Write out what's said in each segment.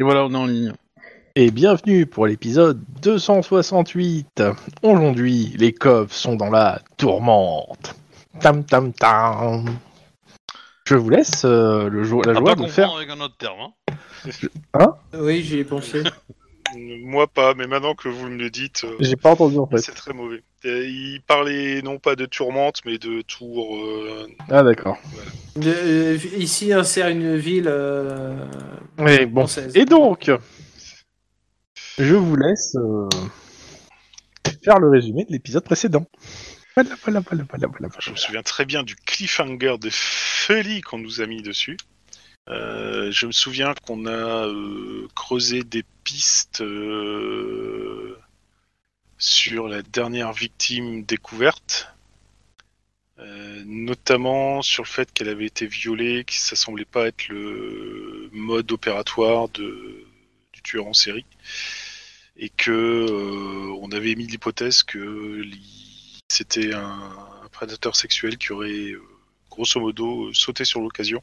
voilà, on est en ligne. Et bienvenue pour l'épisode 268. Aujourd'hui, les cops sont dans la tourmente. Tam tam tam. Je vous laisse euh, le jo- la T'as joie Ah, pas de comprendre faire. avec un autre terme. Hein. Oui, j'y ai pensé. Moi pas, mais maintenant que vous me le dites, euh, J'ai pas entendu en fait. c'est très mauvais. Euh, il parlait non pas de tourmente, mais de tour. euh, Ah d'accord. Euh, ici, insère une ville euh, Mais bon. française. Et donc, je vous laisse euh, faire le résumé de l'épisode précédent. Voilà, voilà, voilà, voilà, voilà. je me souviens très bien du cliffhanger de Feli qu'on nous a mis dessus. Euh, je me souviens qu'on a euh, creusé des pistes euh, sur la dernière victime découverte. Euh, notamment sur le fait qu'elle avait été violée, que ça semblait pas être le mode opératoire de, du tueur en série, et que euh, on avait mis l'hypothèse que li- c'était un, un prédateur sexuel qui aurait euh, grosso modo euh, sauté sur l'occasion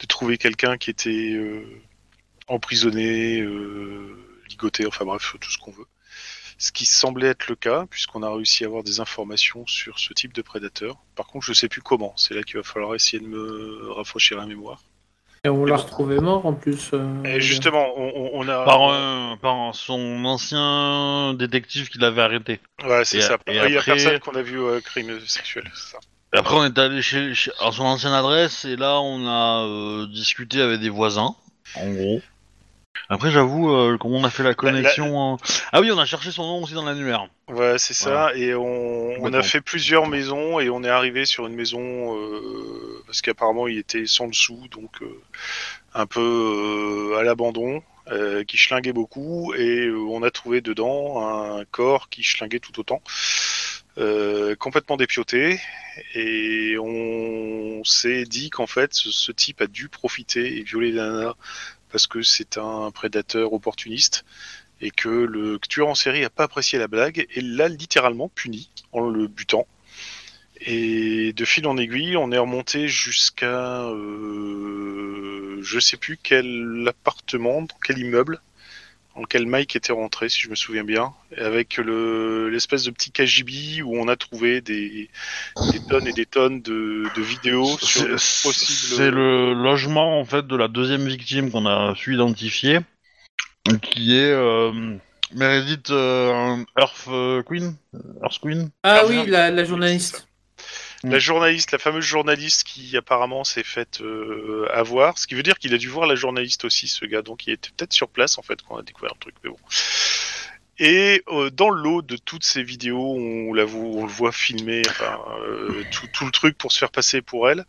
de trouver quelqu'un qui était euh, emprisonné, euh, ligoté, enfin bref, tout ce qu'on veut. Ce qui semblait être le cas, puisqu'on a réussi à avoir des informations sur ce type de prédateur. Par contre, je sais plus comment. C'est là qu'il va falloir essayer de me rafraîchir la mémoire. Et on l'a retrouvé mort en plus. euh, Et justement, on, on- on a. Par, un- par son ancien détective qui l'avait arrêté. Ouais, c'est et- ça. et Il y a après- personne qu'on a vu euh, crime sexuel. c'est ça. Et après, on est allé chez, chez- à son ancienne adresse et là, on a euh, discuté avec des voisins, en gros. Après, j'avoue, euh, comment on a fait la Bah, connexion. euh, Ah oui, on a cherché son nom aussi dans l'annuaire. Ouais, c'est ça. Et on, on Complètement. a fait plusieurs maisons et on est arrivé sur une maison euh, parce qu'apparemment il était sans dessous, donc euh, un peu euh, à l'abandon, euh, qui schlinguait beaucoup. Et euh, on a trouvé dedans un corps qui schlinguait tout autant, euh, complètement dépioté. Et on s'est dit qu'en fait ce, ce type a dû profiter et violer la nana parce que c'est un prédateur opportuniste et que le tueur en série a pas apprécié la blague et l'a littéralement puni en le butant. Et de fil en aiguille, on est remonté jusqu'à euh, je sais plus quel appartement, dans quel immeuble, dans lequel Mike était rentré, si je me souviens bien, avec le- l'espèce de petit KGB où on a trouvé des, des tonnes et des tonnes de, de vidéos sur le C'est possible. c'est le logement en fait de la deuxième victime qu'on a su identifier, qui est euh, Meredith euh, Earth euh, Queen. Earth Queen. Ah Ah, oui, merde. la, la journaliste. La journaliste, la fameuse journaliste qui apparemment s'est faite euh, avoir, ce qui veut dire qu'il a dû voir la journaliste aussi, ce gars, donc il était peut-être sur place en fait quand on a découvert le truc, mais bon. Et euh, dans le lot de toutes ces vidéos, on, la vo- on le voit filmer, enfin, euh, tout, tout le truc pour se faire passer pour elle.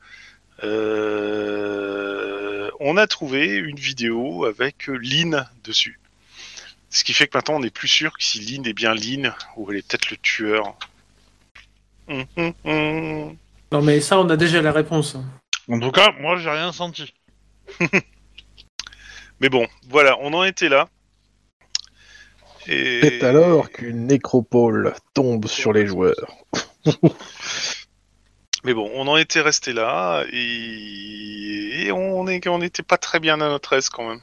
euh, on a trouvé une vidéo avec euh, Lynn dessus. Ce qui fait que maintenant on n'est plus sûr que si Lynn est bien Lynn ou elle est peut-être le tueur. Hum, hum, hum. Non, mais ça, on a déjà la réponse. En tout cas, moi, j'ai rien senti. Mais bon, voilà, on en était là. Et... C'est alors qu'une nécropole tombe sur les joueurs. Mais bon, on en était resté là et, et on est, on n'était pas très bien à notre aise quand même.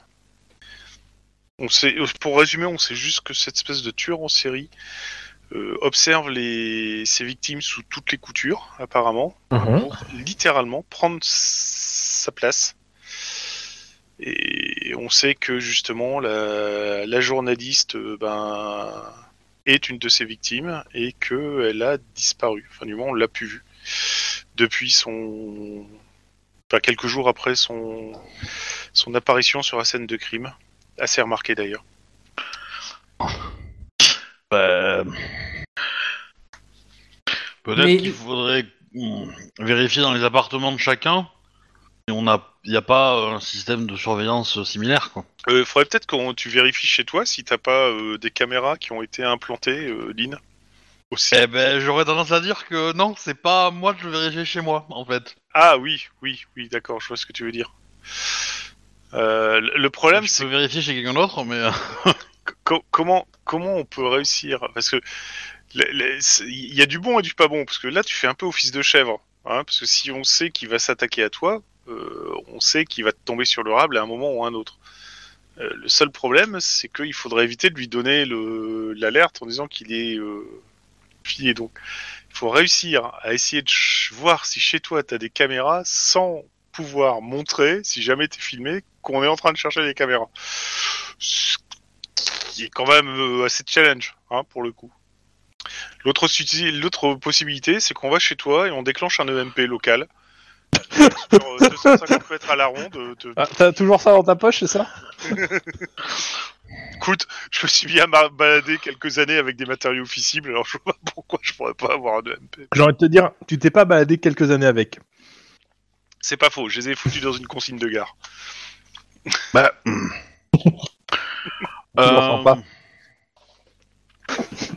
On sait, pour résumer, on sait juste que cette espèce de tueur en série euh, observe les, ses victimes sous toutes les coutures, apparemment, Mhm. pour littéralement prendre s- sa place. Et on sait que justement la, la journaliste euh, ben, est une de ses victimes et qu'elle a disparu. Enfin du moins on l'a plus vue depuis son... Enfin quelques jours après son, son apparition sur la scène de crime. Assez remarqué d'ailleurs. Bah, Peut-être Mais- qu'il faudrait mm, vérifier dans les appartements de chacun. Et on a, il n'y a pas euh, un système de surveillance euh, similaire, quoi. Il faudrait peut-être que tu vérifies chez toi si t'as pas euh, des caméras qui ont été implantées, euh, Lynn. Aussi. Eh ben, j'aurais tendance à dire que non, c'est pas à moi de le vérifier chez moi, en fait. Ah oui, oui, oui, d'accord, je vois ce que tu veux dire. Euh, le le problème, je c'est peux vérifier chez quelqu'un d'autre, mais euh, co- comment, comment on peut réussir Parce que le- le- c'est- il y a du bon et du pas bon, parce que là, tu fais un peu office de chèvre. hein, parce que si on sait qu'il va s'attaquer à toi, euh, on sait qu'il va te tomber sur le rable à un moment ou à un autre. Euh, le seul problème, c'est qu'il faudrait éviter de lui donner le- l'alerte en disant qu'il est euh, filé. Donc, il faut réussir à essayer de ch- voir si chez toi tu as des caméras sans pouvoir montrer, si jamais tu es filmé, qu'on est en train de chercher des caméras. Ce qui est quand même euh, assez challenge, hein, pour le coup. L'autre su- l'autre possibilité, c'est qu'on va chez toi et on déclenche un EMP local. Sur euh, 250 mètres à la ronde, euh, te- Ah, T'as toujours ça dans ta poche, c'est ça Écoute, je me suis mis à me balader quelques années avec des matériaux fissibles, alors je vois pas pourquoi je pourrais pas avoir un EMP. J'ai envie de te dire, tu t'es pas baladé quelques années avec. C'est pas faux, je les ai foutus dans une consigne de gare. Bah. hum. Euh, m'en sors pas.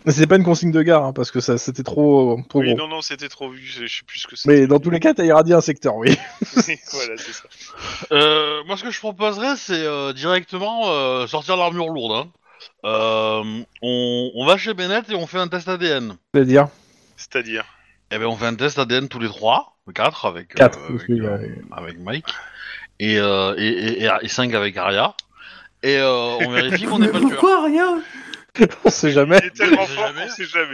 Mais c'est pas une consigne de gare, hein, parce que ça, c'était trop, trop Oui, gros. non, non, c'était trop vu, je sais plus ce que c'était. Oh Mais dans tous les cas, t'as irradié un secteur, oui. voilà, c'est ça. Euh, moi, ce que je proposerais, c'est euh, directement euh, sortir l'armure lourde. hein. Euh, on, on va chez Bennett et on fait un test ADN. C'est-à-dire C'est-à-dire. Eh ben, on fait un test ADN tous les trois, quatre avec, euh, 4. avec, euh, avec Mike et, euh, et, et, et- et cinq avec Aria. Et euh, on vérifie qu'on n'est Mais pas le tueur. pourquoi rien On sait jamais. Il est tellement On sait fort jamais. qu'on sait jamais.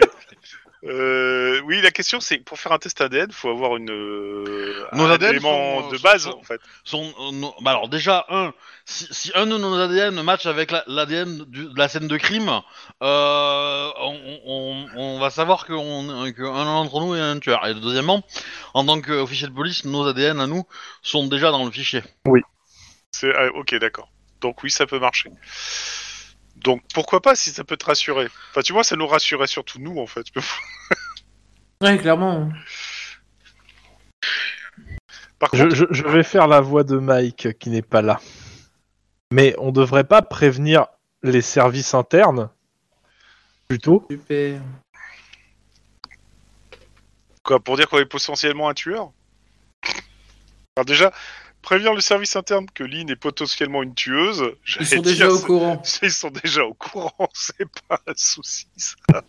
Euh, oui, la question c'est pour faire un test ADN, faut avoir une euh, Nos un ADN élément sont, euh, de sont- base sont- en fait. Son- euh, non- bah alors déjà un, si, si un de nos ADN match avec la- l'ADN du- de la scène de crime, euh, on, on- on va savoir que on- que un d'entre nous est un tueur. Et deuxièmement, en tant qu'officier de police, nos ADN à nous sont déjà dans le fichier. C'est- ah, ok, d'accord. Donc oui, ça peut marcher. Donc pourquoi pas si ça peut te rassurer. Enfin, tu vois, ça nous rassurait surtout nous en fait. Ouais, clairement. Par contre, Je, je- je vais faire la voix de Mike qui n'est pas là. Mais on devrait pas prévenir les services internes plutôt Super. Quoi, pour dire qu'on est potentiellement un tueur Alors déjà, prévenir le service interne que Lynn est potentiellement une tueuse, Ils j'allais sont dire, déjà au c'est- courant. c'est- Ils sont déjà au courant, c'est pas un souci. ça.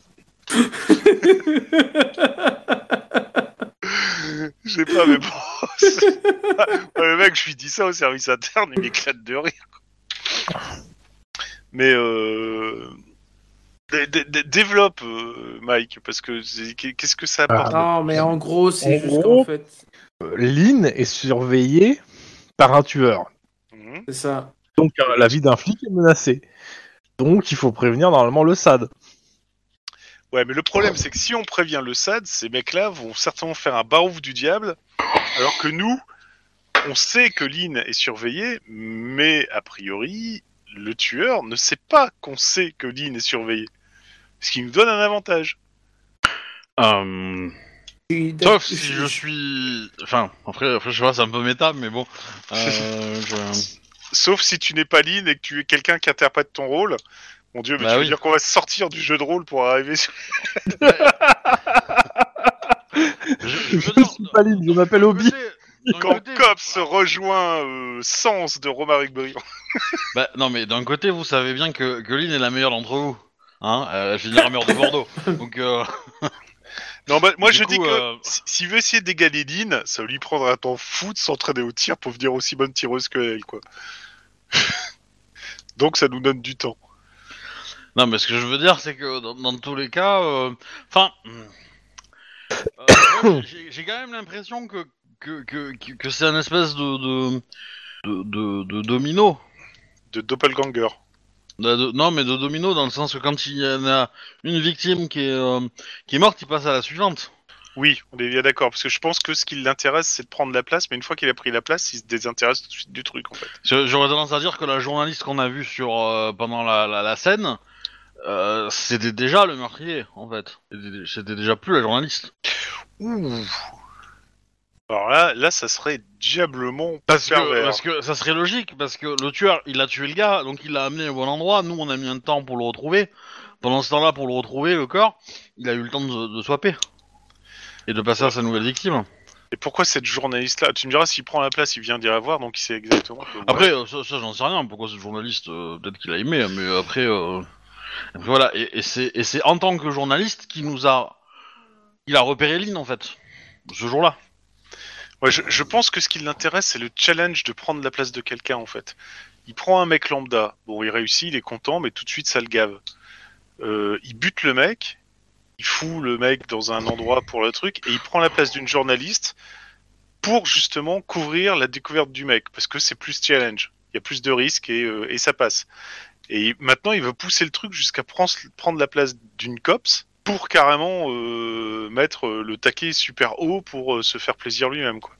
J'ai pas, mais bon. c'est- Ouais, le mec, je lui dis ça au service interne, il m'éclate de rire. quoi. Mais euh... dé- dé- dé- développe, euh, Mike, parce que c'est- qu'est-ce que ça apporte Non, mais en gros, Ah, euh, c'est En juste gros- qu'en fait, euh, Lynn est surveillée par un tueur. Mhm. c'est ça. Donc euh, la vie d'un flic est menacée. Donc il faut prévenir normalement le SAD. Ouais, mais le problème, c'est que si on prévient le SAD, ces mecs-là vont certainement faire un barouf du diable, alors que nous, on sait que Lynn est surveillée, mais a priori, le tueur ne sait pas qu'on sait que Lynn est surveillée. Ce qui nous donne un avantage. Je suis d'ac- sauf si je suis, enfin après, après, je vois, c'est un peu méta, mais bon. Euh, je- Sauf si tu n'es pas Lynn et que tu es quelqu'un qui interprète ton rôle. Mon dieu, mais Bah tu veux oui. dire qu'on va sortir du jeu de rôle pour arriver sur... je- je Je, veux dire, suis pas Lynn, je m'appelle d'un Obi. côté- d'un Quand côté- Cops rejoint euh, Sens de Romaric Briand. Bah, non, mais d'un côté, vous savez bien que, que Lynn est la meilleure d'entre vous. Hein euh, elle finira meilleure de Bordeaux. Donc, euh, Non, bah, moi Du je coup, dis que euh, si- s'il veut essayer d'égaler Lynn, ça lui prendra un temps fou de s'entraîner au tir pour venir aussi bonne tireuse que elle, quoi. Donc ça nous donne du temps. non, mais ce que je veux dire, c'est que dans, dans tous les cas, euh, enfin, hum, euh, moi, j'ai j'ai quand même l'impression que que, que, que- que c'est un espèce de de, de, de- de domino. De doppelganger. Bah, De- de- non, mais de domino dans le sens que quand il y en a une victime qui est euh, qui est morte, il passe à la suivante. Oui, on est bien d'accord, parce que je pense que ce qui l'intéresse, c'est de prendre la place, mais une fois qu'il a pris la place, il se désintéresse tout de suite du truc, en fait. Je- J'aurais tendance à dire que la journaliste qu'on a vue sur euh, pendant la, la, la scène, euh, c'était déjà le meurtrier en fait. C'était- C'était déjà plus la journaliste. Ouh. Alors là, là, ça serait diablement Parce que, pervers. parce que ça serait logique, parce que le tueur, il a tué le gars, donc il l'a amené au bon endroit. Nous, on a mis un temps pour le retrouver. Pendant ce temps-là, pour le retrouver, le corps, il a eu le temps de, de swapper. Et de passer à sa nouvelle victime. Et pourquoi cette journaliste-là Tu me diras, s'il prend la place, il vient d'y avoir, donc il sait exactement... que- Après, euh, ça, ça, j'en sais rien, pourquoi ce journaliste, euh, peut-être qu'il a aimé, mais après, euh, après, voilà, et, et c'est et c'est en tant que journaliste qu'il nous a, il a repéré Lynn en fait, ce jour-là. Ouais, je, je pense que ce qui l'intéresse, c'est le challenge de prendre la place de quelqu'un, en fait. Il prend un mec lambda. Bon, il réussit, il est content, mais tout de suite, ça le gave. Euh, il bute le mec, il fout le mec dans un endroit pour le truc, et il prend la place d'une journaliste pour justement couvrir la découverte du mec, parce que c'est plus challenge. Il y a plus de risques et, euh, et ça passe. Et il- maintenant, il veut pousser le truc jusqu'à prendre, prendre la place d'une copse pour carrément euh, mettre euh, le taquet super haut pour euh, se faire plaisir lui-même, quoi.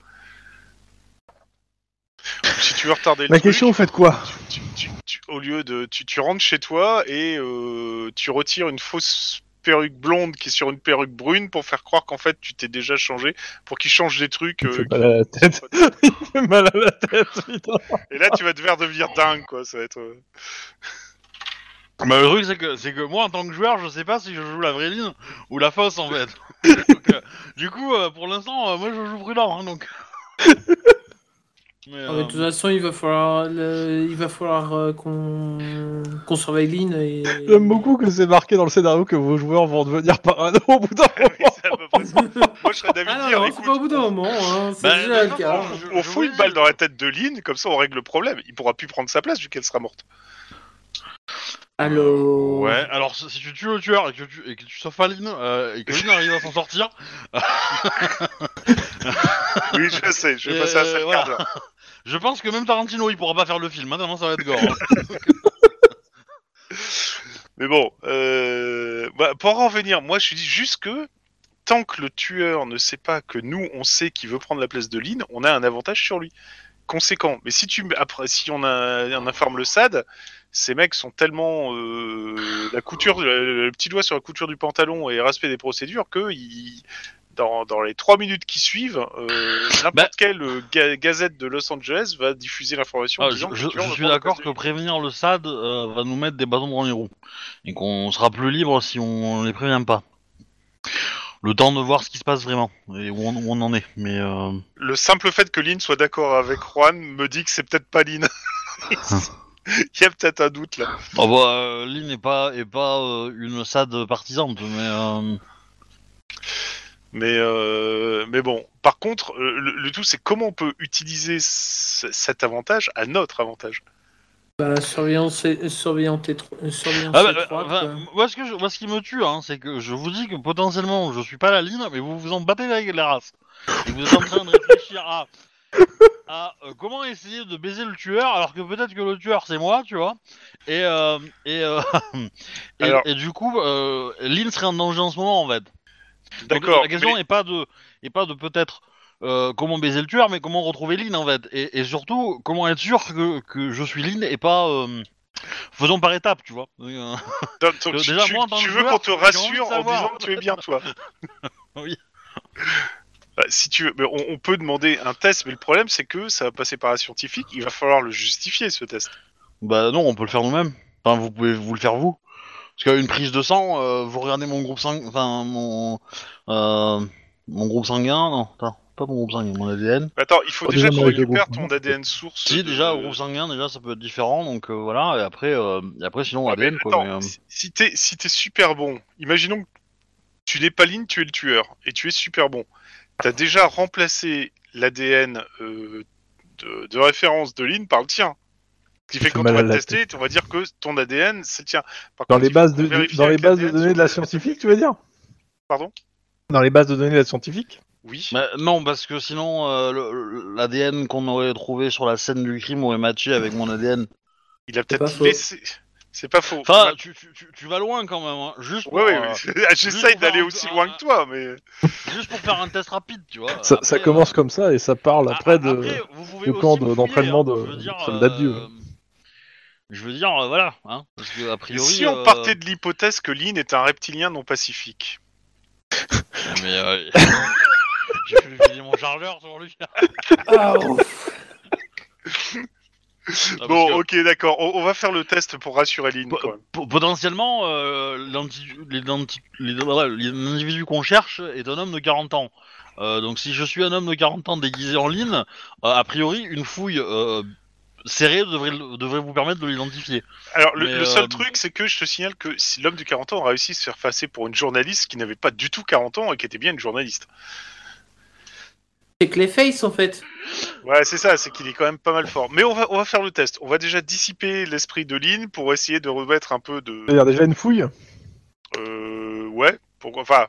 Si tu veux retarder le Ma truc, question, vous faites quoi tu- tu- tu- au lieu de tu, tu rentres chez toi et euh, tu retires une fausse perruque blonde qui est sur une perruque brune pour faire croire qu'en fait tu t'es déjà changé pour qu'il change des trucs euh, mal à la tête. Il fait mal à la tête, putain. et là tu vas te faire devenir dingue quoi ça va être euh. Bah, le truc, c'est que, c'est que moi, en tant que joueur, je sais pas si je joue la vraie ligne ou la fausse, en fait. Donc, euh, du coup, euh, pour l'instant, euh, moi, je joue prudent, hein, donc. Mais, Non, euh, mais de toute façon, il va falloir, le- il va falloir euh, qu'on qu'on surveille Lynn. Et... J'aime beaucoup que c'est marqué dans le scénario que vos joueurs vont devenir parano au bout d'un Ah Oui, moment. c'est à peu près ça. moi je serais d'avis Ah de non, dire non, c'est écoute, pas au bout d'un moment, hein, c'est bah, déjà le non, cas. non, je- on je fout voulais- une balle dans la tête de Lynn comme ça on règle le problème il pourra plus prendre sa place vu qu'elle sera morte Allô Ouais, alors si si tu tues le tueur et que tu, et que tu sauves pas Lynn, euh, et que Lynn arrive à s'en sortir, oui je sais je vais Euh, passer à cette voilà. carte là je pense que même Tarantino il pourra pas faire le film, hein, tellement ça va être gore. hein. Mais bon, euh, bah, pour en revenir, moi je suis dit juste que tant que le tueur ne sait pas que nous on sait qu'il veut prendre la place de Lynn, on a un avantage sur lui conséquent. Mais si tu après si on, a, on informe le SAD, ces mecs sont tellement euh, la couture le, le petit doigt sur la couture du pantalon et respect des procédures que ils- dans, dans les trois minutes qui suivent, euh, n'importe Bah. quelle euh, ga- gazette de Los Angeles va diffuser l'information. en Ah, je, disant que le je- tueur je veut suis prendre la place d'accord de que prévenir le SAD euh, va nous mettre des bâtons dans les roues. Et qu'on sera plus libre si on les prévient pas. Le temps de voir ce qui se passe vraiment et où on, où on en est. Mais euh, le simple fait que Lynn soit d'accord avec Juan me dit que c'est peut-être pas Lynn. Il y a peut-être un doute là. oh, bah, euh, Lynn n'est pas, est pas euh, une SAD partisante, mais euh, Mais, euh, mais bon, par contre, euh, le, le tout c'est comment on peut utiliser ce- cet avantage à notre avantage. Bah, surveillance, et- surveillante et tro- euh, surveillance Ah bah, étroite, enfin, euh. moi, ce que je- moi, ce qui me tue, hein, c'est que je vous dis que potentiellement, je suis pas la ligne, mais vous vous en battez avec la race. Et vous êtes en train de réfléchir à, à, euh, comment essayer de baiser le tueur, alors que peut-être que le tueur c'est moi, tu vois. Et, euh, et, euh, et, Alors- et du coup, euh, Lynn serait en danger en ce moment, en fait. Donc, D'accord. La question mais- n'est pas de, est pas de peut-être euh, comment baiser le tueur, mais comment retrouver Lynn, en fait. Et, et surtout, comment être sûr que, que je suis Lynn et pas. euh, faisons par étapes, tu vois. Euh, donc, donc, que tu, déjà, tu- moi, en tant tu que veux joueur, qu'on te j'ai envie de rassure en savoir. disant que tu es bien toi. Oui. Bah, si tu veux, mais on, on peut demander un test, mais le problème c'est que ça va passer par un scientifique. Il va falloir le justifier ce test. Bah non, on peut le faire nous-mêmes. Enfin, vous pouvez vous le faire vous. Parce qu'une prise de sang, euh, vous regardez mon groupe sanguin, enfin mon euh, mon groupe sanguin, non, pas, pas mon groupe sanguin, mon ADN. Attends, il faut Oh, déjà déjà, qu'on avec le récupère ton groupe. ADN source. Si de- déjà au groupe sanguin, déjà ça peut être différent, donc euh, voilà. Et après, euh, et après sinon Ah, mais ADN quoi. attends, mais, euh, si- si t'es si t'es super bon, imaginons que tu n'es pas ligne, tu es le tueur et tu es super bon. T'as déjà remplacé l'ADN euh, de, de référence de Lynn par le tien. Ce qui fait fait que quand mal on à va te la tester, on va dire que ton ADN c'est le tien. Par Dans contre, les il faut bases de, vérifier dans les avec bases de l'ADN données de la sur le- scientifique, tu veux dire Pardon Dans les bases de données de la scientifique Oui. bah, non, parce que sinon euh, l'ADN qu'on aurait trouvé sur la scène du crime aurait matché avec mon ADN. Il a pas peut-être faux. laissé. C'est pas faux. Enfin, tu, tu, tu- tu vas loin quand même, hein. juste pour, Ouais, ouais, euh, oui. J'essaye pour faire d'aller un- aussi un- loin que toi, mais. juste pour faire un test rapide, tu Ah, vois. ça, ça Après, euh, commence comme ça et ça parle après de. Ah, Après, vous pouvez du aussi camp vous de- fouiller, d'entraînement hein. de- Je veux dire, soldats de Dieu. euh, Je veux dire, euh, voilà, hein, parce que a priori. si on euh, partait de l'hypothèse que Lynn est un reptilien non pacifique mais, euh, J'ai fait utiliser mon chargeur sur lui. Ah, Ah, oh. Ah, parce Bon, que ok, d'accord. On, on va faire le test pour rassurer Lynn. po- quand même. po- potentiellement, euh, l'anti- l'identi- l'id- ouais, l'individu qu'on cherche est un homme de 40 ans. Euh, donc, si je suis un homme de 40 ans déguisé en ligne, euh, a priori, une fouille euh, serrée devrait, le- devrait vous permettre de l'identifier. Alors, le, mais, le seul euh, truc, c'est que je te signale que si l'homme de 40 ans a réussi à se faire passer pour une journaliste qui n'avait pas du tout 40 ans et qui était bien une journaliste. C'est que les faces en fait. Ouais, c'est ça, c'est qu'il est quand même pas mal fort. Mais on va, on va faire le test. On va déjà dissiper l'esprit de Lynn pour essayer de remettre un peu de. C'est-à-dire déjà une fouille Euh, ouais, pourquoi. Enfin,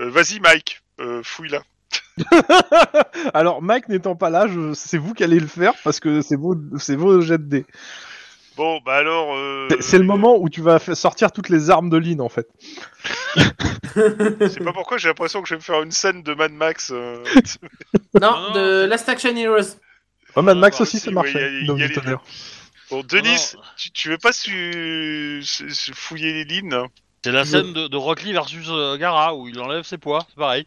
euh, vas-y, Mike, euh, fouille-la. Alors, Mike n'étant pas là, je- c'est vous qui allez le faire parce que c'est vos, c'est vos jets de Euh, dés. Bon, bah alors. euh, C'est- C'est le moment où tu vas fa- sortir toutes les armes de Lynn en fait. Je sais pas pourquoi, j'ai l'impression que je vais me faire une scène de Mad Max. euh, Non, non, de Last Action Heroes. Ouais, Oh, Mad Max bah aussi, aussi, ça ouais, marchait. y a- y nom a du les- tonnerre. Bon, Denis, Non, non. tu, tu veux pas su- su- su- fouiller les lignes hein C'est la scène de, de Rock Lee versus euh, Gara où il enlève ses poids, c'est pareil.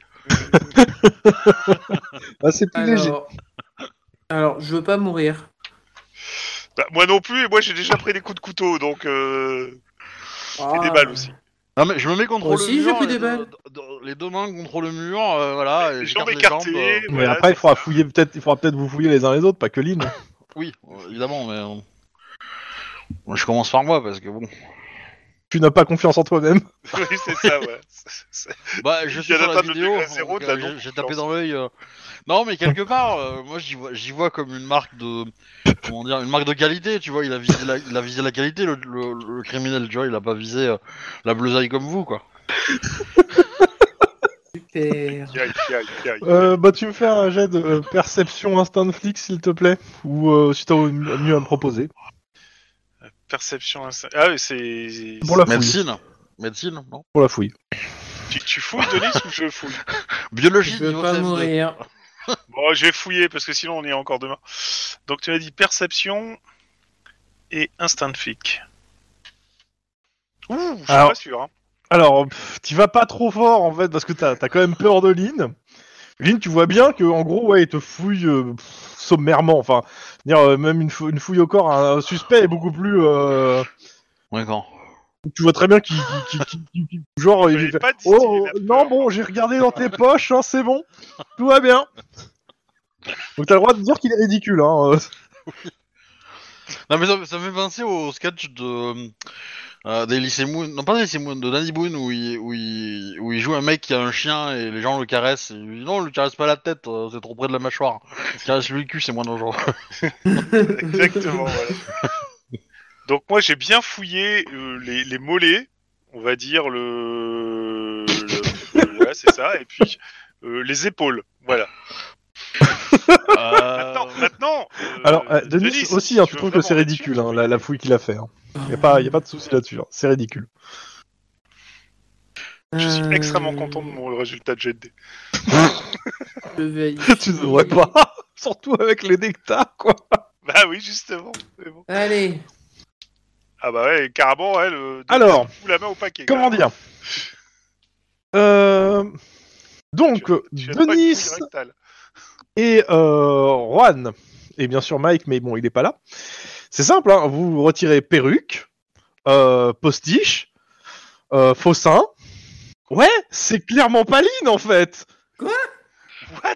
Ah, c'est plus léger. Alors... Alors, je veux pas mourir. Bah, Moi non plus, et moi j'ai déjà pris des coups de couteau, donc. Euh... Ah. des balles aussi. Non mais je me mets contre Moi le aussi, mur. j'ai pris les des deux- balles. d- d- les deux mains contre le mur, euh, voilà. et Les j'écarte jambes les jambes, écartées. euh, Mais voilà, après, il faudra fouiller peut-être, il faudra peut-être vous fouiller les uns les autres, pas que Lynn. oui, euh, évidemment, mais. euh, moi, je commence par moi parce que bon. tu n'as pas confiance en toi-même. oui, c'est ça, ouais. C'est- c'est- Bah, je suis Il y en a sur la pas de vidéo. degré zéro donc, de la euh, j'ai- non-confiance. J'ai tapé dans l'œil. euh, Non, mais quelque part, euh, moi, j'y vois, j'y vois comme une marque de, comment dire, une marque de qualité. Tu vois, il a visé la, il a visé la qualité, le, le- le criminel. Tu vois, il a pas visé euh, la bleusaille comme vous, quoi. Super. Aïe, aïe, aïe, aïe. Euh, bah, tu me fais un jet de euh, perception instinct de flic, s'il te plaît, ou euh, si t'as au- mieux à me proposer. Perception instinct. Ah oui, c'est. Pour la fouille. Médecine, médecine, non. Pour la fouille. Tu, tu fouilles, Denis, ou je fouille Biologie. Je veux niveau pas CFD. mourir. Bon, je vais fouiller, parce que sinon on y est encore demain. Donc tu as dit perception et instinct de flic. Ouh, je suis Alors- pas sûr. Hein. Alors, pff, t'y vas pas trop fort en fait, parce que t'as as quand même peur de Lynn. Lynn, tu vois bien que en gros, ouais, il te fouille euh, pff, sommairement. Enfin, je veux dire, euh, même une, fou- une fouille au corps, un suspect est beaucoup plus. euh, D'accord. tu vois très bien qu'il. qu'il- qu'il- qu'il- qu'il- genre, il Je lui l'ai fait, pas dit Oh, non, bon, j'ai regardé dans tes poches, hein, c'est bon, tout va bien. Donc t'as le droit de dire qu'il est ridicule, hein. euh. Non mais ça, ça me fait penser au sketch de euh, des lycées Moon, non pas des lycées Moon, de Danny Boone où il, où, il, où il joue un mec qui a un chien et les gens le caressent. Et il dit, non, le caresse pas la tête, euh, c'est trop près de la mâchoire. Caresse lui le cul, c'est moins dangereux. Exactement, voilà. Donc moi j'ai bien fouillé euh, les, les mollets, on va dire le... le- le- ouais, c'est ça, et puis euh, les épaules, voilà. Maintenant, maintenant euh, Alors, euh, Denis, Denis, aussi, hein, si tu veux trouves que c'est vraiment être ridicule, sûr, hein, la, la fouille qu'il a fait. Il Y a pas, y a pas de souci là-dessus, hein, c'est ridicule. Je suis hein. Euh, extrêmement content de mon résultat de GD. Je vais y- tu devrais pas, surtout avec les nectars, quoi. Bah oui, justement. mais bon. Allez. Ah bah ouais, carrément, ouais, le... Denis, Alors, fout la main au paquet. Comment dire Euh, Donc, Tu as pas une fouille Denis rectale. et euh, Juan, et bien sûr Mike, mais bon, il est pas là. C'est simple, hein, vous retirez perruque, euh, postiche, euh, faux seins. Ouais, c'est clairement pas Lynn en fait. What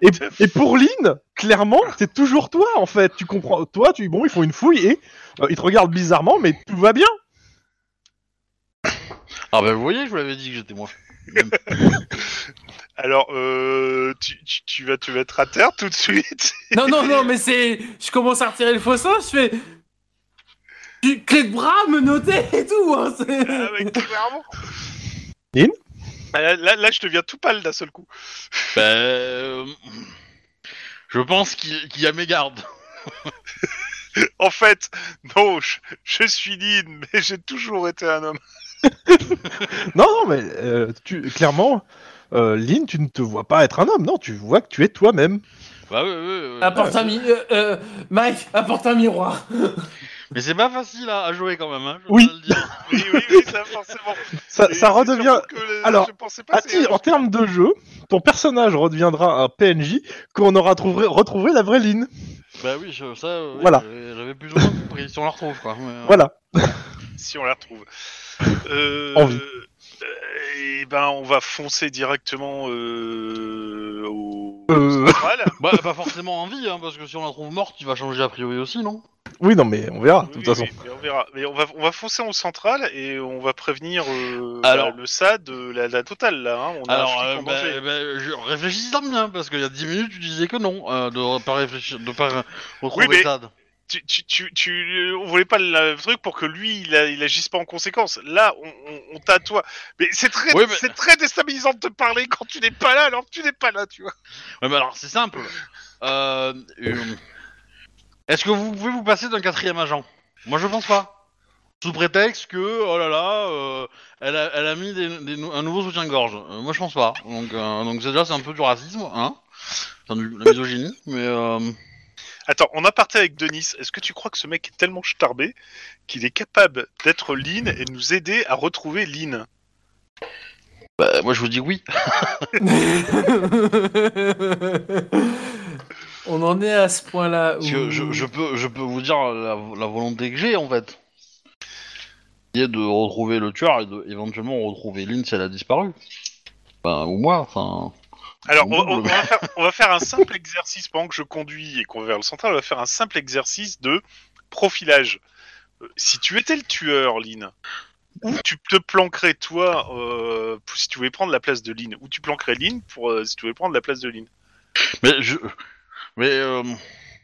Et, the et pour Lynn, clairement, c'est toujours toi en fait. Tu comprends Toi, tu bon, ils font une fouille et euh, ils te regardent bizarrement, mais tout va bien. Ah ben vous voyez, je vous l'avais dit que j'étais moi. Alors, euh, tu, tu, tu vas te mettre à terre tout de suite. Non, non, non, mais c'est. Je commence à retirer le faux sein, je fais. Du clé de bras, me noter et tout. hein, c'est- Ah, mais clairement. Lynn Ah, là, là, là, je deviens tout pâle d'un seul coup. Ben, euh, je pense qu'il qu'il y a mégarde. En fait, non, je, je suis Lynn, mais j'ai toujours été un homme. Non, non, mais euh, tu, clairement, euh, Lynn, tu ne te vois pas être un homme. Non, tu vois que tu es toi-même. Bah ouais, ouais, ouais. Ah Apporte un mi- euh, euh, Mike, apporte un miroir. Mais c'est pas facile à, à jouer quand même. Hein, je Oui. dois le dire. Oui, oui, oui, ça, forcément. Bah, Ça, Et ça c'est redevient. surtout que le- Alors, je pensais pas Ah, que si, en termes de jeu, ton personnage redeviendra un PNJ qu'on aura trouvé, retrouvé la vraie Lynn. Bah oui, je- ça. euh, Voilà. j'avais- J'avais plus ou moins compris. Si on la retrouve quoi. mais, euh, Voilà. si on la retrouve. Euh, Envie. euh, eh ben, on va foncer directement euh, au. Euh, euh, Voilà. Bah, pas forcément en vie, hein, parce que si on la trouve morte, tu vas changer a priori aussi, non Oui, non, mais on verra, de Oui, toute façon. oui, mais on verra. Mais on va, on va foncer en centrale et on va prévenir euh, Alors- bah, le SAD de la, la totale là. hein. On a Alors, un flic euh, en bah, danger. bah, je réfléchis bien, parce qu'il y a 10 minutes, tu disais que non, euh, de pas réfléchir, de pas retrouver mais- Tad. Tu, tu, tu, tu- on voulait pas le, le truc pour que lui il, a- il agisse pas en conséquence. Là, on, on, on t'a à toi. Mais c'est très, Oui, mais- c'est très déstabilisant de te parler quand tu n'es pas là alors que tu n'es pas là, tu vois. Ouais, mais alors, c'est simple. Euh, euh, Est-ce que vous pouvez vous passer d'un quatrième agent Moi, je pense pas. Sous prétexte que, oh là là, euh, elle, a, elle a mis des- des nou- un nouveau soutien-gorge. Euh, moi, je pense pas. Donc, euh, donc c'est déjà, c'est un peu du racisme, hein Enfin, du- de la misogynie, mais... Euh... Attends, on a parté avec Denis. Est-ce que tu crois que ce mec est tellement starbé qu'il est capable d'être Lynn et de nous aider à retrouver Lynn Bah, moi, je vous dis oui. On en est à ce point-là. Où... Parce que je, je peux, je peux vous dire la, la volonté que j'ai, en fait. Qui est de retrouver le tueur et de éventuellement retrouver Lynn si elle a disparu. Bah, ou moi, enfin... Alors, on, on- Double. on va faire, on va faire un simple exercice pendant que je conduis et qu'on va vers le central. On va faire un simple exercice de profilage. Euh, Si tu étais le tueur, Lynn, où tu te planquerais toi euh, pour- si tu voulais prendre la place de Lynn Où tu planquerais Lynn pour, euh, si tu voulais prendre la place de Lynn Mais je. Mais. euh,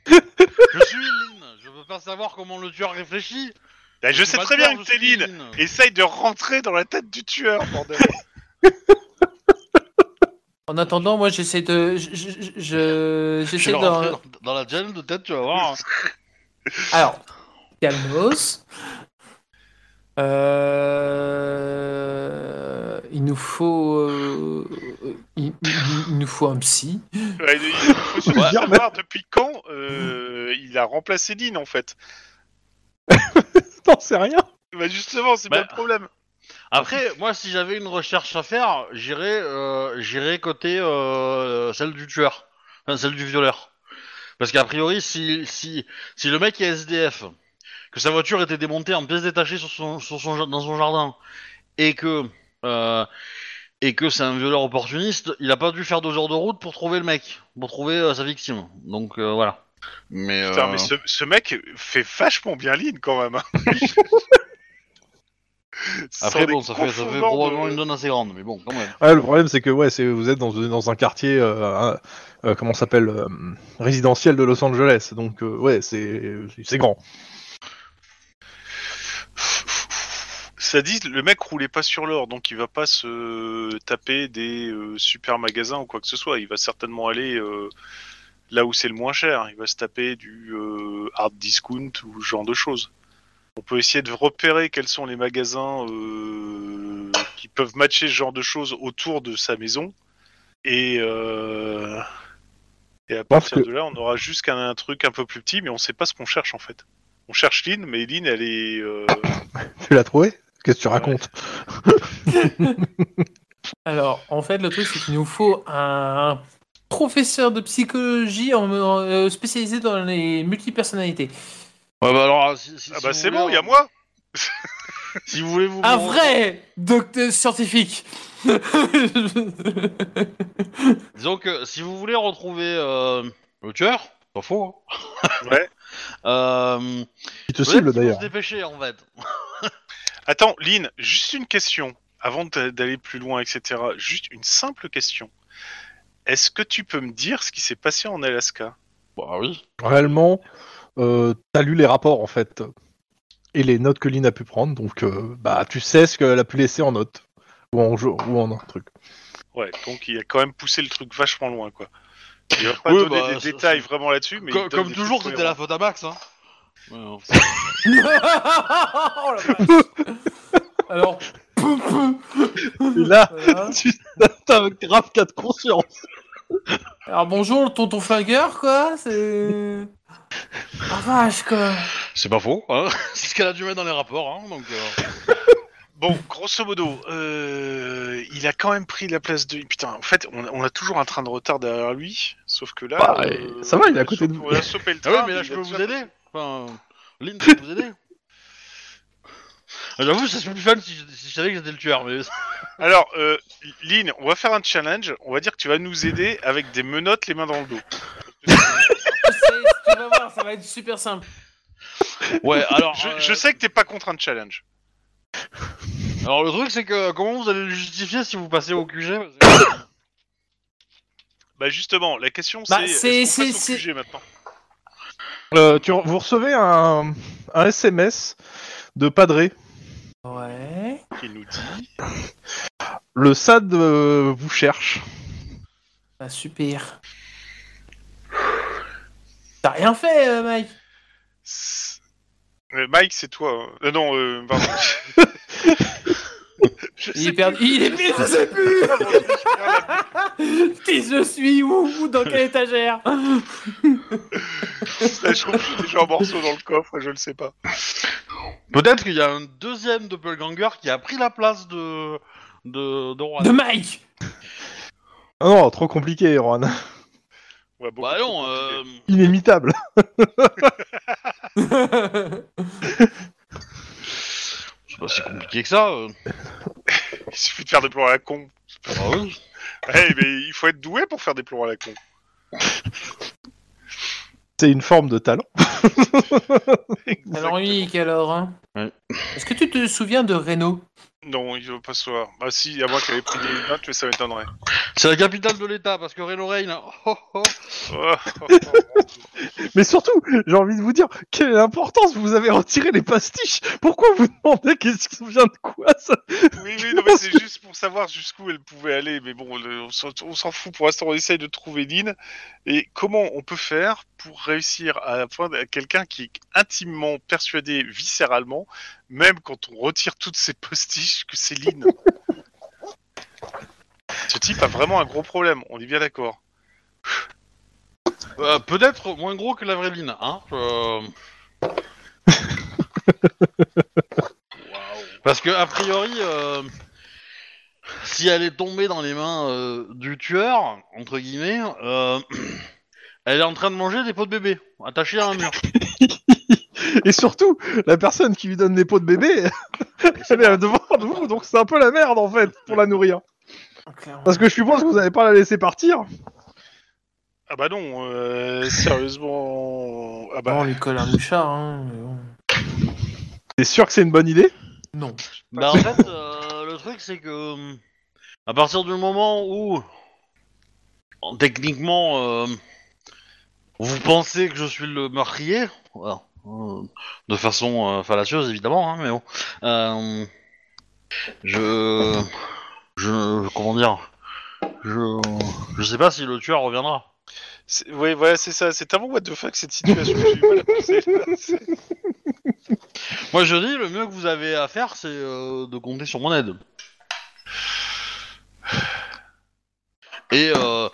je suis Lynn, je veux pas savoir comment le tueur réfléchit. Bah, Je suis sais pas très tueur, bien que je t'es suis Lynn. Essaye de rentrer dans la tête du tueur, bordel. En attendant, moi, j'essaie de. je- je- je- je- Je J'essaie vais de. rentrer dans... dans la gêne de tête, tu vas voir. Alors, calmos. Euh, Il nous faut. euh, Il, il- il nous faut un psy. Ouais, il il faut surtout Ouais. savoir depuis quand euh, il a remplacé Lynn en fait. T'en sais rien Bah justement, c'est Bah, pas le problème. Après, moi, si j'avais une recherche à faire, j'irais euh, j'irais côté euh, celle du tueur. Enfin, celle du violeur. Parce qu'a priori, si, si, si le mec est SDF, que sa voiture était démontée en pièces détachées sur son, sur son, dans son jardin, et que, euh, et que c'est un violeur opportuniste, il a pas dû faire deux heures de route pour trouver le mec, pour trouver euh, sa victime. Donc euh, voilà. Mais, Putain, euh, mais ce, ce mec fait vachement bien Lynn quand même. hein. C'en Après, est bon, ça fait, ça fait confondant probablement de- une donne assez grande, mais bon, quand même. Ouais, le problème, c'est que ouais, c'est- vous êtes dans, dans un quartier, euh, un- euh, comment ça s'appelle, euh, résidentiel de Los Angeles. Donc, euh, ouais, c'est c'est grand. Ça dit, le mec roulait pas sur l'or, donc il va pas se taper des euh, super magasins ou quoi que ce soit. Il va certainement aller euh, là où c'est le moins cher. Il va se taper du euh, hard discount ou ce genre de choses. On peut essayer de repérer quels sont les magasins euh, qui peuvent matcher ce genre de choses autour de sa maison. Et, euh, et à pense partir que- de là, on aura juste qu'un un truc un peu plus petit, mais on sait pas ce qu'on cherche en fait. On cherche Lynn, mais Lynn, elle est... euh, Tu l'as trouvé Qu'est-ce que tu racontes Alors, en fait, le truc, c'est qu'il nous faut un professeur de psychologie en, en- euh, spécialisé dans les multipersonnalités. Ouais, bah alors, si- si- si Ah bah vous c'est voulez, bon, il y a on- moi Si vous voulez vous. Un vrai docteur scientifique Disons que si vous voulez retrouver euh, le tueur, pas faux. hein. Ouais. euh, Il te peut-être cible qu'il faut d'ailleurs. se dépêcher en fait. Attends, Lynn, juste une question, avant d'a- d'aller plus loin, etc. Juste une simple question. Est-ce que tu peux me dire ce qui s'est passé en Alaska Bah oui. Réellement, euh, t'as lu les rapports en fait et les notes que Lynn a pu prendre. Donc, euh, bah, tu sais ce qu'elle a pu laisser en notes ou en jeu ou en un truc. Ouais, donc il a quand même poussé le truc vachement loin, quoi. Il va pas Oui, donner bah, des c'est- détails vraiment là-dessus, mais... il comme donne comme des toujours, trucs c'était la cohérents. faute à Max. Hein. Ouais, non. Oh la vache. Alors, pou, pou. Et là, Voilà. tu t'as grave cas de conscience. Alors bonjour, le tonton flingueur, quoi C'est... Ah vache, quoi c'est pas faux. hein. c'est ce qu'elle a dû mettre dans les rapports. Hein, donc, euh. Bon, grosso modo, euh, il a quand même pris la place de... Putain, en fait, on, on a toujours un train de retard derrière lui, sauf que là... euh, Bah, ça va, il est à côté de vous. On a chopé le Ah oui, train, mais là, il je a peux déjà- vous aider. Enfin, Lynn, je peux vous aider. J'avoue, ça serait plus fun si je, si je savais que j'étais le tueur, mais Alors, euh, Lynn, on va faire un challenge. On va dire que tu vas nous aider avec des menottes les mains dans le dos. Tu sais, tu vas voir, ça va être super simple. ouais. Alors, Je, euh, je sais que t'es pas contre un challenge. alors le truc c'est que comment vous allez le justifier si vous passez au QG parce que- Bah justement, la question c'est. Bah, c'est- est-ce qu'on c'est- passe au c'est- sujet maintenant Euh, tu, re- vous recevez un, un SMS de Padré. Ouais. Qui nous dit. Le SAD euh, vous cherche. Bah, super. T'as rien fait, euh, Mike c'est- Euh, Mike, c'est toi. hein. Euh, non, euh, pardon. Je Il sais est perdu. Il est perdu, je sais pas, mon Dieu, je perds la- plus Qui je suis Où Où Dans quelle étagère Là, je trouve que j'ai déjà un morceau dans le coffre, je le sais pas. Peut-être qu'il y a un deuxième doppelganger qui a pris la place de de, de Juan. De Mike Ah non, trop compliqué, Juan. Ouais, beaucoup Bah trop non. compliqué. euh, Inimitable. C'est pas si compliqué que ça. euh. Il suffit de faire des plans à la con. Ah oui. Ouais, mais il faut être doué pour faire des plans à la con. C'est une forme de talent. Alors, unique, alors. Hein. Ouais. Est-ce que tu te souviens de Renault Non, il veut pas se voir. Bah si, à moins qu'elle ait pris des notes, mais ça m'étonnerait. C'est la capitale de l'État parce que Reno Rain. oh, oh. Oh, oh, oh, Mais surtout, j'ai envie de vous dire, quelle importance vous avez retiré les pastiches Pourquoi vous demandez qu'est-ce qui vient de quoi ça Oui, oui, non, mais c'est juste pour savoir jusqu'où elle pouvait aller. Mais bon, le- on s'en on s'en fout. Pour l'instant, on essaye de trouver Lynn. Et comment on peut faire pour réussir à atteindre quelqu'un qui est intimement persuadé, viscéralement, même quand on retire toutes ses postiches, que c'est Lynn Ce type a vraiment un gros problème, on est bien d'accord. Euh, Peut-être moins gros que la vraie Lynn, hein. euh. Parce que a priori, euh, si elle est tombée dans les mains euh, du tueur entre guillemets, euh, elle est en train de manger des pots de bébé attachés à un mur. Et surtout, la personne qui lui donne des pots de bébé, elle est devant vous, donc c'est un peu la merde en fait, pour la nourrir. Parce que je suppose que vous n'avez pas la laisser partir. Ah bah non, euh, sérieusement. Ah Bon, on bah. lui colle un Oh, mouchard, hein, mais bon. T'es sûr que c'est une bonne idée Non. Bah en fait, euh, le truc c'est que euh, à partir du moment où en- techniquement euh, vous pensez que je suis le meurtrier, voilà, euh, de façon euh, fallacieuse évidemment, hein, mais bon, euh, je, je, comment dire, je, je sais pas si le tueur reviendra. c'est- Ouais, voilà, c'est ça. C'est tellement what the fuck cette situation. J'ai eu mal à penser. Moi je dis le mieux que vous avez à faire c'est euh, de compter sur mon aide. Et euh,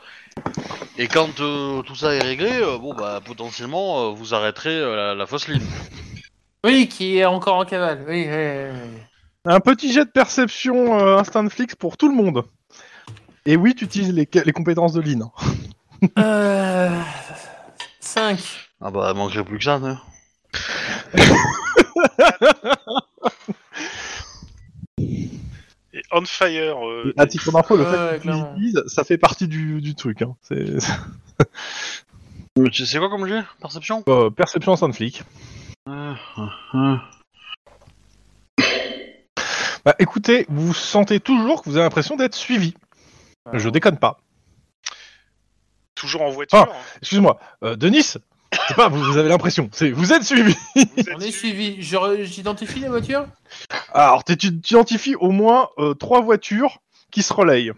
et quand euh, tout ça est réglé, euh, bon bah potentiellement euh, vous arrêterez euh, la, la fausse ligne. Oui, qui est encore en cavale. Oui, oui, oui, oui. Un petit jet de perception euh, instinct de flics pour tout le monde. Et oui, tu utilises les, les compétences de Lynn. Euh... 5. Ah bah il manquerait plus que ça. non Et on fire. euh, À titre d'info, le Ouais, ouais, fait que tu clairement. l'utilises, ça fait partie du, du truc. Hein. C'est Mais Euh, tu sais quoi comme j'ai Perception Euh, perception instinct de flic. Euh, Bah écoutez, vous sentez toujours que vous avez l'impression d'être suivi. Je déconne pas. Toujours en voiture. hein. Excuse-moi, euh, Denis, c'est pas vous, vous avez l'impression, c'est vous êtes suivi. Vous êtes On est su- suivi. Je re- J'identifie les voitures Alors t'es- tu tu identifies au moins euh, trois voitures qui se relayent.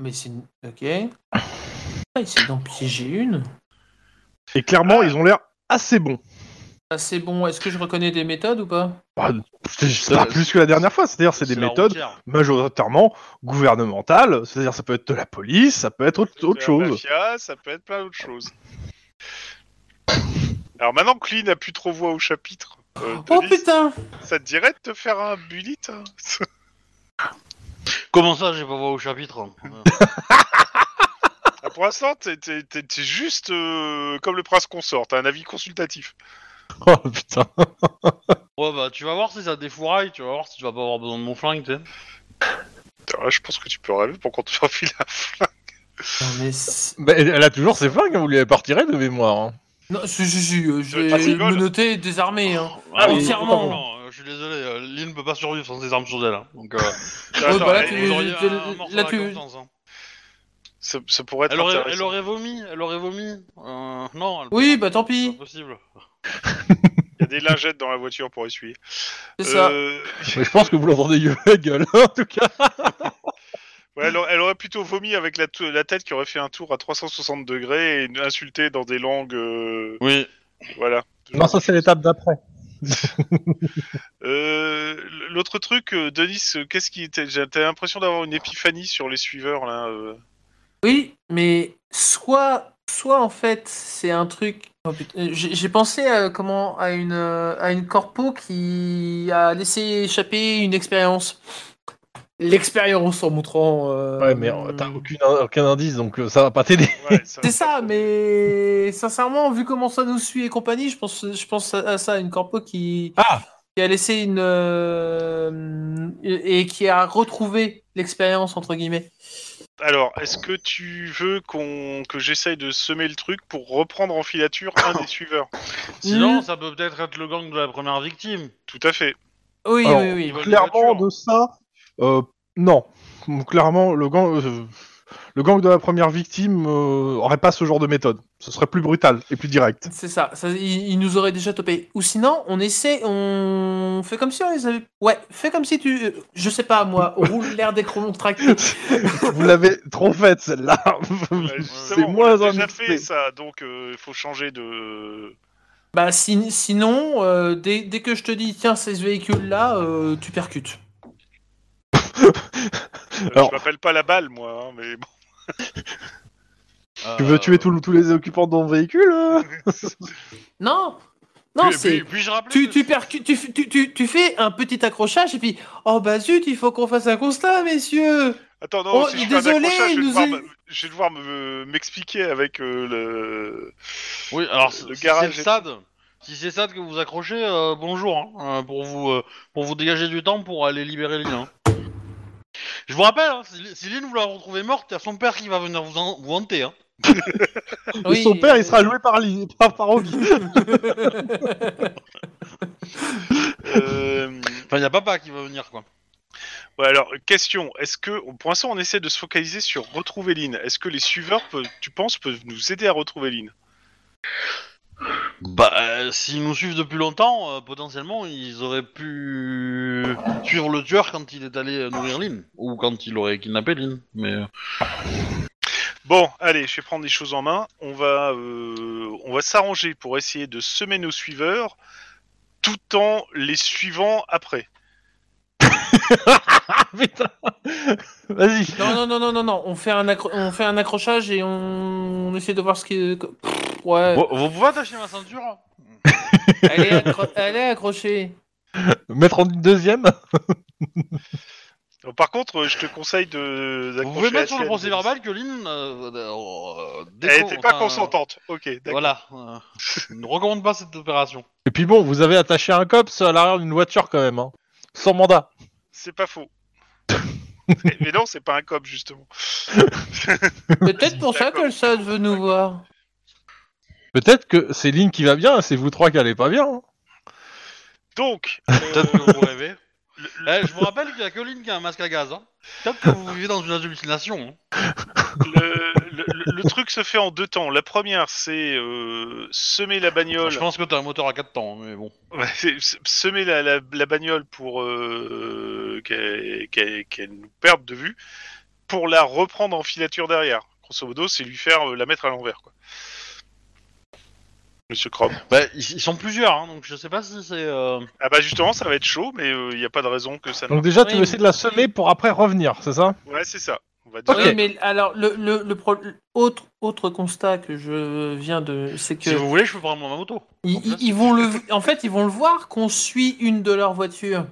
Mais c'est... une- Ok. Ah, il s'est donc piégé une. Et clairement, ils ont l'air assez bons. Ah, c'est bon. Est-ce que je reconnais des méthodes ou pas Bah, c'est- c'est pas plus que la dernière fois, c'est-à-dire c'est des la méthodes routière. majoritairement gouvernementales, c'est-à-dire ça peut être de la police, ça peut être Ça autre, peut autre être la chose. mafia, ça peut être plein d'autres choses. Alors maintenant que Lee n'a plus trop voix au chapitre, euh, Oh Denis, putain ça te dirait de te faire un bullet hein Comment ça j'ai pas voix au chapitre hein. Euh, Ah, Pour l'instant, t'es t'es- t'es- t'es juste euh, comme le prince consort, t'as un avis consultatif. Oh putain. Ouais, bah tu vas voir si ça défouraille, tu vas voir si tu vas pas avoir besoin de mon flingue, tu sais. Ah, je pense que tu peux rêver pour qu'on te file un flingue. Non, mais c'est- Bah, elle elle a toujours ses flingues, hein, vous lui avez pas retiré de mémoire. hein. non, je, je, euh, je, je Ah, vais tu voles. me noter désarmé. Hein. Ah, oui, entièrement. entièrement. Non, euh, je suis désolé, euh, Lynn ne peut pas survivre sans ses armes sur elle. hein. Donc, euh, Ouais, Attends, bah là, elle- tu- vous auriez tu- un morceau là, à la tu- conscience, hein. ça, ça pourrait être Elle aurait, elle intéressant. aurait vomi, elle aurait vomi. Euh, non, elle... Oui, bah tant c'est pas pis, possible. Il y a des lingettes dans la voiture pour essuyer. c'est ça. Euh, Mais je pense que vous l'entendez gueuler la gueule, hein, en tout cas. ouais, elle, aurait- elle aurait plutôt vomi avec la, tou- la tête qui aurait fait un tour à 360 degrés et nous insulté dans des langues. euh, Oui. voilà. Non, ça c'est l'étape d'après. Euh, L'autre truc, euh, Denis, euh, qu'est-ce qui était J'ai t'as l'impression d'avoir une épiphanie sur les suiveurs là. euh. Oui, mais soit, soit en fait, c'est un truc. Oh, putain, euh, J'ai j'ai pensé à, comment, à, une, euh, à une corpo qui a laissé échapper une expérience. L'expérience en montrant. euh, Ouais, mais euh, t'as aucune- aucun indice, donc euh, ça va pas t'aider. Ouais, ça- C'est ça, mais sincèrement, vu comment ça nous suit et compagnie, je pense, je pense à à ça, une corpo qui, Ah qui a laissé une. euh, et qui a retrouvé l'expérience, entre guillemets. Alors, est-ce que tu veux qu'on que j'essaye de semer le truc pour reprendre en filature un des suiveurs Sinon, Mm. ça peut peut-être être le gang de la première victime. Tout à fait. Oui, Alors, oui, oui. ils veulent des Clairement, voitures. de ça, euh, non. Donc, clairement, le gang, euh, le gang de la première victime euh, aurait pas ce genre de méthode. Ce serait plus brutal et plus direct. C'est ça, ça ils, ils nous auraient déjà topé. Ou sinon, on essaie, on fait comme si on les avait. Ouais, fais comme si tu. euh, Je sais pas, moi, roule l'air des tractés. Vous l'avez trop faite, celle-là. Ouais, c'est Bah, justement, on moins l'a un déjà fait expert. ça, donc euh, il faut changer de. euh, Bah, si- sinon, euh, dès, dès que je te dis, tiens, ces véhicules-là, euh, tu percutes. Euh, Alors- Je m'appelle pas la balle, moi, hein, mais bon. Tu veux tuer tout le- tous les occupants de ton véhicule euh Non Non, Puis- c'est. puis- Puis-je rappeler Tu, que- tu, percutes, tu, tu, tu, tu fais un petit accrochage et puis. Oh bah zut, il faut qu'on fasse un constat, messieurs Attends, non, Oh, si je fais un désolé, accrochage, je vais il nous devoir est- me- je vais devoir me- m'expliquer avec euh, le. Oui, alors Le si garage c'est le est- SAD, si c'est SAD que vous accrochez, euh, bonjour, hein, euh, pour vous euh, pour vous dégager du temps pour aller libérer Lynn. hein. Je vous rappelle, hein, si, si Lynn vous la retrouvez morte, il y a son père qui va venir vous, en- vous hanter. Hein. Oui, Son père, euh, il sera joué par, Li- par, par Obi. Euh, Enfin, il y a papa qui va venir, quoi. ouais, alors, question est-ce que. Pour l'instant, on essaie de se focaliser sur retrouver Lynn. Est-ce que les suiveurs, peuvent- tu penses, peuvent nous aider à retrouver Lynn Bah, euh, s'ils nous suivent depuis longtemps, euh, potentiellement, ils auraient pu suivre le tueur quand il est allé euh, nourrir Lynn, ou quand il aurait kidnappé Lynn. Mais euh, Bon, allez, je vais prendre les choses en main. On va, euh, on va s'arranger pour essayer de semer nos suiveurs tout en les suivant après. Ah, Putain. Vas-y. Non, non, non, non, non, non. On fait un, accro- on fait un accrochage et on... on essaie de voir ce qui est. que- Pff, Ouais, vous, vous pouvez attacher ma ceinture hein. elle est, accro- elle est accrochée. Mettre en deuxième Alors, par contre, je te conseille de. Vous pouvez d'accrocher la mettre sur le tienne. procès verbal que Lynn. euh, euh, Elle déco- était pas enfin, consentante. Ok, d'accord. Voilà. euh, je ne recommande pas cette opération. Et puis bon, vous avez attaché un cops à l'arrière d'une voiture quand même, hein. sans mandat. C'est pas faux. mais, mais non, c'est pas un cop justement. Peut-être pour ça que le SAD veut nous voir. Peut-être que c'est Lynn qui va bien, c'est vous trois qui allez pas bien. hein. Donc, euh, Peut-être que vous rêvez. Eh, je vous rappelle qu'il y a que Lynn qui a un masque à gaz. hein. Peut-être que vous vivez dans une hallucination. hein. le, le- le- le truc se fait en deux temps. La première, c'est euh, semer la bagnole, Je pense que t'as un moteur à 4 temps, hein, mais bon. Ouais, c'est- se- semer la, la- la bagnole pour euh, qu'elle qu'elle- qu'elle nous perde de vue, pour la reprendre en filature derrière. Grosso modo, c'est lui faire euh, la mettre à l'envers, quoi. Monsieur Crom. Bah, ils, ils sont plusieurs, hein, donc je sais pas si c'est. euh, Ah bah justement, ça va être chaud, mais euh, il n'y a pas de raison que ça. ne- Donc déjà, tu Oui, veux essayer de la semer pour après revenir, c'est ça Ouais, c'est ça. On va dire. Ok. Oui, mais alors, le, le, le pro- autre, autre constat que je viens de. C'est que. Si vous voulez, je peux prendre ma moto. Ils, ils- ils vont le, en fait, ils vont le voir qu'on suit une de leurs voitures.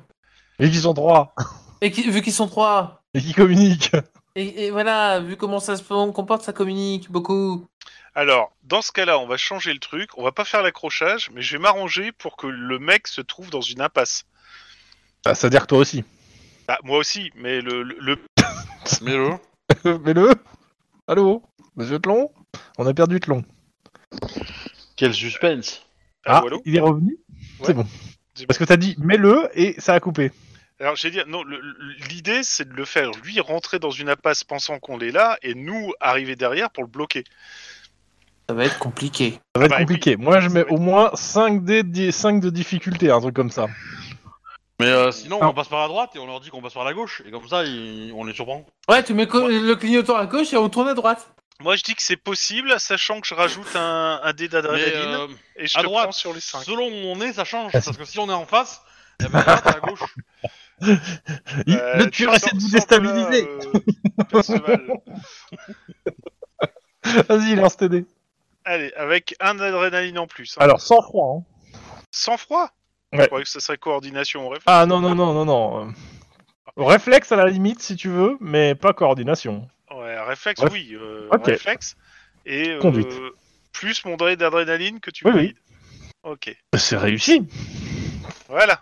Et qu'ils ont droit, Et qui- vu qu'ils sont trois. et qu'ils communiquent. Et, et voilà, vu comment ça se comporte, ça communique beaucoup. Alors, dans ce cas-là, on va changer le truc. On va pas faire l'accrochage, mais je vais m'arranger pour que le mec se trouve dans une impasse. Ah, C'est-à-dire que toi aussi. Bah, moi aussi, mais le, le- le- Mais euh, le. Mets-le Allô Monsieur Tlon On a perdu Tlon. Quel suspense Ah, allô il est revenu Ouais. C'est bon. Dis-moi. Parce que t'as dit mets-le et ça a coupé. Alors, j'ai dit, non, le- le- l'idée, c'est de le faire, lui, rentrer dans une impasse pensant qu'on est là, et nous, arriver derrière pour le bloquer. Ça va être compliqué. Ah Ça va être bah, et compliqué. Moi, je mets au moins 5, dés de- 5 de difficulté, un truc comme ça. Mais euh, sinon, Ah. on passe par la droite et on leur dit qu'on passe par la gauche, et comme ça, ils- on les surprend. Ouais, tu mets co- le clignotant à gauche et on tourne à droite. Moi, je dis que c'est possible, sachant que je rajoute un, un dé Mais d'adrénaline, euh, et je à te prends droite, sur les 5. selon où on est, ça change. Parce que si on est en face, eh ben, à droite, à gauche. Il- Euh, le tueur essaie de vous déstabiliser Vas-y, lance tes dés. Allez, avec un d'adrénaline en plus. hein. Alors, sans froid. hein. Sans froid Ouais. Je croyais que ça serait coordination au réflexe. Ah non, non, non, non, non. euh, Réflexe à la limite, si tu veux, mais pas coordination. Ouais, réflexe, Ref- oui. euh, Ah. Ok. Réflexe. Et euh, Conduite. plus mon dé d'adrénaline que tu Oui, oui. valides. Ok. C'est réussi. Voilà.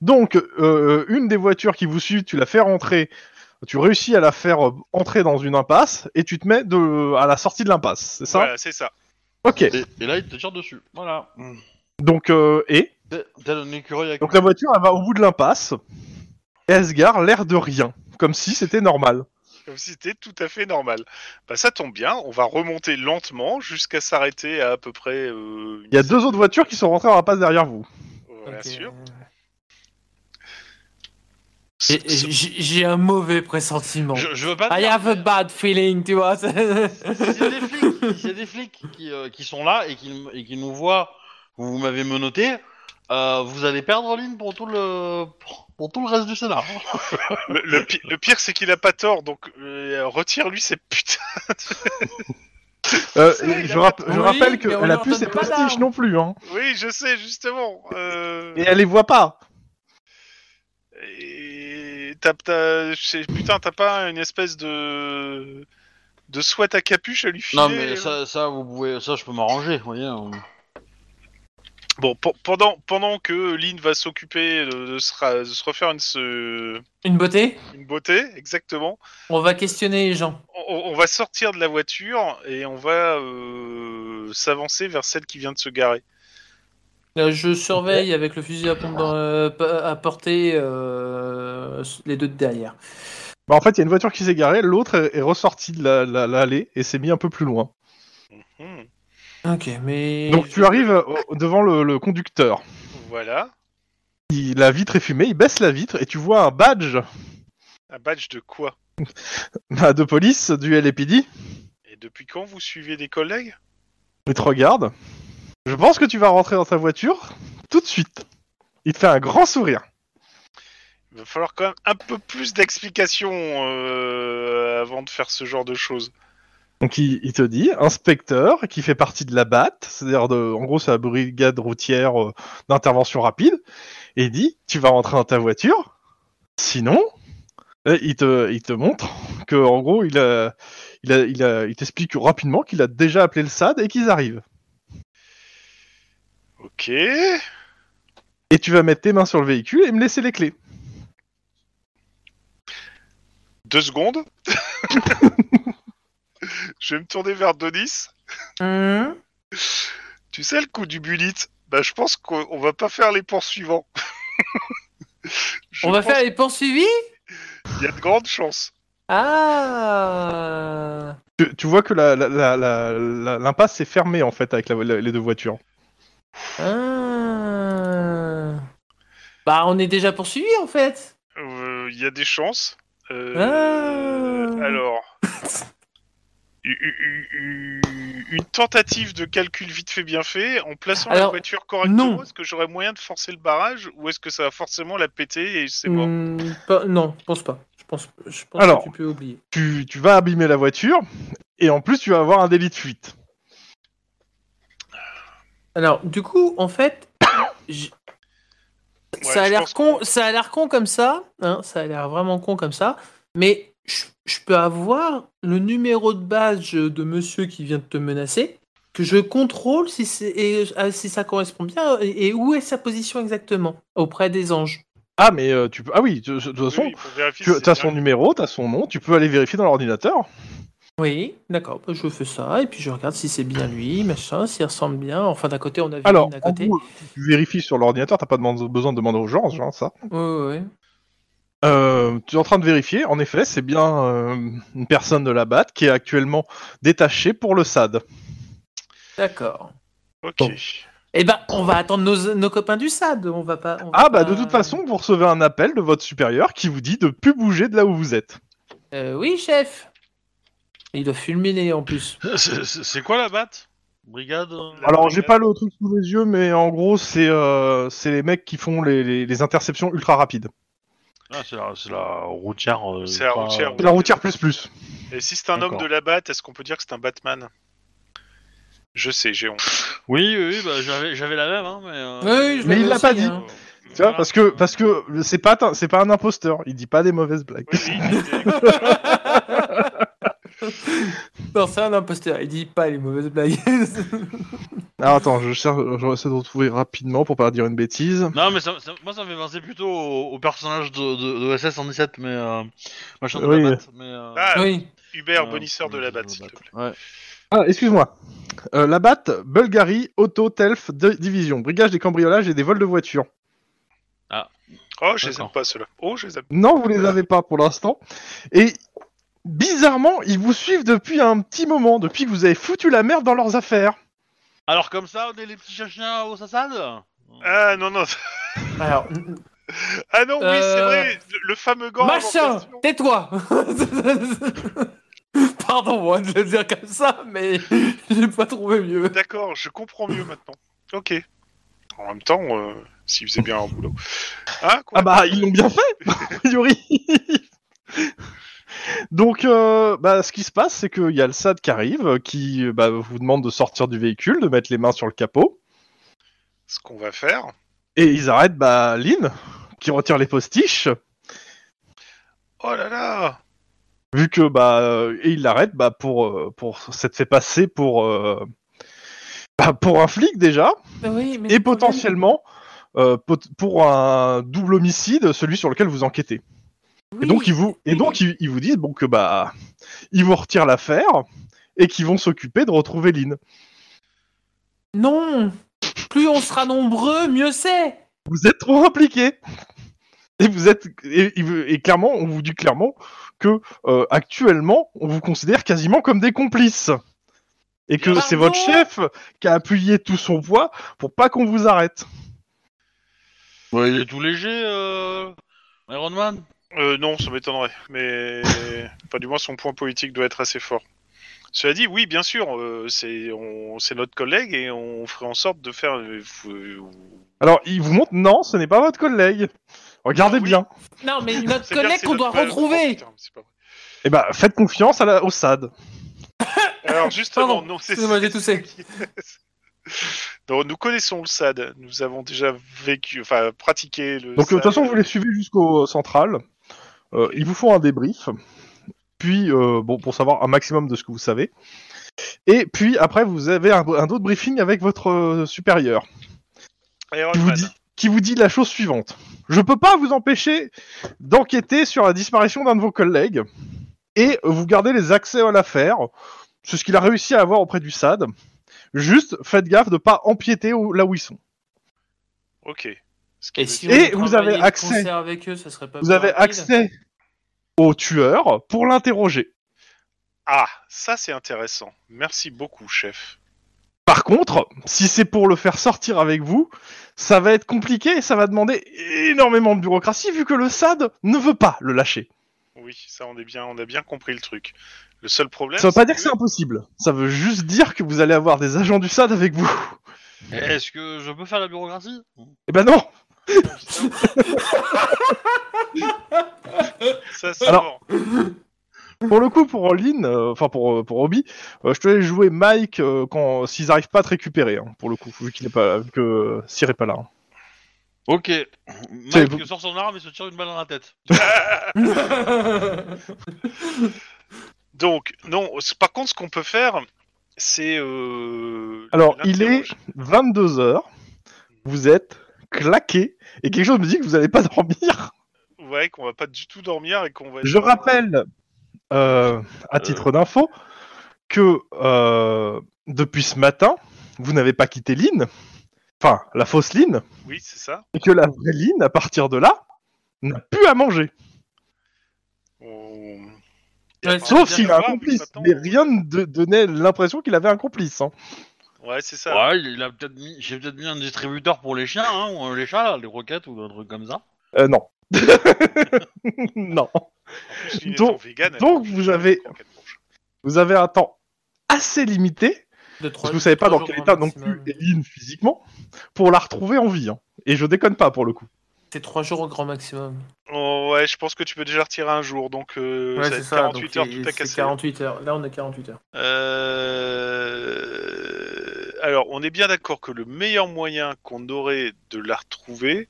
Donc, euh, une des voitures qui vous suit, tu la fais rentrer. Tu réussis à la faire euh, entrer dans une impasse et tu te mets de, à la sortie de l'impasse, c'est ça Voilà, c'est ça. Ok. Et, et là, ils te tirent dessus. Voilà. Donc, euh, et T'as t'as un écureuil avec. Donc la voiture, elle va au bout de l'impasse. Et elle se gare l'air de rien, comme si c'était normal. Comme si c'était tout à fait normal. Bah, ça tombe bien. On va remonter lentement jusqu'à s'arrêter à à peu près. euh, une- Il y a deux autres voitures qui sont rentrées en impasse derrière vous. Ouais, Bien Ok. sûr. J'ai- J'ai j'ai un mauvais pressentiment. Je, je veux pas. I dire- have a bad feeling, tu vois. Si c'est des flics, si c'est des flics qui, euh, qui sont là et qui, et qui nous voient, vous m'avez menotté, euh, vous allez perdre ligne pour tout le pour tout le reste du scénar. Le, le pi- le pire, c'est qu'il a pas tort, donc euh, retire-lui ses putains. Euh, C'est vrai, il je, a rapp- pas- je Oui, rappelle mais on qu'elle a leur plus donne ses pas postiches d'armes. non plus, hein. Oui, je sais, justement. euh, Et elle les voit pas. Et t'as, t'as- je sais- putain, t'as pas une espèce de de sweat à capuche à lui filer euh Non mais ça, ça vous pouvez, ça je peux m'arranger, vous voyez. euh. Bon, pe- pendant pendant que Lynn va s'occuper de, de se, ra- de se refaire une, se- Une beauté une beauté, exactement. On va questionner les gens. On, on va sortir de la voiture et on va euh, s'avancer vers celle qui vient de se garer. Euh, Je surveille avec le fusil à pompe dans- euh, pa- à portée euh, les deux de derrière. Bah, en fait, il y a une voiture qui s'est garée, l'autre est, est ressortie de la- la- l'allée et s'est mise un peu plus loin. Hmm, Ok, mais. Donc tu arrives euh, devant le, le conducteur. voilà, Il, la vitre est fumée, il baisse la vitre et tu vois un badge un badge de quoi bah, de police du LAPD. Et depuis quand vous suivez des collègues Il te regarde. Je pense que tu vas rentrer dans ta voiture tout de suite. Il te fait un grand sourire. Il va falloir quand même un peu plus d'explications euh, avant de faire ce genre de choses. Donc il, il te dit, inspecteur qui fait partie de la BAT, c'est-à-dire de, en gros c'est la brigade routière euh, d'intervention rapide, et il dit, tu vas rentrer dans ta voiture, sinon, et il, te, il te montre que en gros il, a- il, a- il, a- il t'explique rapidement qu'il a déjà appelé le SAD et qu'ils arrivent. Ok. Et tu vas mettre tes mains sur le véhicule et me laisser les clés. Deux secondes. je vais me tourner vers Denis. Hmm Tu sais le coup du bullet Bah je pense qu'on on va pas faire les poursuivants. Je On va pense faire les poursuivis qu'il y a de grandes chances. Ah Tu, tu vois que la- la- la- la- la- l'impasse est fermée en fait avec la- la- les deux voitures. Ah. Bah, on est déjà poursuivi en fait. Euh, Il y a des chances. Euh, Ah. Alors. u- u- u- Une tentative de calcul vite fait bien fait en plaçant la Alors, voiture correctement, non. est-ce que j'aurais moyen de forcer le barrage ou est-ce que ça va forcément la péter et c'est mort Hmm, pas- non, je pense pas. Je pense, je pense Alors. que tu peux oublier. tu, tu vas abîmer la voiture et en plus tu vas avoir un délit de fuite. Alors, du coup, en fait, j- Ouais, ça a je l'air pense con, ça a l'air con comme ça, hein, ça a l'air vraiment con comme ça, mais je je peux avoir le numéro de badge de monsieur qui vient de te menacer, que je contrôle si, c'est- et, euh, si ça correspond bien et, et où est sa position exactement auprès des anges. Ah, mais euh, tu peux. Ah oui, de, de toute façon, tu as son numéro, tu as son nom, tu peux aller vérifier dans l'ordinateur. Oui, d'accord, bah, je fais ça, et puis je regarde si c'est bien lui, machin, s'il ressemble bien. Enfin, d'un côté, on a vu Alors, d'un en côté. gros, tu vérifies sur l'ordinateur, t'as pas demande- besoin de demander aux gens, genre, ça. Ouais, ouais, ouais. Euh, tu es en train de vérifier, en effet, c'est bien euh, une personne de la BAT qui est actuellement détachée pour le SAD. D'accord. Ok. Bon. Eh ben, on va attendre nos, nos copains du SAD, on va pas... on va Ah bah pas- de toute façon, vous recevez un appel de votre supérieur qui vous dit de plus bouger de là où vous êtes. Euh, oui, chef Il doit fulminer, en plus. C'est- C'est c'est quoi la batte Brigade euh, La- Alors j'ai pas le truc sous les yeux, mais en gros c'est euh, c'est les mecs qui font les, les- les interceptions ultra rapides. ah, C'est la, c'est la routière. euh, C'est la pas- routière, oui. C'est la routière plus plus. Et si c'est un homme D'accord. de la batte, est-ce qu'on peut dire que c'est un Batman Je sais, j'ai honte. Oui, oui, oui, bah, j'avais j'avais la même, hein, mais. euh, Oui, oui, je Mais l'avais il l'a aussi, pas dit. hein. Tu vois, parce que parce que c'est pas un- c'est pas un imposteur, il dit pas des mauvaises blagues. Oui, oui, Non, c'est un imposteur, il dit pas les mauvaises blagues. Alors attends, je cherche, je vais essayer de retrouver rapidement pour pas dire une bêtise. Non, mais ça, ça- moi ça me fait penser plutôt au, au personnage de, de, de SS 117, mais. Euh, machin de Oui. la batte. Mais, euh, Ah, oui. Hubert, euh, bonisseur de la batte, Batte. s'il te plaît. Ouais. Ah, excuse-moi. Euh, la BAT, Bulgarie, Auto, Telf, de- Division, Brigade des cambriolages et des vols de voitures. Oh, je les aime D'accord. pas, ceux-là. Oh, je les aime. Non, vous les avez pas pour l'instant. Et bizarrement, ils vous suivent depuis un petit moment, depuis que vous avez foutu la merde dans leurs affaires. Alors comme ça, on est les petits chiens aux Sassad Ah non, non. Alors, n- Ah non, oui, c'est Euh, vrai. Le, le fameux gant. Machin, avant question. tais-toi Pardon moi de le dire comme ça, mais j'ai pas trouvé mieux. D'accord, je comprends mieux maintenant. Ok. En même temps, euh, s'il faisait bien un boulot. Ah, quoi Ah bah, ils l'ont bien fait, a priori. Donc, euh, bah, ce qui se passe, c'est qu'il y a le SAD qui arrive, euh, qui euh, bah, vous demande de sortir du véhicule, de mettre les mains sur le capot, Ce qu'on va faire. et ils arrêtent bah, Lynn, qui retire les postiches, Oh là là vu que bah, euh, et ils l'arrêtent bah, pour euh, pour s'être fait passer pour euh, bah, pour un flic déjà. Oui, mais et potentiellement euh, pot- pour un double homicide, celui sur lequel vous enquêtez. Et donc ils vous et donc ils, ils vous disent bon que bah ils vous retirent l'affaire et qu'ils vont s'occuper de retrouver Lynn. Non Plus on sera nombreux, mieux c'est Vous êtes trop impliqués. Et vous êtes et, et vous- et clairement on vous dit clairement que euh, actuellement on vous considère quasiment comme des complices. Et que c'est votre Pardon chef qui a appuyé tout son poids pour pas qu'on vous arrête. Ouais, Bah, il est tout léger, euh, Iron Man. Euh, Non, ça m'étonnerait. Mais. enfin, du moins, son point politique doit être assez fort. Cela dit, oui, bien sûr, euh, c'est on- c'est notre collègue et on ferait en sorte de faire. euh, f- euh, Alors il vous montre non, ce n'est pas votre collègue. Regardez Ah oui. bien. Non, mais notre c'est bien, collègue c'est qu'on doit notre collègue. Oh, hein. retrouver putain, c'est pas vrai. Eh ben, faites confiance à la, au SAD. Alors justement, Pardon, non, c'est excusez-moi, j'ai c'est- toussé. Non, nous connaissons le SAD. Nous avons déjà vécu, enfin pratiqué le. Donc, euh, de toute SAD. façon, vous les suivez jusqu'au euh, central. Euh, ils vous font un débrief. Puis, euh, bon, pour savoir un maximum de ce que vous savez. Et puis, après, vous avez un, un autre briefing avec votre euh, supérieur. Iron Qui vous, Man. dit, qui vous dit la chose suivante. Je peux pas vous empêcher d'enquêter sur la disparition d'un de vos collègues. Et vous gardez les accès à l'affaire. C'est ce qu'il a réussi à avoir auprès du SAD. Juste, faites gaffe de pas empiéter au- là où ils sont. Ok. Ce qui Et veut si dire- Et on vous travaillait avez de accès- concert avec eux, ça serait pas vous plus avez rapide accès au tueur pour l'interroger. Ah, ça c'est intéressant. Merci beaucoup, chef. Par contre, si c'est pour le faire sortir avec vous, ça va être compliqué et ça va demander énormément de bureaucratie vu que le SAD ne veut pas le lâcher. Oui, ça on est bien, on a bien compris le truc. Le seul problème. Ça veut pas dire que c'est c'est impossible. Ça veut juste dire que vous allez avoir des agents du SAD avec vous. Est-ce que je peux faire la bureaucratie Eh ben non que- Ça c'est Alors- Alors... Pour le coup, pour Lynn, euh, enfin pour, euh, pour Obi, euh, je te laisse jouer Mike euh, quand s'ils arrivent pas à te récupérer, hein, pour le coup, vu qu'il est pas vu que Cyr est pas là. hein. Ok. C'est- Mike sort son arme et se tire une balle dans la tête. Donc, non, c- par contre, ce qu'on peut faire, c'est. euh, Alors, il est l'interroger. 22h, vous êtes claqué, et quelque chose me dit que vous n'allez pas dormir. Ouais, qu'on va pas du tout dormir et qu'on va. être- Je rappelle, euh, à titre d'info, que euh, depuis ce matin, vous n'avez pas quitté Lynn, enfin, la fausse Lynn, Oui, c'est ça. et que la vraie Lynn, à partir de là, n'a plus à manger. On- Ouais, Sauf s'il a voir, un mais complice, maintenant, mais on- rien ne de- donnait l'impression qu'il avait un complice. hein. Ouais, c'est ça. Ouais, il a peut-être mis, j'ai peut-être mis un distributeur pour les chiens, hein, ou euh, les chats, là, les roquettes, ou un truc comme ça. Euh, non. non. En plus, lui, il est Donc- en vegan, elle donc, mange vous des avez- croquettes fourches. Vous avez un temps assez limité De Parce trois- que vous savez pas trois dans quel jours état grand non plus maximum. est Lynn physiquement pour la retrouver en vie. hein. Et je déconne pas pour le coup. C'est trois jours au grand maximum. Oh, ouais, je pense que tu peux déjà retirer un jour, donc euh, ça va être 48 heures tout à c'est casser. 48 heures. Là, on a 48 heures. Euh, Alors, on est bien d'accord que le meilleur moyen qu'on aurait de la retrouver,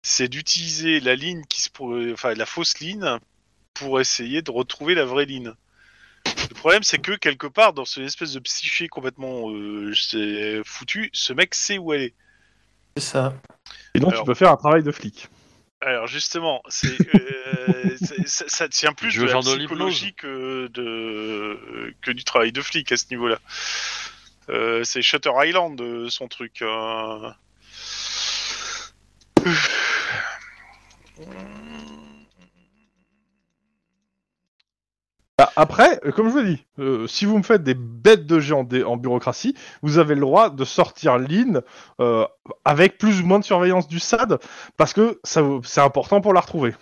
c'est d'utiliser la ligne qui se, pourrait- enfin la fausse ligne, pour essayer de retrouver la vraie ligne. Le problème, c'est que quelque part, dans cette espèce de psyché complètement euh, c'est foutu, ce mec sait où elle est. C'est ça. Et donc Alors- tu peux faire un travail de flic. Alors justement, c'est, euh, c'est- ça, ça tient plus Tu de veux la faire de l'hypnose psychologie que, de, que du travail de flic à ce niveau-là. Euh, c'est Shutter Island, euh, son truc. euh. Bah, après, euh, comme je vous l'ai dit, euh, si vous me faites des bêtes de jeu en, dé- en bureaucratie, vous avez le droit de sortir Lynn euh, avec plus ou moins de surveillance du SAD parce que ça vous- c'est important pour la retrouver.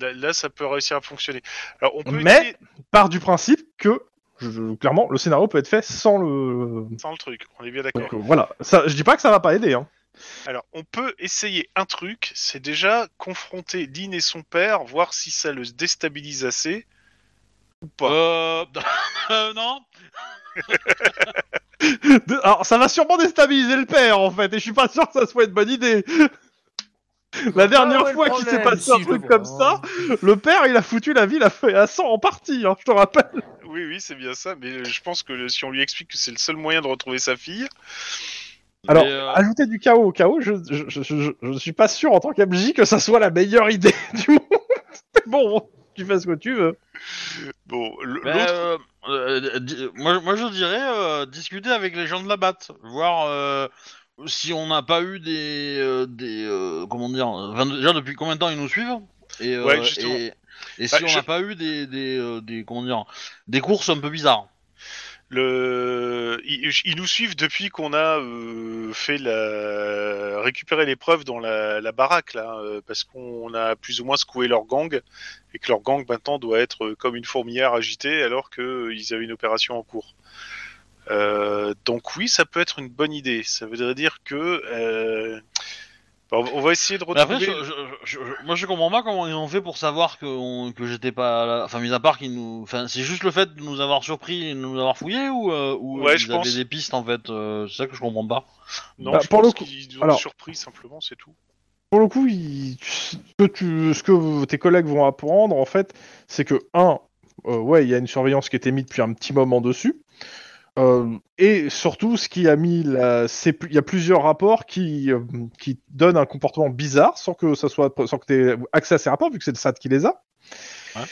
Là, là, ça peut réussir à fonctionner. Alors, on peut Mais- essayer Part du principe que je- je- clairement le scénario peut être fait sans le. sans le truc. On est bien d'accord. Donc, euh, voilà, ça, je dis pas que ça va pas aider. Hein. Alors, on peut essayer un truc, c'est déjà confronter Lynn et son père, voir si ça le déstabilise assez. Pas. Euh, euh, non. De- Alors, ça va sûrement déstabiliser le père, en fait, et je suis pas sûr que ça soit une bonne idée. La dernière Ah ouais, fois le qu'il s'est problème, passé si, un je truc le comme ça, vois. hein, le père, il a foutu la ville à feu et à sang en partie, hein, je te rappelle. Oui, oui, c'est bien ça, mais euh, je pense que le- si on lui explique que c'est le seul moyen de retrouver sa fille, Alors, Mais, euh, ajouter du chaos au chaos, je, je, je, je- je suis pas sûr en tant qu'MJ que ça soit la meilleure idée du monde. Mais bon, tu fais ce que tu veux. Bon, l- mais, l'autre, euh, euh, di- moi, moi, je dirais euh, discuter avec les gens de la batte, voir euh, si on n'a pas eu des, euh, des euh, comment dire, euh, 22 déjà depuis combien de temps ils nous suivent et, euh, Ouais, justement. et, et Bah, si on je- n'a pas eu des des, euh, des comment dire, des courses un peu bizarres. le... ils, ils nous suivent depuis qu'on a euh, fait la... récupérer les preuves dans la, la baraque, là, euh, parce qu'on a plus ou moins secoué leur gang, et que leur gang maintenant doit être euh, comme une fourmilière agitée alors qu'ils avaient une opération en cours. Euh, donc oui, ça peut être une bonne idée. Ça voudrait dire que... euh, bon, on va essayer de Mais Bah, après, je- retrouver... je- je- je- moi je comprends pas comment ils ont fait pour savoir que, on- que j'étais pas là. Enfin, mis à part qu'ils nous. Enfin, c'est juste le fait de nous avoir surpris et de nous avoir fouillé ou, euh, ou Ouais, ils je avaient pense. des pistes en fait euh, C'est ça que je comprends pas. Non, Bah, je pour pense le coup- qu'ils nous ont alors- surpris simplement, c'est tout. Pour le coup, il- ce, que tu- ce que tes collègues vont apprendre, en fait, c'est que, un, euh, ouais, il y a une surveillance qui était mise depuis un petit moment dessus. Euh, et surtout, ce qui a mis la, c'est plus- il y a plusieurs rapports qui, euh, qui donnent un comportement bizarre sans que ça soit, sans que t'aies accès à ces rapports vu que c'est le SAT qui les a. Ouais.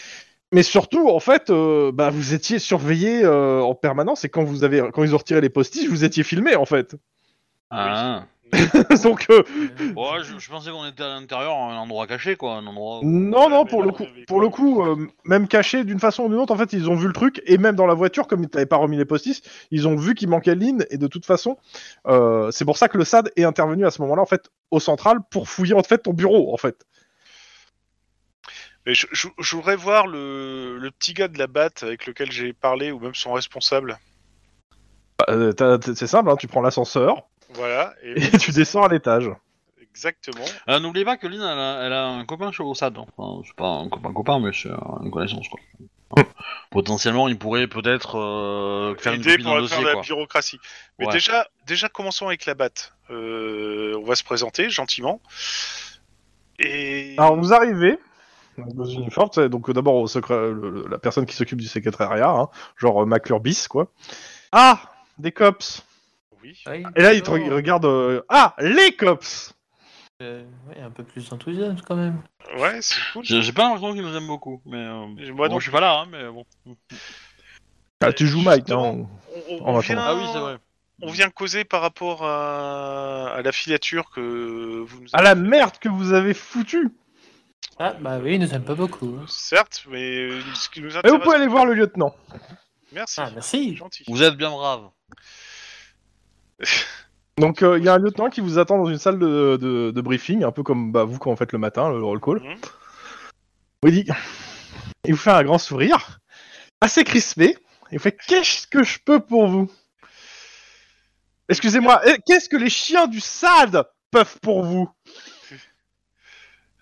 Mais surtout, en fait, euh, bah, vous étiez surveillé euh, en permanence et quand vous avez, quand ils ont retiré les postiches, vous étiez filmé en fait. Ah. Donc, euh, Ouais, je, je pensais qu'on était à l'intérieur, à un endroit caché, quoi, un endroit. où- Non, non, mais pour là, le on coup, avait pour quoi le coup, euh, même caché d'une façon ou d'une autre, en fait, ils ont vu le truc, et même dans la voiture, comme ils t'avaient pas remis les postices, ils ont vu qu'il manquait Lynn, et de toute façon, euh, c'est pour ça que le SAD est intervenu à ce moment-là, en fait, au central, pour fouiller, en fait, ton bureau, en fait. Mais je, je- je voudrais voir le, le petit gars de la batte avec lequel j'ai parlé, ou même son responsable. Bah, euh, t'as- t'as- c'est simple, hein, tu prends l'ascenseur, Voilà. Et, et tu descends à l'étage. Exactement. Ah, N'oubliez pas que Lynn, elle a, elle a un copain chez Ossad. Enfin, c'est pas un copain-copain, mais c'est euh, une connaissance, quoi. Potentiellement, il pourrait peut-être euh, faire une L'idée copie pour d'un faire dossier, de la quoi. bureaucratie. Mais Ouais. déjà, déjà, commençons avec la batte. Euh, on va se présenter gentiment. Et Alors vous arrivez donc, dans une forte, c'est donc euh, d'abord au secré- le- le- la personne qui s'occupe du secrétariat, hein, genre euh, McClurbis, quoi. Ah Des cops oui, Oui, Et là, il te Oh. d'accord. re- regarde. euh, ah Les cops Euh, ouais, un peu plus d'enthousiasme quand même. ouais, c'est cool. J'ai j'ai pas l'impression qu'il nous aime beaucoup, mais euh, Moi bon, donc, je suis pas là, hein, mais bon. ah, Tu joues Mike, hein. on, on- on on va vient, Ah oui, c'est vrai. on vient causer par rapport à, à la filature que vous nous À la merde que vous avez foutue Ah bah oui, il nous aime pas beaucoup. hein. Certes, mais euh, ce qui nous Et intéresse. vous pouvez aller voir le lieutenant. Merci. Ah merci. Gentil. Vous êtes bien brave. Donc euh, il y a un lieutenant qui vous attend dans une salle de, de- de briefing, un peu comme bah, vous quand vous faites le matin, le roll call. Mhm. Oui, il dit- il vous fait un grand sourire, assez crispé. Il vous fait qu'est-ce que je peux pour vous Excusez-moi, eh, qu'est-ce que les chiens du SAD peuvent pour vous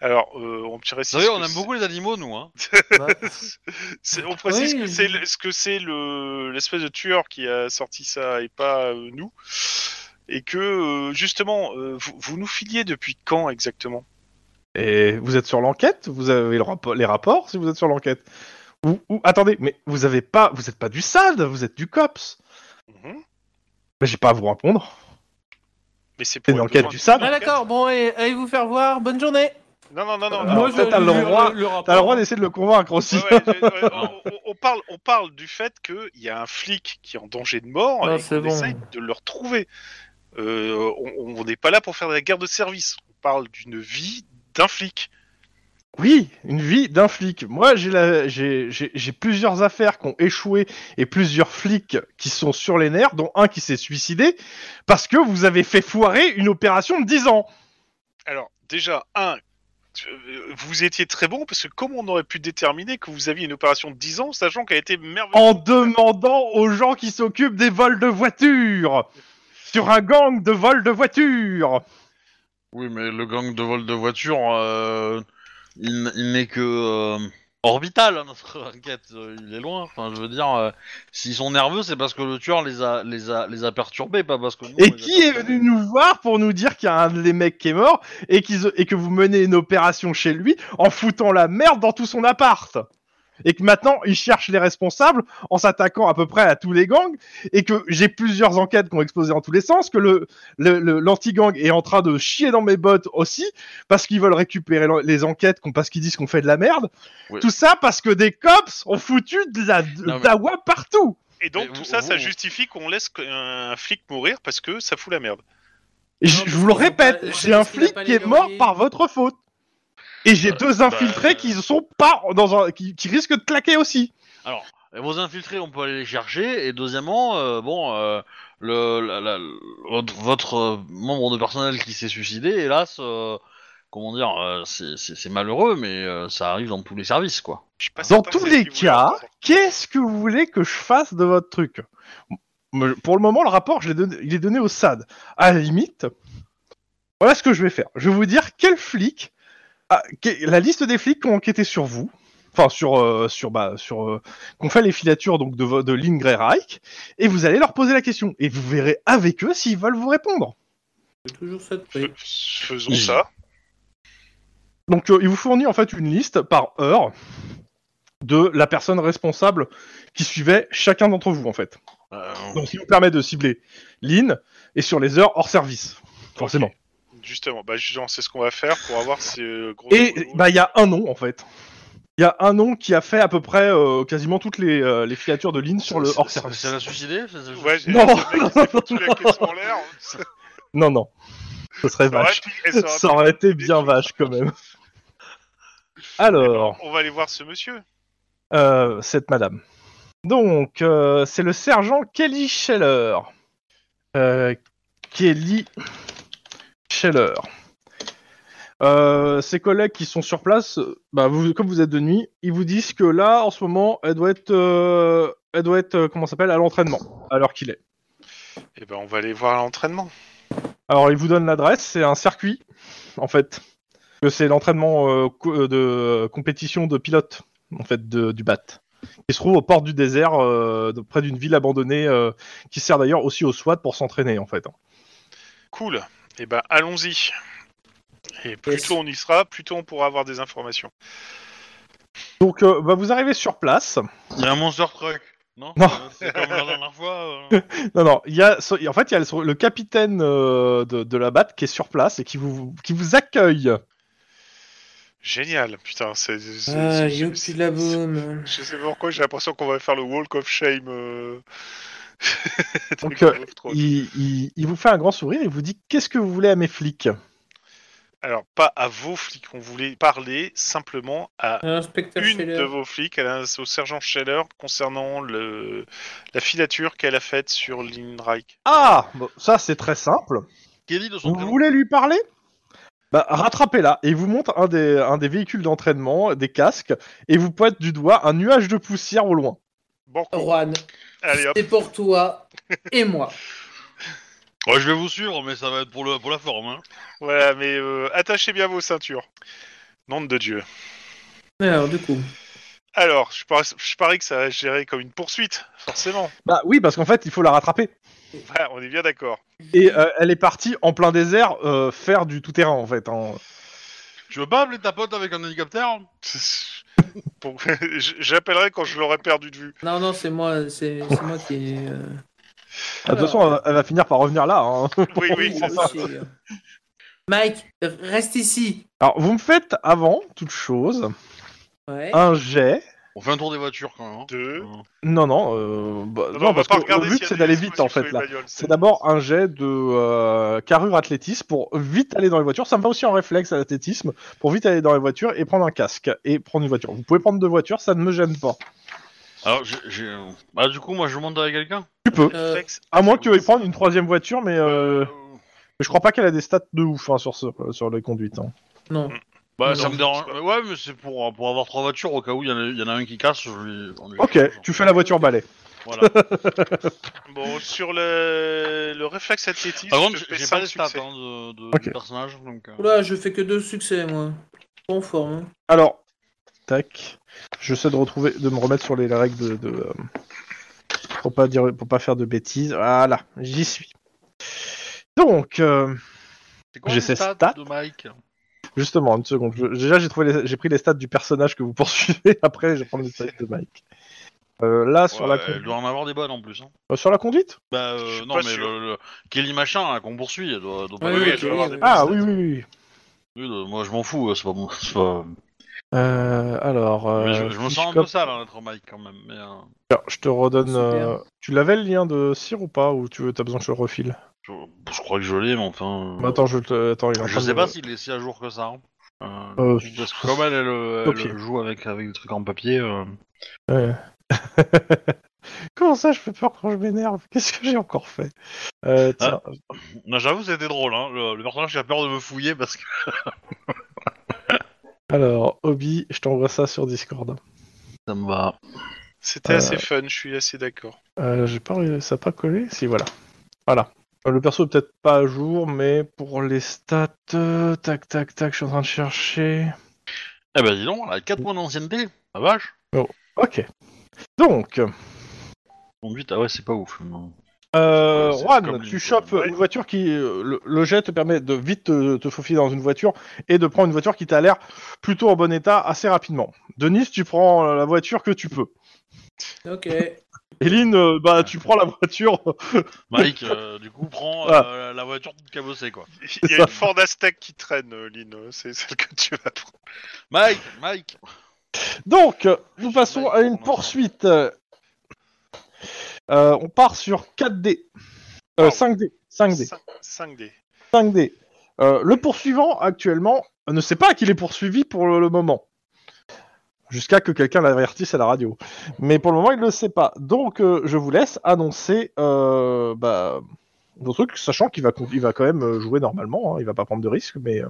Alors, euh, on petit Vous savez, Bah on aime beaucoup les animaux, nous. Hein. Bah, C'est- On précise Oui. que c'est le- ce que c'est le l'espèce de tueur qui a sorti ça et pas euh, nous. Et que euh, justement, euh, vous, vous nous filiez depuis quand exactement Et vous êtes sur l'enquête Vous avez le rappo- les rapports si vous êtes sur l'enquête ou, ou- attendez, mais vous avez pas, vous êtes pas du SAD, vous êtes du COPS. Mhm. Mais j'ai pas à vous répondre. Mais c'est C'est pour une les enquête besoins du de- SAD. ah, d'accord, bon et allez vous faire voir, bonne journée. Non non non non. Alors, non, Euh, Moi, je- peut-être t'as le droit- T'as le droit d'essayer de le convaincre aussi. Ouais, ouais, je- ouais, on, on- on parle, on parle du fait qu'il y a un flic qui est en danger de mort Non, et Ah, c'est qu'on bon. essaye de le retrouver. Euh, on on n'est pas là pour faire de la guerre de service. On parle d'une vie d'un flic. Oui, une vie d'un flic. Moi, j'ai la- j'ai- j'ai j'ai plusieurs affaires qui ont échoué et plusieurs flics qui sont sur les nerfs, dont un qui s'est suicidé parce que vous avez fait foirer une opération de 10 ans. Alors, déjà, un, euh, vous étiez très bon parce que comment on aurait pu déterminer que vous aviez une opération de 10 ans, sachant qu'elle a été merveilleuse En demandant aux gens qui s'occupent des vols de voitures. Sur un gang de vols de voitures. Oui, mais le gang de vol de voiture, euh, il, n- il n'est que euh, orbital, hein, notre enquête. euh, Il est loin. Enfin, je veux dire, euh, s'ils sont nerveux, c'est parce que le tueur les a, les a, les a perturbés, pas parce que. nous, on Et les a qui est perturbés. venu nous voir pour nous dire qu'il y a un des mecs qui est mort et, qu'ils- et que vous menez une opération chez lui en foutant la merde dans tout son appart Et que maintenant, il cherche les responsables en s'attaquant à peu près à tous les gangs et que j'ai plusieurs enquêtes qui ont explosé en tous les sens, que le- le- le- l'anti-gang est en train de chier dans mes bottes aussi parce qu'ils veulent récupérer l'en- les enquêtes qu'on- parce qu'ils disent qu'on fait de la merde. Ouais. Tout ça parce que des cops ont foutu de la de Non, mais- dawa partout Et donc, Mais tout vous- ça, ça vous- justifie qu'on laisse un flic mourir parce que ça fout la merde. Et je- Non, je parce vous le qu'ils ont répète, pas- j'ai un parce qu'il a flic pas qui les est mort lauriers. par votre faute. Et j'ai deux infiltrés euh, bah, qui sont pas dans un, qui, qui risquent de claquer aussi. Et vos infiltrés, on peut aller les chercher. Et deuxièmement, euh, bon, euh, le, la- la- votre, votre, euh, membre de personnel qui s'est suicidé, hélas, euh, comment dire, euh, c'est- c'est c'est malheureux, mais euh, ça arrive dans tous les services, quoi. Je suis pas Dans certain tous que c'est les ce qu'il voulait cas, entendre. qu'est-ce que vous voulez que je fasse de votre truc Me- Pour le moment, le rapport, je l'ai donné- il est donné au SAD. À la limite, voilà ce que je vais faire. Je vais vous dire quel flic, ah, que- la liste des flics qui ont enquêté sur vous, enfin sur euh, sur bah sur euh, qu'on fait les filatures donc de vo- de Lynn Grey Reich, et vous allez leur poser la question et vous verrez avec eux s'ils veulent vous répondre. Toujours cette Fais- Faisons Oui. ça. Donc euh, il vous fournit en fait une liste par heure de la personne responsable qui suivait chacun d'entre vous en fait. Euh, Donc ce qui vous permet de cibler l'IN et sur les heures hors service, forcément. Justement, bah, justement, c'est ce qu'on va faire pour avoir ces euh, gros. Et bah il y a un nom en fait. Il y a un nom qui a fait à peu près euh, quasiment toutes les, euh, les filatures de l'IN sur le hors ça, service. ça l'a suicidé ça- ça- Ouais, j'ai- Non. le mec qui s'est foutu la caisse en l'air. Ça Non non, ce serait aurait vache. pu- et ça aurait Ça aurait été bien vache quand même. Alors. pu- On va aller voir ce monsieur. Euh, cette madame. Donc, euh, c'est le sergent Kelly Scheller. Euh, Kelly Scheller. Euh, ses collègues qui sont sur place, euh, bah, vous- comme vous êtes de nuit, ils vous disent que là, en ce moment, elle doit être, euh, elle doit être, euh, comment ça s'appelle, à l'entraînement, à l'heure qu'il est. Et ben, on va aller voir à l'entraînement. Alors, ils vous donnent l'adresse, c'est un circuit, en fait, que c'est l'entraînement euh, co- euh, de euh, compétition de pilote, en fait, de- du BAT. qui se trouve aux portes du désert, euh, de- près d'une ville abandonnée, euh, qui sert d'ailleurs aussi au SWAT pour s'entraîner en fait. hein. Cool. Eh ben, allons-y. Et plus Yes. tôt on y sera, plus tôt on pourra avoir des informations. Donc euh, bah, vous arrivez sur place. Il y a un monster truck. Non, Non. Euh, C'est comme la dernière fois. euh. Non, non, il y a, ce- en fait, il y a le, le capitaine euh, de, de la BAT qui est sur place et qui vous, qui vous accueille. Génial. Putain, c'est. c'est- Ah, c'est- youpi c'est- de la boum. Je sais pas pourquoi, j'ai l'impression qu'on va faire le Walk of Shame. euh, Donc, Truc euh, of Thrones. Il, il- il vous fait un grand sourire et vous dit Qu'est-ce que vous voulez à mes flics Alors, pas à vos flics, on voulait parler simplement à Un spectacle une chez de vos flics, à la- au sergent Scheller, concernant le, la filature qu'elle a faite sur l'Inreich. Ah bon, Ça, c'est très simple. Kelly de son Vous prénom. voulez lui parler bah, rattrapez-la et il vous montre un des, un des véhicules d'entraînement, des casques, et vous pointe du doigt un nuage de poussière au loin. Bon, Juan, allez hop. c'est pour toi et moi. Ouais, je vais vous suivre, mais ça va être pour, le, pour la forme. Hein. Voilà, mais euh, attachez bien vos ceintures. Nom de Dieu. Alors, du coup, Alors, je parie, je parie que ça va se gérer comme une poursuite, forcément. Bah oui, parce qu'en fait, il faut la rattraper. Voilà, on est bien d'accord. Et euh, elle est partie en plein désert euh, faire du tout-terrain, en fait. hein. Tu veux pas appeler ta pote avec un hélicoptère Bon, j- J'appellerai quand je l'aurai perdu de vue. non, non, c'est moi, c'est c'est moi qui. ai, euh, Ah, De toute façon, elle- elle va finir par revenir là. hein. Oui, oui, c'est ça. aussi, euh. Mike, reste ici. Alors, vous me faites avant toute chose Ouais. un jet. On fait un tour des voitures quand même. hein. Deux. Euh, Non, non, euh, bah, Non, non, non, on va parce pas que le regarder but s'il y a c'est des d'aller explosifs vite en sous les fait là. bagnoles, C'est d'abord un jet de euh, carrure athlétisme pour vite aller dans les voitures. Ça me va aussi en réflexe à l'athlétisme pour vite aller dans les voitures et prendre un casque et prendre une voiture. Vous pouvez prendre deux voitures, ça ne me gêne pas. Alors, j'ai- j'ai. euh, Bah, du coup, moi, je monte avec quelqu'un. Tu peux. Euh, Réflexe. À moins que tu veuilles prendre une troisième voiture, mais euh, je crois pas qu'elle a des stats de ouf hein, sur, ce, sur les conduites. hein. non. Mm. Bah, Non, ça me je dérange. sais Mais Ouais, mais c'est pour, euh, pour avoir trois voitures au cas où il y, en a- il y en a un qui casse. Je lui... on lui- Ok, tu fais la voiture balai. Voilà. Bon, sur le, le réflexe athlétisme, Par contre, je fais j'ai pas cinq les stats succès. hein, de, de, Ok. du personnage. Donc, euh, Oula, je fais que deux succès, moi. Bon forme. hein. Alors, tac. J'essaie de retrouver, de me remettre sur les règles de, de, euh, pour pas dire, pour pas faire de bêtises. Voilà, j'y suis. Donc, euh, c'est quoi j'ai les ces stats, stats. de Mike justement, une seconde. Je- déjà, j'ai trouvé, les- j'ai pris les stats du personnage que vous poursuivez. Après, je prends les stats de Mike. Euh, là, sur, la Ouais, conduite, Elle doit en avoir des bonnes en plus. Hein. euh, sur la conduite. Bah, euh, Je suis non, pas mais sûr. le, le- Kelly machin là, qu'on poursuit, elle doit, doit pas Ouais, le oui, mettre. elle doit avoir des Ah stats. oui, oui, oui. Oui, euh, moi je m'en fous, euh, c'est pas bon. c'est pas- Euh, alors, Mais euh, je, je me fiche sens un peu cop. sale hein, d'être Mike quand même. Mais, euh, Tiens, je te redonne. Super. euh, tu l'avais le lien de Cyr ou pas Ou tu veux, t'as besoin que je le refile je, je crois que je l'ai, mais enfin. euh, Bah, Attends, je te. Attends, il est en je train sais de- pas s'il est si à jour que ça. hein. Euh, Euh, parce que comme elle, elle, euh, elle ok. joue avec, avec des trucs en papier. euh, Ouais. Comment ça, je fais peur quand je m'énerve Qu'est-ce que j'ai encore fait Euh, tiens, Non, j'avoue, c'était drôle. Hein. Le, le personnage a peur de me fouiller parce que. Ah. Alors, Obi, je t'envoie ça sur Discord. Ça me va. C'était Euh, assez fun, je suis assez d'accord. Euh, j'ai pas, ré- ça a pas collé Si, voilà. Voilà. Euh, Le perso est peut-être pas à jour, mais pour les stats, euh, tac, tac, tac, je suis en train de chercher. Eh ben, dis donc, elle a 4 points d'ancienneté. La vache. Ok. Donc, Conduite, ah ouais, c'est pas ouf. non. Euh, Ouais, c'est Juan, comme tu une- chopes ouais. une voiture qui. euh, Le, le jet te permet de vite te, te faufiler dans une voiture et de prendre une voiture qui t'a l'air plutôt en bon état assez rapidement. Denis, tu prends la voiture que tu peux. Ok. Eline, euh, bah, tu prends la voiture. Mike, euh, du coup, prend Ah. euh, la- la voiture toute cabossée, quoi. Il y a ça. une Ford Aztec qui traîne, euh, Lynn, c'est celle que tu vas prendre. Mike, Mike. Donc, euh, nous passons à une poursuite. Euh, on part sur 4D. Euh, Wow. 5D. 5D. 5D. 5D. Euh, le poursuivant, actuellement, ne sait pas qu'il est poursuivi pour le, le moment. Jusqu'à que quelqu'un l'avertisse à la radio. Mais pour le moment, il ne le sait pas. Donc, euh, je vous laisse annoncer euh, bah, vos trucs, sachant qu'il va, con- il va quand même euh, jouer normalement. hein. Il va pas prendre de risques, mais... euh,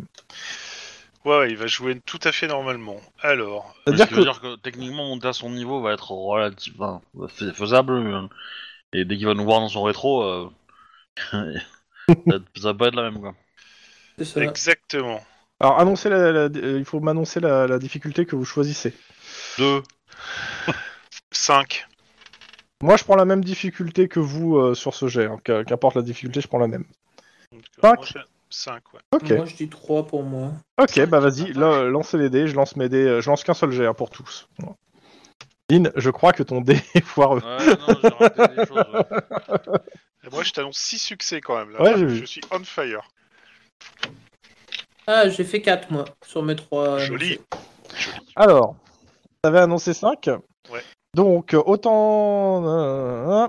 Ouais, ouais, il va jouer tout à fait normalement. Ce Alors, C'est-à-dire qui veut que... dire que techniquement, monter à son niveau va être relativement fais- faisable. euh, Et dès qu'il va nous voir dans son rétro, euh, ça, ça va pas être la même, quoi. C'est ça. exactement. Alors, annoncer la- la- euh, il faut m'annoncer la, la difficulté que vous choisissez. Deux. 5. Moi, je prends la même difficulté que vous euh, sur ce jet. hein. Qu'- Qu'importe la difficulté, je prends la même. euh, Cinq. 5, ouais. Ok, Moi, je dis 3 pour moi. ok, bah vas-y, là, euh, lancez les dés, je lance mes dés, euh, je lance qu'un seul jet hein, pour tous. Voilà. Lynn, je crois que ton dé est foireux. Ouais, non, j'ai raté des choses. ouais. Et moi, je t'annonce 6 succès quand même. Là. Ouais, j'ai vu. je suis on fire. Ah, j'ai fait 4 moi sur mes 3. Joli. Alors, t'avais annoncé 5 Ouais. Donc, euh, autant. euh,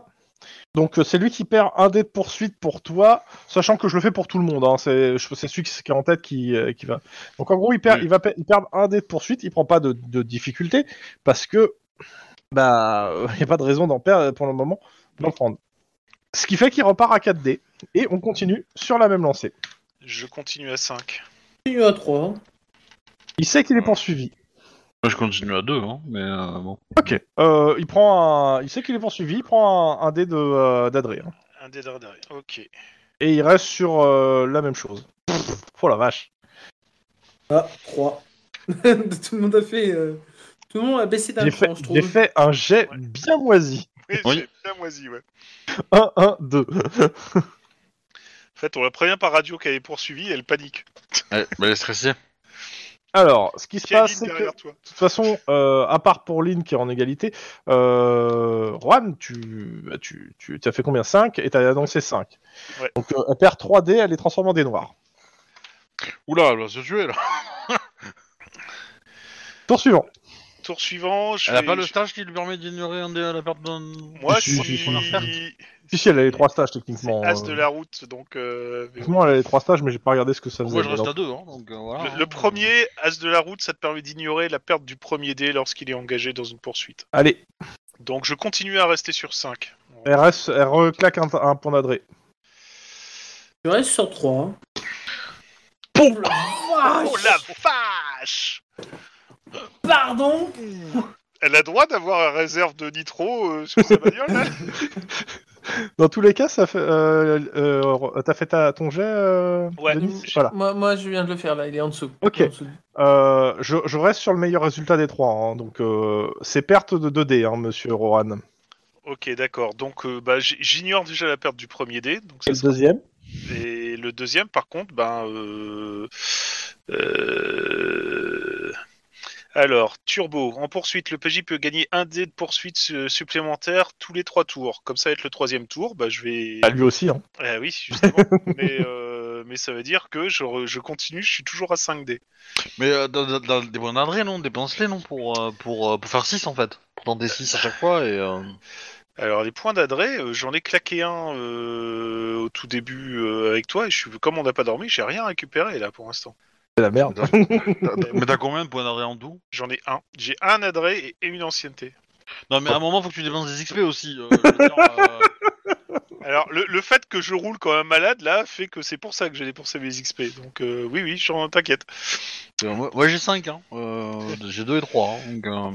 Donc, euh, c'est lui qui perd un dé de poursuite pour toi, sachant que je le fais pour tout le monde. hein, C'est je- c'est celui qui qui est en tête qui, euh, qui va. Donc, en gros, il perd, Oui. il va pe- il perd un dé de poursuite, il prend pas de, de difficulté, parce que. Bah, il n'y a pas de raison d'en perdre pour le moment, d'en prendre. Ce qui fait qu'il repart à 4 dés, et on continue sur la même lancée. Je continue à 5. Continue à 3. Il sait qu'il est poursuivi. Moi, je continue à deux, hein, mais euh, bon. Ok. Euh, il prend un... Il sait qu'il est poursuivi, il prend un, un dé de, euh, d'adré, hein. Un dé derrière. Ok. Et il reste sur euh, la même chose. Pff, oh la vache. Ah, 3. tout le monde a fait. euh, Tout le monde a baissé d'un J'ai fait, cran, je j'ai trouve. fait un jet Ouais. bien moisi. Oui, Oui. c'est bien moisi, ouais. 1, 1, 2. En fait, on la prévient par radio qu'elle est poursuivie, elle panique. Allez, bah, elle est stressée. Alors, ce qui se Qui est passe, Lynn c'est que... derrière toi De toute façon, euh, à part pour Lynn qui est en égalité, euh, Juan, tu, bah, tu, tu as fait combien 5 et t'as annoncé 5. Ouais. Donc euh, elle perd 3 dés, elle est transformée en dés noirs. Oula, elle va se tuer, là. Tour suivant. Tour suivant, je Elle a vais- pas le je- stage qui lui permet d'ignorer un dé à la perte d'un. Moi, Je- je je- je- suis... Si, si, elle a les 3 stages techniquement. C'est As de euh. la route, donc... euh, mais bon. Techniquement, elle a les 3 stages, mais j'ai pas regardé ce que ça faisait. Moi, je reste Alors, à deux, hein, donc euh, voilà. Le, hein. le premier, As de la route, ça te permet d'ignorer la perte du premier dé lorsqu'il est engagé dans une poursuite. Allez, Donc je continue à rester sur 5. elle, reste- elle reclaque E un, un point d'adré. Je reste sur hein. 3. Pouf Oh la vache Pardon Elle a droit d'avoir une réserve de nitro euh, sur sa bagnole là Dans tous les cas, ça fait. Euh, euh, T'as fait ta, ton jet euh, Ouais. Denis Voilà. moi, moi, je viens de le faire là, il est en dessous. Ok. Il est en dessous. Euh, je, je reste sur le meilleur résultat des trois. hein, donc, euh, c'est perte de 2 dés, hein, monsieur Rohan. Ok, d'accord. Donc euh, bah, j- j'ignore déjà la perte du premier dé. Donc ça Et le deuxième Et le deuxième, par contre, ben. euh, euh, Alors, Turbo. En poursuite, le PJ peut gagner un dé de poursuite su- supplémentaire tous les trois tours. Comme ça, va être le troisième tour, bah, je vais. Bah, lui aussi. Hein. Ah oui, justement. mais, euh, mais ça veut dire que je, re- je continue, je suis toujours à 5 dés. Mais euh, dans, dans- dans des bons adrés, non Dépense-les, non pour, euh, pour, euh, pour faire 6 en fait. Pour tenter 6 à chaque fois et. euh, Alors, les points d'adré, euh, j'en ai claqué un euh, au tout début euh, avec toi. Et je suis... Comme on n'a pas dormi, j'ai rien récupéré là pour l'instant. C'est la merde. Mais t'as combien de points d'adré en tout J'en ai un. J'ai un adré et une ancienneté. Non, mais à un moment, faut que tu dépenses des XP aussi. euh, je veux dire, euh, Alors, le, le fait que je roule quand même malade, là, fait que c'est pour ça que j'ai dépensé mes XP. Donc, euh, oui, oui, j'en t'inquiète. euh, moi, moi, j'ai 5, hein. Euh, j'ai 2 et 3. donc, euh,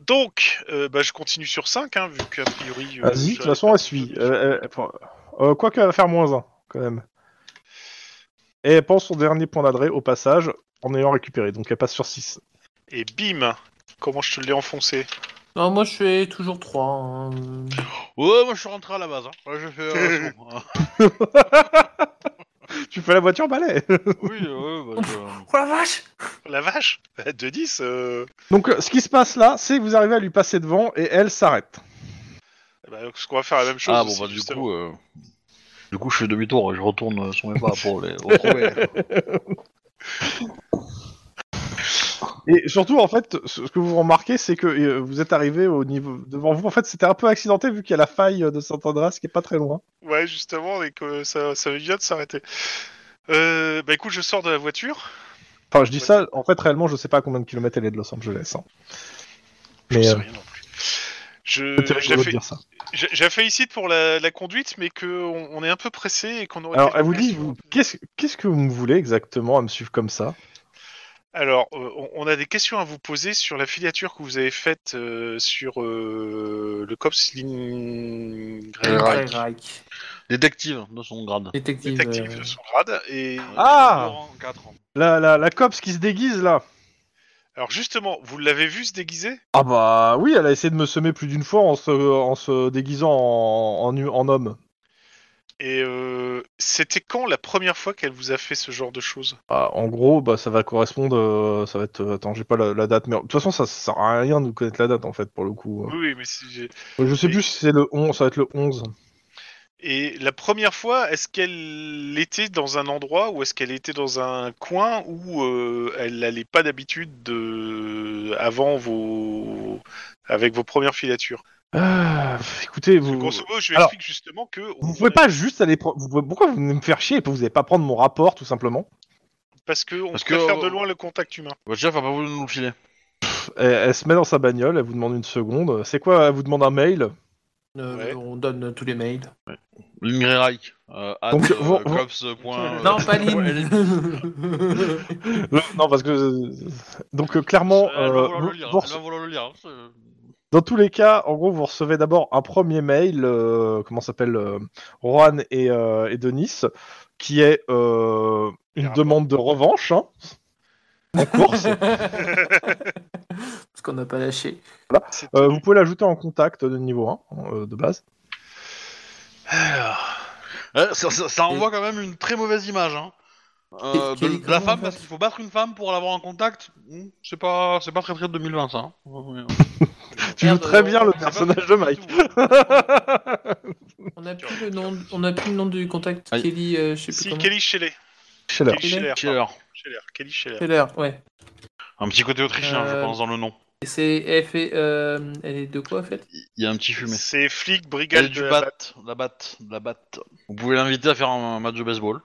Donc, euh, bah, je continue sur 5, hein, vu qu'a priori... Vas-y, euh, Ah, de toute j'avais façon, pas- elle suit. Euh, elle- enfin, euh, Quoique, elle va faire moins 1, quand même. Et elle pense son dernier point d'adré au passage en ayant récupéré. Donc, elle passe sur 6. Et bim Comment je te l'ai enfoncé Non, moi, je fais toujours hein. 3. Ouais, moi je suis rentré à la base. Hein. Là, j'ai fait. euh, c'est bon. Tu fais la voiture balai oui, ouais, bah, je- Oh la vache La vache Bah, De 10 euh, Donc, euh, ce qui se passe là, c'est que vous arrivez à lui passer devant et elle s'arrête. bah, ce qu'on va faire la même chose. Ah bon, aussi, bah, du justement. coup. euh, Du coup, je fais demi-tour et je retourne euh, sur mes pas pour les retrouver. euh, Et surtout, en fait, ce ce que vous remarquez, c'est que euh, vous êtes arrivé au niveau devant vous. En fait, c'était un peu accidenté vu qu'il y a la faille euh, de Saint-Andrés qui est pas très loin. Ouais, justement, et que ça, ça vient de s'arrêter. Euh, bah, écoute, je sors de la voiture. Enfin, je dis Ouais. ça, en fait, réellement, je sais pas à combien de kilomètres elle est de Los Angeles. hein. Mais je euh, sais rien non plus. Je, c'est Euh, je la rigolo de fais- dire ça. J'ai j'ai félicite pour la, la conduite, mais que on, on est un peu pressé et qu'on aurait. Alors, quelques elle vous dit, questions. vous- qu'est-ce qu'est-ce que vous me voulez exactement à me suivre comme ça Alors, euh, on, on a des questions à vous poser sur la filature que vous avez faite euh, sur euh, le COPS Lynn Grey Reich. Détective de son grade. Détective. détective euh, de son grade et Ah Quatre ans. La, la, la copse qui se déguise là Alors justement, vous l'avez vu se déguiser Ah bah oui, elle a essayé de me semer plus d'une fois en se, en se déguisant en, en, en homme. Et euh, c'était quand la première fois qu'elle vous a fait ce genre de choses Ah, en gros, bah, ça va correspondre, euh, ça va être, euh, attends, j'ai pas la, la date, mais de toute façon, ça, ça sert à rien de connaître la date en fait pour le coup. hein. Oui, oui, mais c'est- Je sais oui. plus si c'est le 11, ça va être le 11. Et la première fois, est-ce qu'elle était dans un endroit ou est-ce qu'elle était dans un coin où euh, elle n'allait pas d'habitude de... avant vos... avec vos premières filatures Ah, pff, écoutez, Parce que, vous, Grosso modo, je lui Alors, explique justement que... vous pouvez pas juste aller, pre- vous pouvez- pourquoi vous venez me faire chier et puis vous n'allez pas prendre mon rapport tout simplement Parce qu'on Parce que- préfère de loin le contact humain. Votre chef a Bah, pas voulu nous le filer. elle, elle se met dans sa bagnole, elle vous demande une seconde. C'est quoi Elle vous demande un mail Euh, Ouais. On donne tous les mails. Ingrid Reich. Euh, at, Donc, euh, vous- vous- cops, point, euh, non, pas Lynn. ouais, Lynn. Non, Non, parce que donc euh, clairement, Elle va euh, vouloir vous- le lire. vous Elle va vouloir le lire. hein, Dans tous les cas, en gros, vous recevez d'abord un premier mail, euh, comment s'appelle, euh, Juan et, euh, et Denis, qui est euh, une rapports. demande de revanche hein, en course. Parce qu'on n'a pas lâché. C'est- Euh, vous pouvez l'ajouter en contact de niveau 1, euh, de base. c'est- Ouais, ça, ça- ça envoie quand même une très mauvaise image. Hein. Euh, Quel- quel- de, de la comment on femme, fait parce qu'il faut battre une femme pour l'avoir en contact. Hmm, C'est pas, c'est pas très très de 2020 ça. hein. Ouais, ouais. Tu Merde, joues très euh, bien le C'est pas personnage très de très Mike. du tout, hein. On n'a plus le nom, on a plus le nom du contact. Aïe. Kelly, euh, je sais plus Si, comment. Kelly Scheller. Scheller. Kelly Scheller. pardon. Scheller. Scheller, Kelly Scheller. Keller, ouais. Un petit côté autrichien, je Euh, pense, dans le nom. Et c'est, elle fait, euh, elle est de quoi en fait Il y a un petit fumé. C'est flic, brigade Elle du de la bat, la batte, la batte. Vous pouvez l'inviter à faire un, un match de baseball.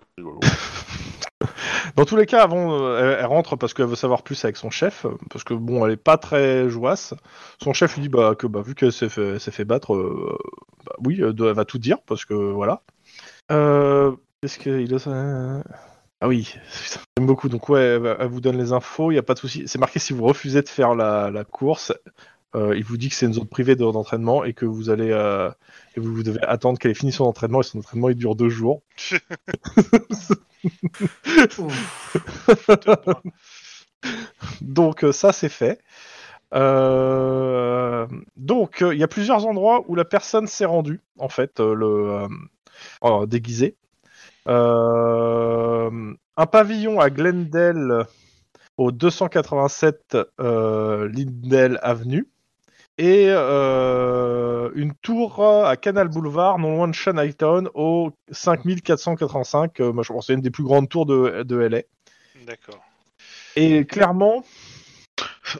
Dans tous les cas, avant, euh, elle, elle rentre parce qu'elle veut savoir plus avec son chef, euh, parce que bon, elle est pas très joasse. Son chef lui dit bah, que bah, vu qu'elle s'est fait, s'est fait battre, euh, bah, oui, euh, de- elle va tout dire, parce que voilà. Euh, Qu'est-ce qu'il a ça Ah oui, putain, j'aime beaucoup. Donc ouais, elle, va- elle vous donne les infos, il n'y a pas de souci. C'est marqué si vous refusez de faire la, la course, euh, il vous dit que c'est une zone privée de- d'entraînement et que vous allez euh, et vous, vous devez attendre qu'elle ait fini son entraînement et son entraînement il dure deux jours. Ouf. Donc euh, ça c'est fait. Euh, Donc euh, il y a plusieurs endroits où la personne s'est rendue en fait, euh, le euh, euh, déguisé. Euh, Un pavillon à Glendale au 287 euh, Lindell Avenue et euh, une tour à Canal Boulevard non loin de Shanaytown au 5485. euh, moi, je pense que c'est une des plus grandes tours de, de LA. D'accord. Et clairement,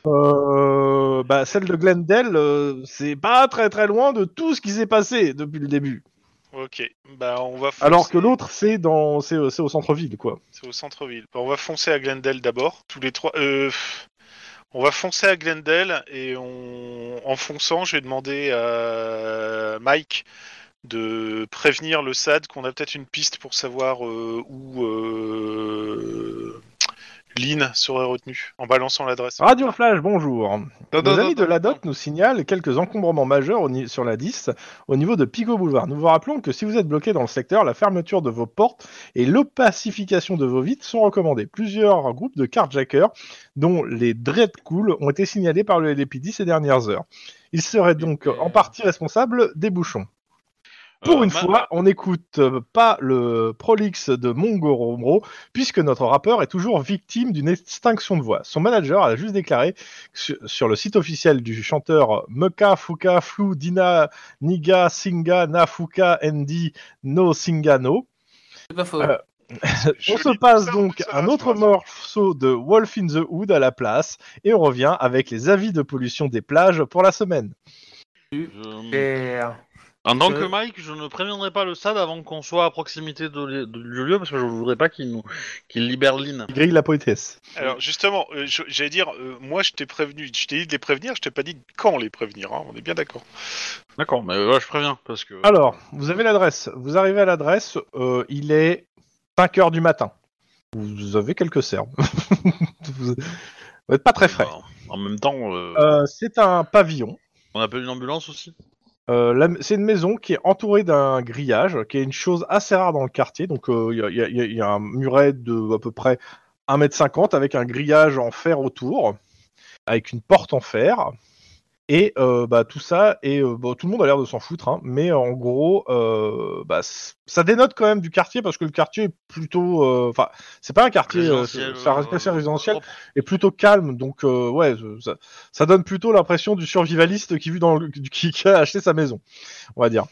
euh, bah, celle de Glendale, euh, c'est pas très très loin de tout ce qui s'est passé depuis le début. Ok. Bah, on va foncer- Alors que l'autre, c'est dans, c'est, euh, c'est au centre-ville, quoi. C'est au centre-ville. Bah, on va foncer à Glendale d'abord. Tous les trois. Euh, on va foncer à Glendale et on... en fonçant, je vais demander à Mike de prévenir le SAD qu'on a peut-être une piste pour savoir euh, où euh... Lynn serait retenue en balançant l'adresse. Radio Flash, bonjour. Non, Nos non, amis de non, la non. DOT nous signalent quelques encombrements majeurs au ni- sur la 10 au niveau de Pigot Boulevard. Nous vous rappelons que si vous êtes bloqué dans le secteur, la fermeture de vos portes et l'opacification de vos vitres sont recommandées. Plusieurs groupes de carjackers, dont les Dread Cool, ont été signalés par le LAPD ces dernières heures. Ils seraient donc euh, en partie responsables des bouchons. Pour Euh, une ma- fois, on n'écoute euh, pas le prolix de Mongoro, puisque notre rappeur est toujours victime d'une extinction de voix. Son manager a juste déclaré su- sur le site officiel du chanteur Meka Fuka Flu Dina Niga Singa Na Fuka Ndi No Singa No. C'est pas faux. Euh, Je On se lis passe ça, donc ça, un ça, autre ça. morceau de Wolf in the Hood à la place, et on revient avec les avis de pollution des plages pour la semaine. je- Super. Euh, En tant Euh, que Mike, je ne préviendrai pas le SAD avant qu'on soit à proximité de, li- de- du lieu parce que je voudrais pas qu'il nous qu'il libère Lynn. Il grille la poétesse. Alors justement, euh, je- j'allais dire, euh, moi je t'ai prévenu, je t'ai dit de les prévenir, je t'ai pas dit quand les prévenir, hein, on est bien d'accord. D'accord, mais euh, ouais, je préviens parce que. Alors, vous avez l'adresse. Vous arrivez à l'adresse, euh, il est 5 heures du matin. Vous avez quelques serbes. vous n'êtes pas très frais. Bah, en même temps, euh, Euh, c'est un pavillon. on appelle une ambulance aussi. Euh, la- c'est une maison qui est entourée d'un grillage, qui est une chose assez rare dans le quartier. Donc, euh, il y, a- il y a- il y a- il y a un muret de à peu près 1m50 avec un grillage en fer autour. avec une porte en fer. Et euh, bah, tout ça, et euh, bon, tout le monde a l'air de s'en foutre, hein, mais en gros, euh, bah, c- ça dénote quand même du quartier parce que le quartier est plutôt. euh, Enfin, c'est pas un quartier. euh, Résidentiel, c'est c'est un euh, quartier résidentiel propre. et plutôt calme, donc euh, ouais, je- ça, ça donne plutôt l'impression du survivaliste qui, vit dans le- qui- qui a acheté sa maison, on va dire.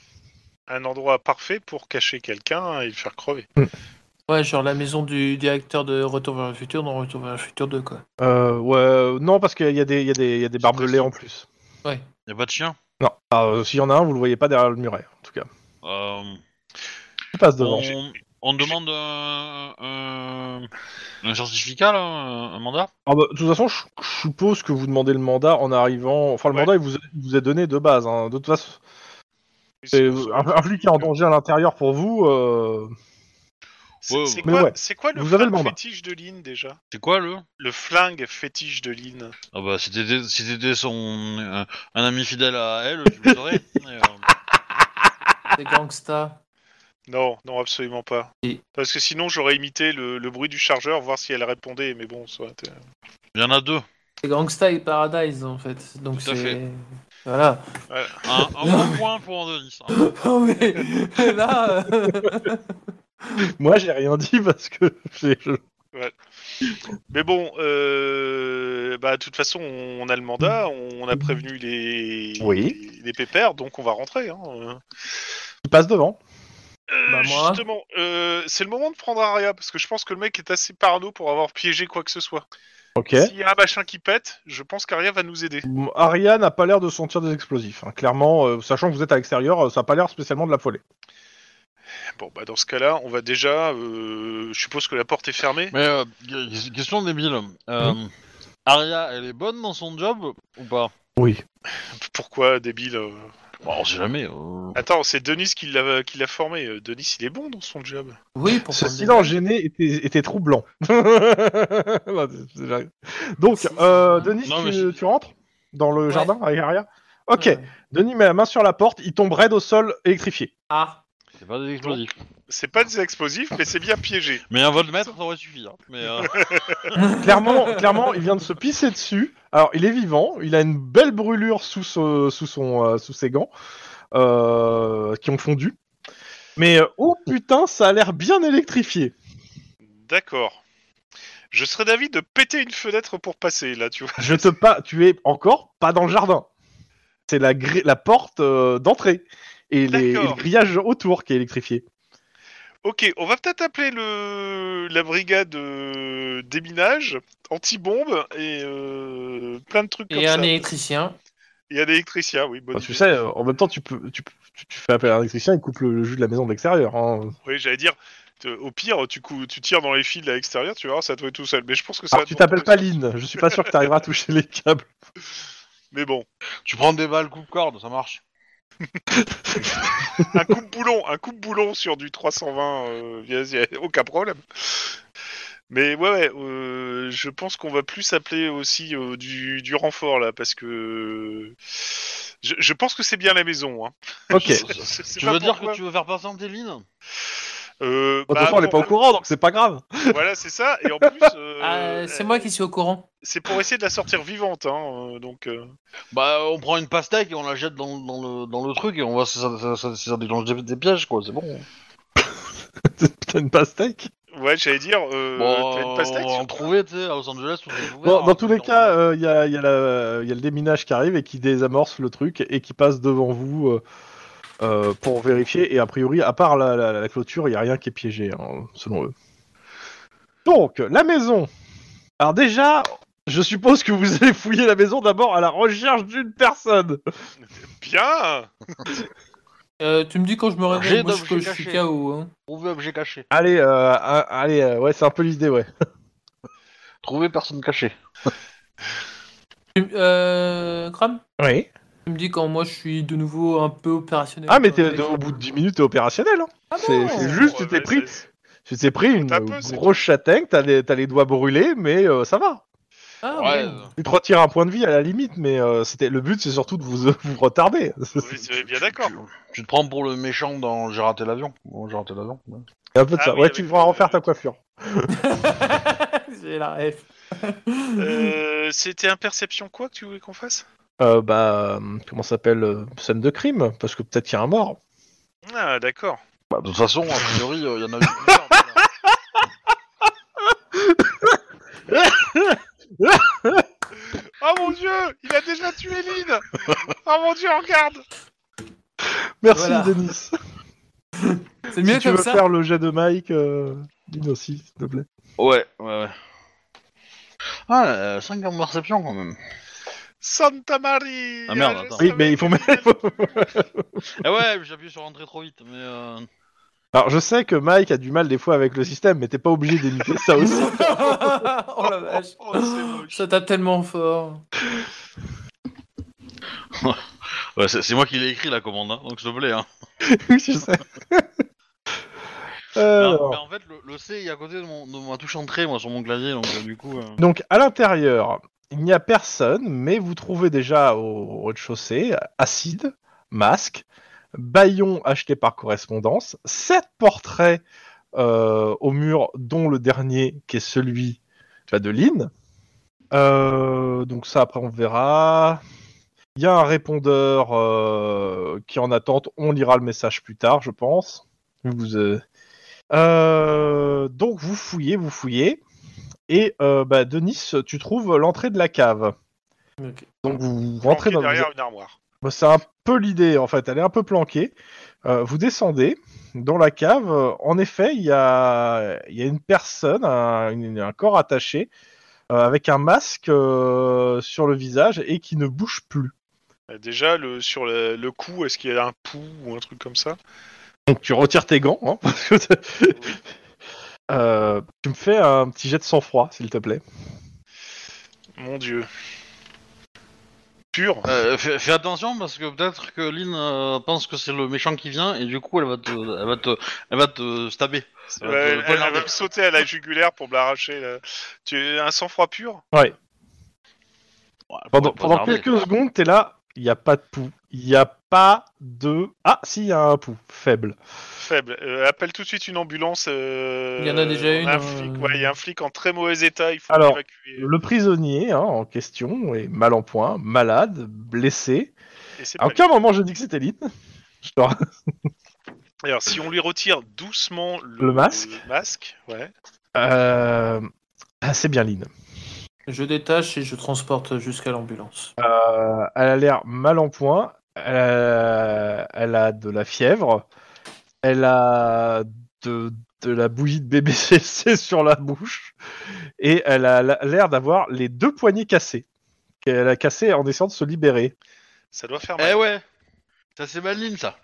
Un endroit parfait pour cacher quelqu'un et le faire crever. Ouais, genre la maison du directeur de Retour vers le futur dans Retour vers le futur 2, quoi. Euh, ouais, euh, non, parce qu'il y a des, il y a des, il y a des barbelés en plus. Y a pas de chien. Non, Ah, euh, s'il y en a un, vous le voyez pas derrière le muret, en tout cas. Euh, Il passe devant. on, on demande euh, euh, un certificat, là, un un mandat Ah bah, de toute façon, je je suppose que vous demandez le mandat en arrivant. Enfin, le Ouais. mandat, il vous, est- il vous est donné de base. hein. De toute façon, c'est- un, un flic qui est en danger à l'intérieur pour vous. euh, C'est Ouais, c'est mais quoi, ouais. c'est quoi le Vous avez le flingue mandat. fétiche de Lynn déjà C'est quoi le Le flingue fétiche de Lynn. Ah bah si t'étais si t'étais son euh, un ami fidèle à elle, tu le saurais. Et, euh, Des gangstas. Non, non, absolument pas. Si. Parce que sinon, j'aurais imité le, le bruit du chargeur, voir si elle répondait, mais bon, soit. euh, Il y en a deux. C'est Gangsta et Paradise en fait. Donc Tout à c'est. fait. Voilà. Un, un bon point pour hein. Andonis. Non mais là. euh, Moi, j'ai rien dit parce que j'ai- je- Mais bon, euh, bah, de toute façon, on a le mandat, on a prévenu les, Mm. Oui. les, les pépères, donc on va rentrer. hein. Euh, il passe devant. bah moi. Justement, euh, c'est le moment de prendre Aria, parce que je pense que le mec est assez parano pour avoir piégé quoi que ce soit. Ok. S'il y a un machin qui pète, je pense qu'Aria va nous aider. Bon, Ariane n'a pas l'air de sentir des explosifs. hein. Clairement, euh, sachant que vous êtes à l'extérieur, euh, ça n'a pas l'air spécialement de l'affoler. Bon, bah dans ce cas-là, on va déjà... euh, je suppose que la porte est fermée. Mais euh, que- question débile. Euh, Hein Aria, elle est bonne dans son job ou pas Oui. Pourquoi, débile euh Bon, On sait jamais. euh. Attends, c'est Denis qui l'a qui l'a formé. Euh, Denis, il est bon dans son job. Oui, pour Ce prendre des- silence gêné était, était troublant. Non, c'est- c'est vrai. Donc, Si, si, euh, si. Denis, Non, mais tu, je- tu rentres dans le Ouais. jardin avec Aria Ok. Ouais. Denis met la main sur la porte, il tombe raide au sol, électrifié. Ah. C'est pas des explosifs. C'est pas des explosifs, mais c'est bien piégé. Mais un voltmètre, ça aurait suffi. hein. Mais euh, Clairement, clairement, il vient de se pisser dessus. Alors, il est vivant, il a une belle brûlure sous, ce- sous, son, euh, sous ses gants euh, qui ont fondu. Mais euh, oh putain, ça a l'air bien électrifié. D'accord. Je serais d'avis de péter une fenêtre pour passer, là, tu vois. Je te pas, tu es encore pas dans le jardin. C'est la, grille- la porte euh, d'entrée et, les- et le D'accord. grillage autour qui est électrifié. Ok, on va peut-être appeler le la brigade euh, déminage, anti-bombe et euh, plein de trucs comme Et un ça. électricien. Et un électricien, oui, bonne Bah, tu idée. sais, euh, en même temps, tu peux, tu, peux- tu- tu fais appel à un électricien, il coupe le, le jus de la maison de l'extérieur. hein. Oui, j'allais dire, te- au pire, tu, cou- tu tires dans les fils à l'extérieur, tu vas ça te fait tout seul. Mais je pense que ça. Alors, va tu te- t'appelles pas Lynn, je suis pas sûr que tu arriveras à toucher les câbles. Mais bon, tu prends des balles coupe-corde, ça marche. un coup de boulon, un coup de boulon sur du 320, euh, vas-y, aucun problème. Mais ouais, ouais, euh, je pense qu'on va plus appeler aussi euh, du, du renfort là, parce que je, je pense que c'est bien la maison. Hein. Ok. Je sais Tu pas veux dire pourquoi. que tu veux faire patienter Lynn Euh, De toute bah, euh, façon, on n'est pas au courant, donc c'est pas grave. Voilà, c'est ça. Et en plus, euh, Ah, c'est moi qui suis au courant. C'est pour essayer de la sortir vivante, hein. euh, Donc, euh, Bah, on prend une pastèque et on la jette dans, dans le, dans le truc et on voit si ça, ça- ça- si ça déclenche des, des pièges, quoi. C'est Euh, bon. Putain, une pastèque. ouais, j'allais dire, euh, Bon, t'as une pastèque. on va en sur- trouver, tu sais, à Los Angeles. on va trouver, Bon, hein, dans tous les on- cas, euh, il y, a, il y a la- il y a le déminage qui arrive et qui désamorce le truc et qui passe devant vous euh, euh, pour vérifier. Et a priori, à part la, la- la clôture, il n'y a rien qui est piégé, hein, selon eux. Donc, la maison. Alors déjà, je suppose que vous allez fouiller la maison d'abord à la recherche d'une personne. Bien. Euh, tu me dis quand je me J'ai réveille, moi, je, d'objets que je suis cachés. KO. Hein. Trouver objet caché. Allez, euh, un- allez, euh, ouais, c'est un peu l'idée, ouais. Trouver personne cachée. Tu- Euh, Cram, Oui. tu me dis quand moi je suis de nouveau un peu opérationnel. Ah, mais t'es- au bout de 10 minutes, t'es opérationnel. hein. Ah c'est- bon c'est juste, tu Ouais, t'es ouais, pris. c'est- Tu t'es pris une Tape, c'est grosse châtaigne, t'as les, t'as les doigts brûlés, mais euh, ça va. Ah, Ouais. bon. euh, Tu te retires un point de vie à la limite, mais euh, c'était le but, c'est surtout de vous, vous retarder. Oui, c'est bien d'accord. Tu, tu te prends pour le méchant dans J'ai raté l'avion. Bon, j'ai raté l'avion. ouais. C'est un peu de Ah ça. oui, ouais, tu avec devras le- refaire ta coiffure. J'ai la ref. Euh, C'était un perception quoi que tu voulais qu'on fasse Euh, bah, euh, comment ça s'appelle euh, Scène de crime, parce que peut-être qu'il y a un mort. Ah, d'accord. Bah, de toute façon, a priori, il y en a eu plusieurs. voilà. Oh mon dieu Il a déjà tué Lynn Oh mon dieu, regarde Merci Voilà. Denis. C'est mieux si tu comme veux ça. faire le jet de Mike, euh, dis-nous aussi, s'il te plaît. Ouais, ouais, ouais. Ah, 5 en perception quand même. Santa Maria Ah, merde, attends. Oui, mais il faut mettre. Ah ouais, j'ai appuyé sur rentrer trop vite, mais euh... Alors, je sais que Mike a du mal des fois avec le système, mais t'es pas obligé d'éviter ça aussi. oh la Oh, vache. oh, c'est moche. Ça tape tellement fort. ouais, c'est c'est moi qui l'ai écrit la commande, hein, donc s'il te plaît. Hein. oui, je sais. Non, Alors, mais en fait, le, le C est à côté de, mon, de ma touche entrée, moi, sur mon clavier, donc euh, du coup. euh, donc, à l'intérieur, il n'y a personne, mais vous trouvez déjà au rez-de-chaussée acide, masque, baillon acheté par correspondance, sept portraits euh, au mur, dont le dernier qui est celui tu vois, de Lynn. Euh, donc, ça, après, on verra. Il y a un répondeur euh, qui est en attente. On lira le message plus tard, je pense. Vous, euh, euh, donc vous fouillez, vous fouillez. Et euh, bah, Denis, tu trouves l'entrée de la cave. Ok. Donc vous rentrez Planqué dans... derrière une armoire. Bah, C'est un peu l'idée en fait, elle est un peu planquée. Euh, vous descendez dans la cave. Euh, En effet, il y a, il y a une personne, un, une- un corps attaché, euh, avec un masque euh, sur le visage et qui ne bouge plus. Euh, Déjà, le, sur le, le cou, est-ce qu'il y a un pouls ou un truc comme ça Donc tu retires tes gants, hein, parce que t'as- Euh, tu me fais un petit jet de sang-froid, s'il te plaît. Mon dieu. Pur euh, fais, fais attention parce que peut-être que Lynn euh, pense que c'est le méchant qui vient et du coup elle va te, elle va te, elle va te stabber. Elle va Ouais, te elle, elle poignarder. va me sauter à la jugulaire pour me l'arracher. là. Tu un sang-froid pur Ouais, elle Pendant, pourrait te pendant poignarder. quelques secondes, t'es là, il n'y a pas de pouls. Il n'y a pas de... Ah, si, il y a un pouls, faible. Faible. Euh, appelle tout de suite une ambulance. euh, Il y en a déjà on une, Un euh, flic. Ouais, il y a un flic en très mauvais état. Il faut Alors, l'évacuer. Le prisonnier hein, en question est mal en point, malade, blessé. Et c'est À pas aucun moment j'ai dit que c'était Lynn. Je te rappelle. lui. Alors, si on lui retire doucement le, Le masque masque, ouais. Euh, ah, C'est bien Lynn. Je détache et je transporte jusqu'à l'ambulance. Euh, elle a l'air mal en point. Elle a, elle a de la fièvre. Elle a de, de la bouillie de bébé CC sur la bouche. Et elle a la- l'air d'avoir les deux poignets cassés. Elle a cassé en essayant de se libérer. Ça doit faire Eh mal. ouais, ça c'est mal Lynn ça.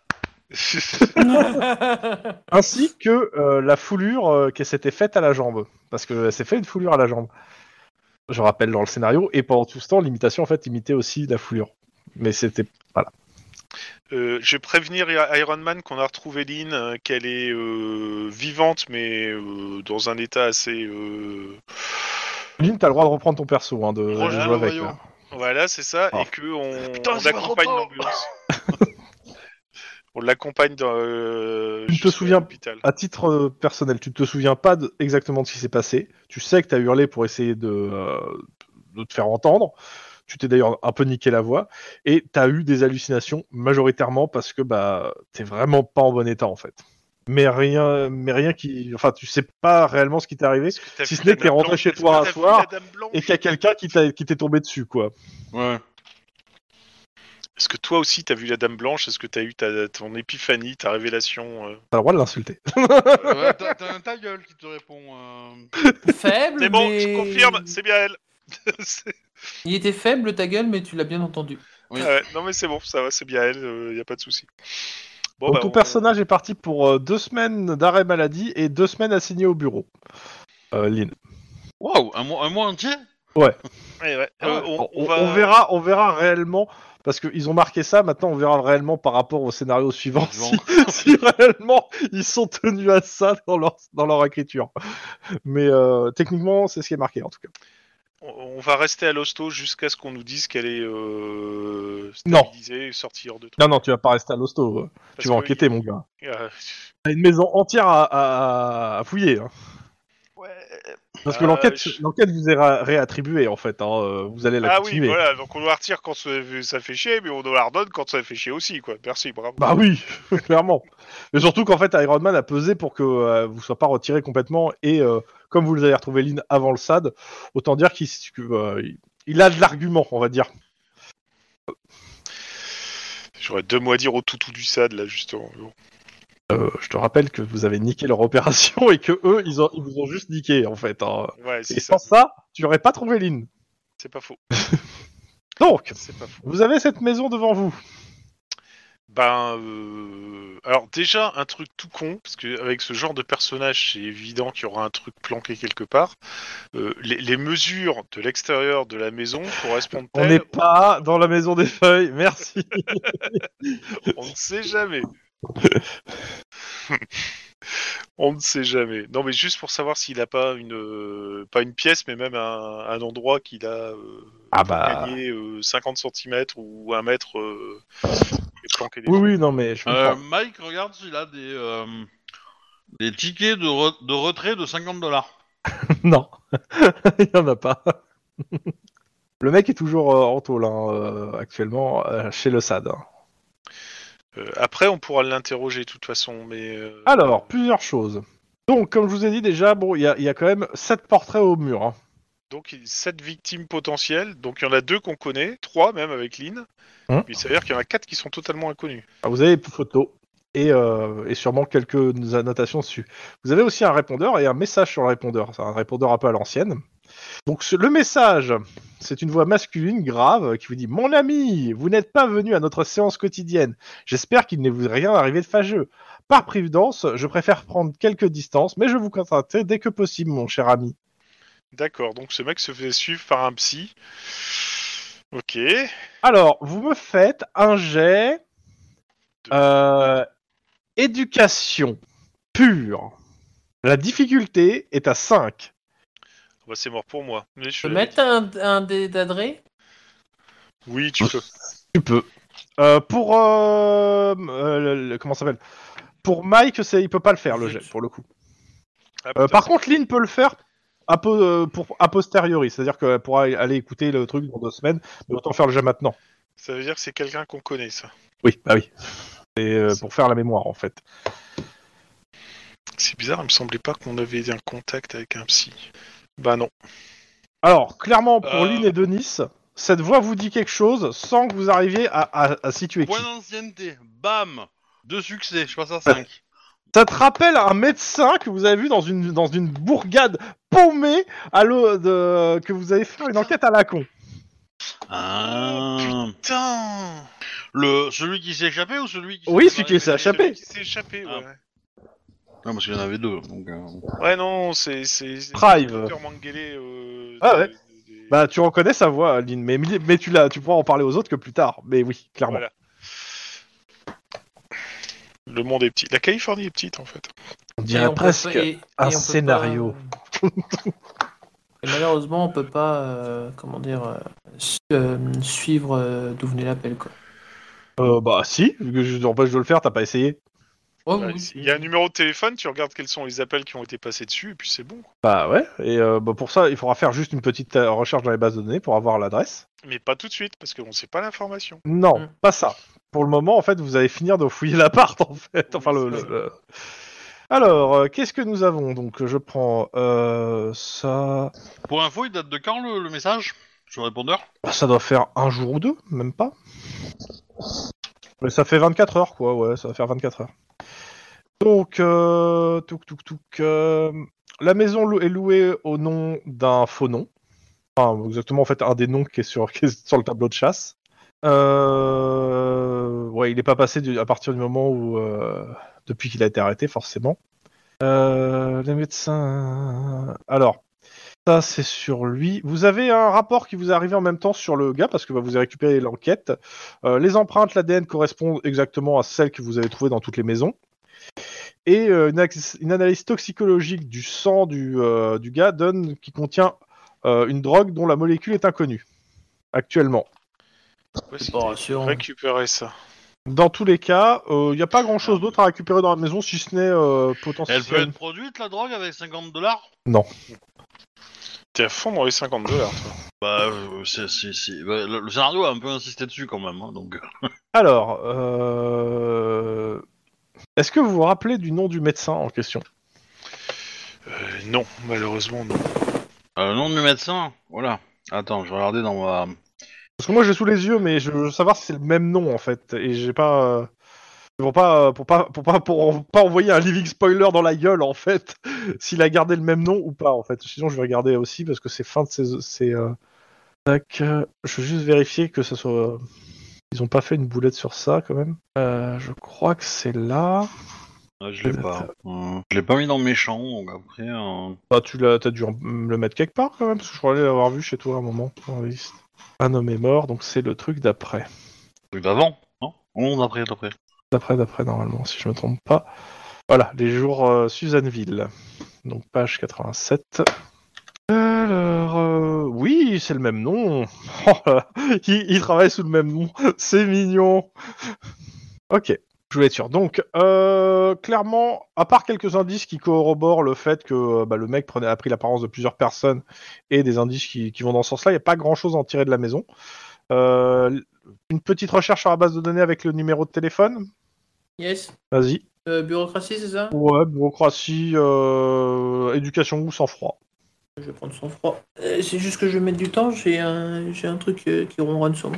Ainsi que euh, la foulure euh, qu'elle s'était faite à la jambe. Parce qu'elle s'est fait une foulure à la jambe. Je rappelle dans le scénario. Et pendant tout ce temps, l'imitation en fait imitait aussi la foulure. Mais c'était. Euh, je vais prévenir I- Iron Man qu'on a retrouvé Lynn, euh, qu'elle est euh, vivante, mais euh, dans un état assez. euh, Lynn, t'as le droit de reprendre ton perso. Hein, de, Roger de jouer avec, Royo. hein. Voilà, c'est ça, Ah. et que on, Putain, on c'est pas accompagne trop tôt. l'ambulance. on l'accompagne dans. Je euh, te jusqu'à souviens- l'hôpital. à titre euh, personnel, tu te souviens pas de- exactement de ce qui s'est passé. Tu sais que tu as hurlé pour essayer de, euh, de te faire entendre. Tu t'es d'ailleurs un peu niqué la voix. Et tu as eu des hallucinations majoritairement parce que bah, t'es vraiment pas en bon état en fait. Mais rien, mais rien qui. Enfin, tu sais pas réellement ce qui t'est arrivé Est-ce que t'as si vu ce n'est la que t'es dame rentré blanche chez Est-ce toi que un t'as vu soir la dame blanche et qu'il y a quelqu'un qui t'a- qui t'est tombé dessus, quoi. Ouais. Est-ce que toi aussi t'as vu la dame blanche Est-ce que t'as eu ta, ton épiphanie, ta révélation euh T'as le droit de l'insulter. Ouais, T'as t'as un ta gueule qui te répond. euh. faible, C'est bon, mais... je confirme, c'est bien elle. C'est- Il était faible, ta gueule, mais tu l'as bien entendu. Oui. Ah ouais, non mais c'est bon, ça va, c'est bien elle, euh, y a pas de souci. Bon, Donc, bah, ton on- personnage est parti pour euh, deux semaines d'arrêt maladie et deux semaines assignées au bureau. Euh, Lynn. Waouh, un mois, un mois entier Ouais, ouais. Ah Euh, ouais. on, on, on va- on verra, on verra réellement parce qu'ils ont marqué ça. Maintenant, on verra réellement par rapport au scénario suivant si, si réellement ils sont tenus à ça dans leur dans leur écriture. Mais euh, techniquement, c'est ce qui est marqué en tout cas. on- on va rester à l'hosto jusqu'à ce qu'on nous dise qu'elle est euh, Non. stabilisée et sortie hors de tout. Non, non, tu vas pas rester à l'hosto. euh. Tu vas enquêter, mon gars. T'as une maison entière à, à- à fouiller. hein. ouais. Parce que l'enquête, Euh, je- l'enquête vous est ra- réattribuée en fait. hein, euh, Vous allez la Ah oui, continuer. voilà, donc on doit retire quand ça ça fait chier, mais on doit la redonne quand ça fait chier aussi, quoi. Merci, bravo. Bah oui, clairement. Mais surtout qu'en fait, Iron Man a pesé pour que euh, vous ne soyez pas retiré complètement. Et euh, comme vous les avez retrouvé Lynn avant le SAD, autant dire qu'il s- que, euh, il a de l'argument, on va dire. J'aurais deux mots à dire au toutou du SAD, là, justement. Bon. Euh, je te rappelle que vous avez niqué leur opération et que eux, ils, ont, ils vous ont juste niqué en fait. hein. Ouais, c'est Et ça. sans ça, tu n'aurais pas trouvé Lynn. C'est pas faux. Donc, C'est pas faux. vous avez cette maison devant vous. Ben, euh, alors déjà un truc tout con, parce que avec ce genre de personnage, c'est évident qu'il y aura un truc planqué quelque part. Euh, les, les mesures de l'extérieur de la maison correspondent On n'est pas dans la maison des feuilles, merci. On ne sait jamais. On ne sait jamais. Non, mais juste pour savoir s'il n'a pas une euh, pas une pièce, mais même un, un endroit qu'il a euh, Ah bah. gagné euh, 50 cm ou un mètre. euh, et planqué des Oui, trucs. oui, non, mais je Euh, comprends. Mike, regarde s'il a des, euh, des tickets de, re- de retrait de 50 dollars. Non, il n'y en a pas. Le mec est toujours euh, en tôle hein, euh, actuellement euh, chez le SAD. Euh, après, on pourra l'interroger de toute façon, mais. euh, Alors, plusieurs choses. Donc, comme je vous ai dit déjà, bon, il y, a- il y a quand même sept portraits au mur. hein. Donc, sept victimes potentielles. Donc, il y en a deux qu'on connaît, trois même avec Lynn. Hum. Mais ça veut dire qu'il y en a quatre qui sont totalement inconnus. Ah, Vous avez des photos et, euh, et sûrement quelques annotations dessus. Vous avez aussi un répondeur et un message sur le répondeur. C'est un répondeur un peu à l'ancienne. Donc ce- le message, c'est une voix masculine grave qui vous dit Mon ami, vous n'êtes pas venu à notre séance quotidienne. J'espère qu'il ne vous est rien arrivé de fâcheux. Par prudence, je préfère prendre quelques distances, mais je vous contacterai dès que possible, mon cher ami. D'accord. Donc, ce mec se faisait suivre par un psy. Ok. Alors, vous me faites un jet euh, éducation pure. La difficulté est à 5. Bah, c'est mort pour moi. Mais je Je peux l'avais mettre un, un dé d'adré dit. Oui, Ah. tu peux. Tu peux. Euh, pour euh, euh, le- le- comment ça s'appelle Pour Mike, c'est il peut pas le faire le jet Zut. pour le coup. Ah, Euh, putain. par contre, Lynn peut le faire a po- euh, pour a posteriori, c'est-à-dire qu'elle pourra aller écouter le truc dans deux semaines, mais autant faire le jet maintenant. Ça veut dire que c'est quelqu'un qu'on connaît, ça. Oui, bah oui. Et euh, pour faire la mémoire en fait. C'est bizarre, il me semblait pas qu'on avait un contact avec un psy. Bah non. Alors clairement pour Euh. Lynn et Denis, cette voix vous dit quelque chose sans que vous arriviez à, à- à situer qui. Point d'ancienneté, bam Deux succès, je passe à 5. Ça te rappelle un médecin que vous avez vu dans une dans une bourgade paumée à l'eau de que vous avez fait une enquête à la con. Ah, Putain le, celui qui s'est échappé ou celui qui Oui, s'est celui qui s'est barré- échappé. Celui qui s'est échappé, Ah. ouais. Non, parce qu'il y en avait deux. donc, euh, Ouais, non, c'est. c'est- c'est- Drive. c'est Dr. Mengele, euh, Ah ouais. de- de- Bah, tu reconnais sa voix, Lynn, mais, mais tu, l'as- tu pourras en parler aux autres que plus tard. Mais oui, clairement. Voilà. Le monde est petit. La Californie est petite, en fait. On Et dirait on peut presque. pas- et- et un on peut scénario. pas, euh, et malheureusement, on peut pas, euh, comment dire, euh, su- euh, suivre euh, d'où venait l'appel. Quoi. Euh, bah, si, vu que je empêche de le faire, t'as pas essayé. Oh, Ouais, oui. Il Bah, y a un numéro de téléphone, tu regardes quels sont les appels qui ont été passés dessus, et puis c'est bon. quoi. Bah, ouais. Et euh, bah, pour ça, il faudra faire juste une petite euh, recherche dans les bases de données pour avoir l'adresse. Mais pas tout de suite, parce qu'on sait pas l'information. Non, Mm. pas ça. Pour le moment, en fait, vous allez finir de fouiller l'appart, en fait. Enfin, le. Oui, le- le- Alors, euh, qu'est-ce que nous avons Donc, je prends euh, ça. Pour info, il date de quand le, le message Sur le répondeur Bah, Ça doit faire un jour ou deux, même pas. Mais ça fait 24 heures, quoi, ouais, ça va faire 24 heures. Donc, euh, touc, touc, touc, euh, la maison lou- est louée au nom d'un faux nom. Enfin, exactement, en fait, un des noms qui est sur, qui est sur le tableau de chasse. Euh, ouais, il n'est pas passé du- à partir du moment où... euh, depuis qu'il a été arrêté, forcément. Euh, les médecins... Alors, ça, c'est sur lui. Vous avez un rapport qui vous est arrivé en même temps sur le gars, parce que bah, vous avez récupéré l'enquête. Euh, les empreintes, l'ADN correspondent exactement à celles que vous avez trouvées dans toutes les maisons. Et euh, une, ax- une analyse toxicologique du sang du, euh, du gars donne qui contient euh, une drogue dont la molécule est inconnue actuellement. Ouais, C'est c'est pas rassurant. récupérer ça. Dans tous les cas, euh, il n'y a pas grand-chose d'autre à récupérer dans la maison si ce n'est euh, Elle peut potentiellement... être produite, la drogue, avec 50 dollars Non. T'es à fond dans les 50 dollars, toi. Bah, euh, c'est, c'est- c'est- bah, le, le scénario a un peu insisté dessus quand même, hein, donc. Alors, euh, est-ce que vous vous rappelez du nom du médecin en question Euh, non, malheureusement, non. Euh, le nom du médecin, voilà. Attends, je vais regarder dans ma. Parce que moi j'ai sous les yeux, mais je veux savoir si c'est le même nom en fait, et j'ai pas euh, pour pas euh, pour pas pour pas pour pas envoyer un living spoiler dans la gueule en fait, s'il a gardé le même nom ou pas en fait. Sinon je vais regarder aussi parce que c'est fin de saison, c'est euh, tac, euh, je veux juste vérifier que ça soit. euh, Ils ont pas fait une boulette sur ça quand même. Euh, je crois que c'est là. Ah, je l'ai pas. Euh, je l'ai pas mis dans mes champs, donc après. euh, Bah, tu l'as, t'as dû en- mm, le mettre quelque part quand même, parce que je croyais l'avoir vu chez toi à un moment dans la liste. Un homme est mort, donc c'est le truc d'après. Truc d'avant, non Non, d'après, d'après. D'après, d'après, normalement, si je me trompe pas. Voilà, les jours euh, Suzanneville. Donc page 87. Alors, euh, oui, c'est le même nom. Oh là, il, il travaille sous le même nom. C'est mignon. Ok, je voulais être sûr. Donc, euh, clairement, à part quelques indices qui corroborent le fait que euh, bah, le mec prenait, a pris l'apparence de plusieurs personnes et des indices qui, qui vont dans ce sens-là, il n'y a pas grand-chose à en tirer de la maison. Euh, une petite recherche sur la base de données avec le numéro de téléphone. Yes. Vas-y. Euh, bureaucratie, c'est ça Ouais, bureaucratie, euh, éducation ou sang-froid. Je vais prendre son froid. Euh, c'est juste que je vais mettre du temps, j'ai un, j'ai un truc euh, qui ronronne sur moi.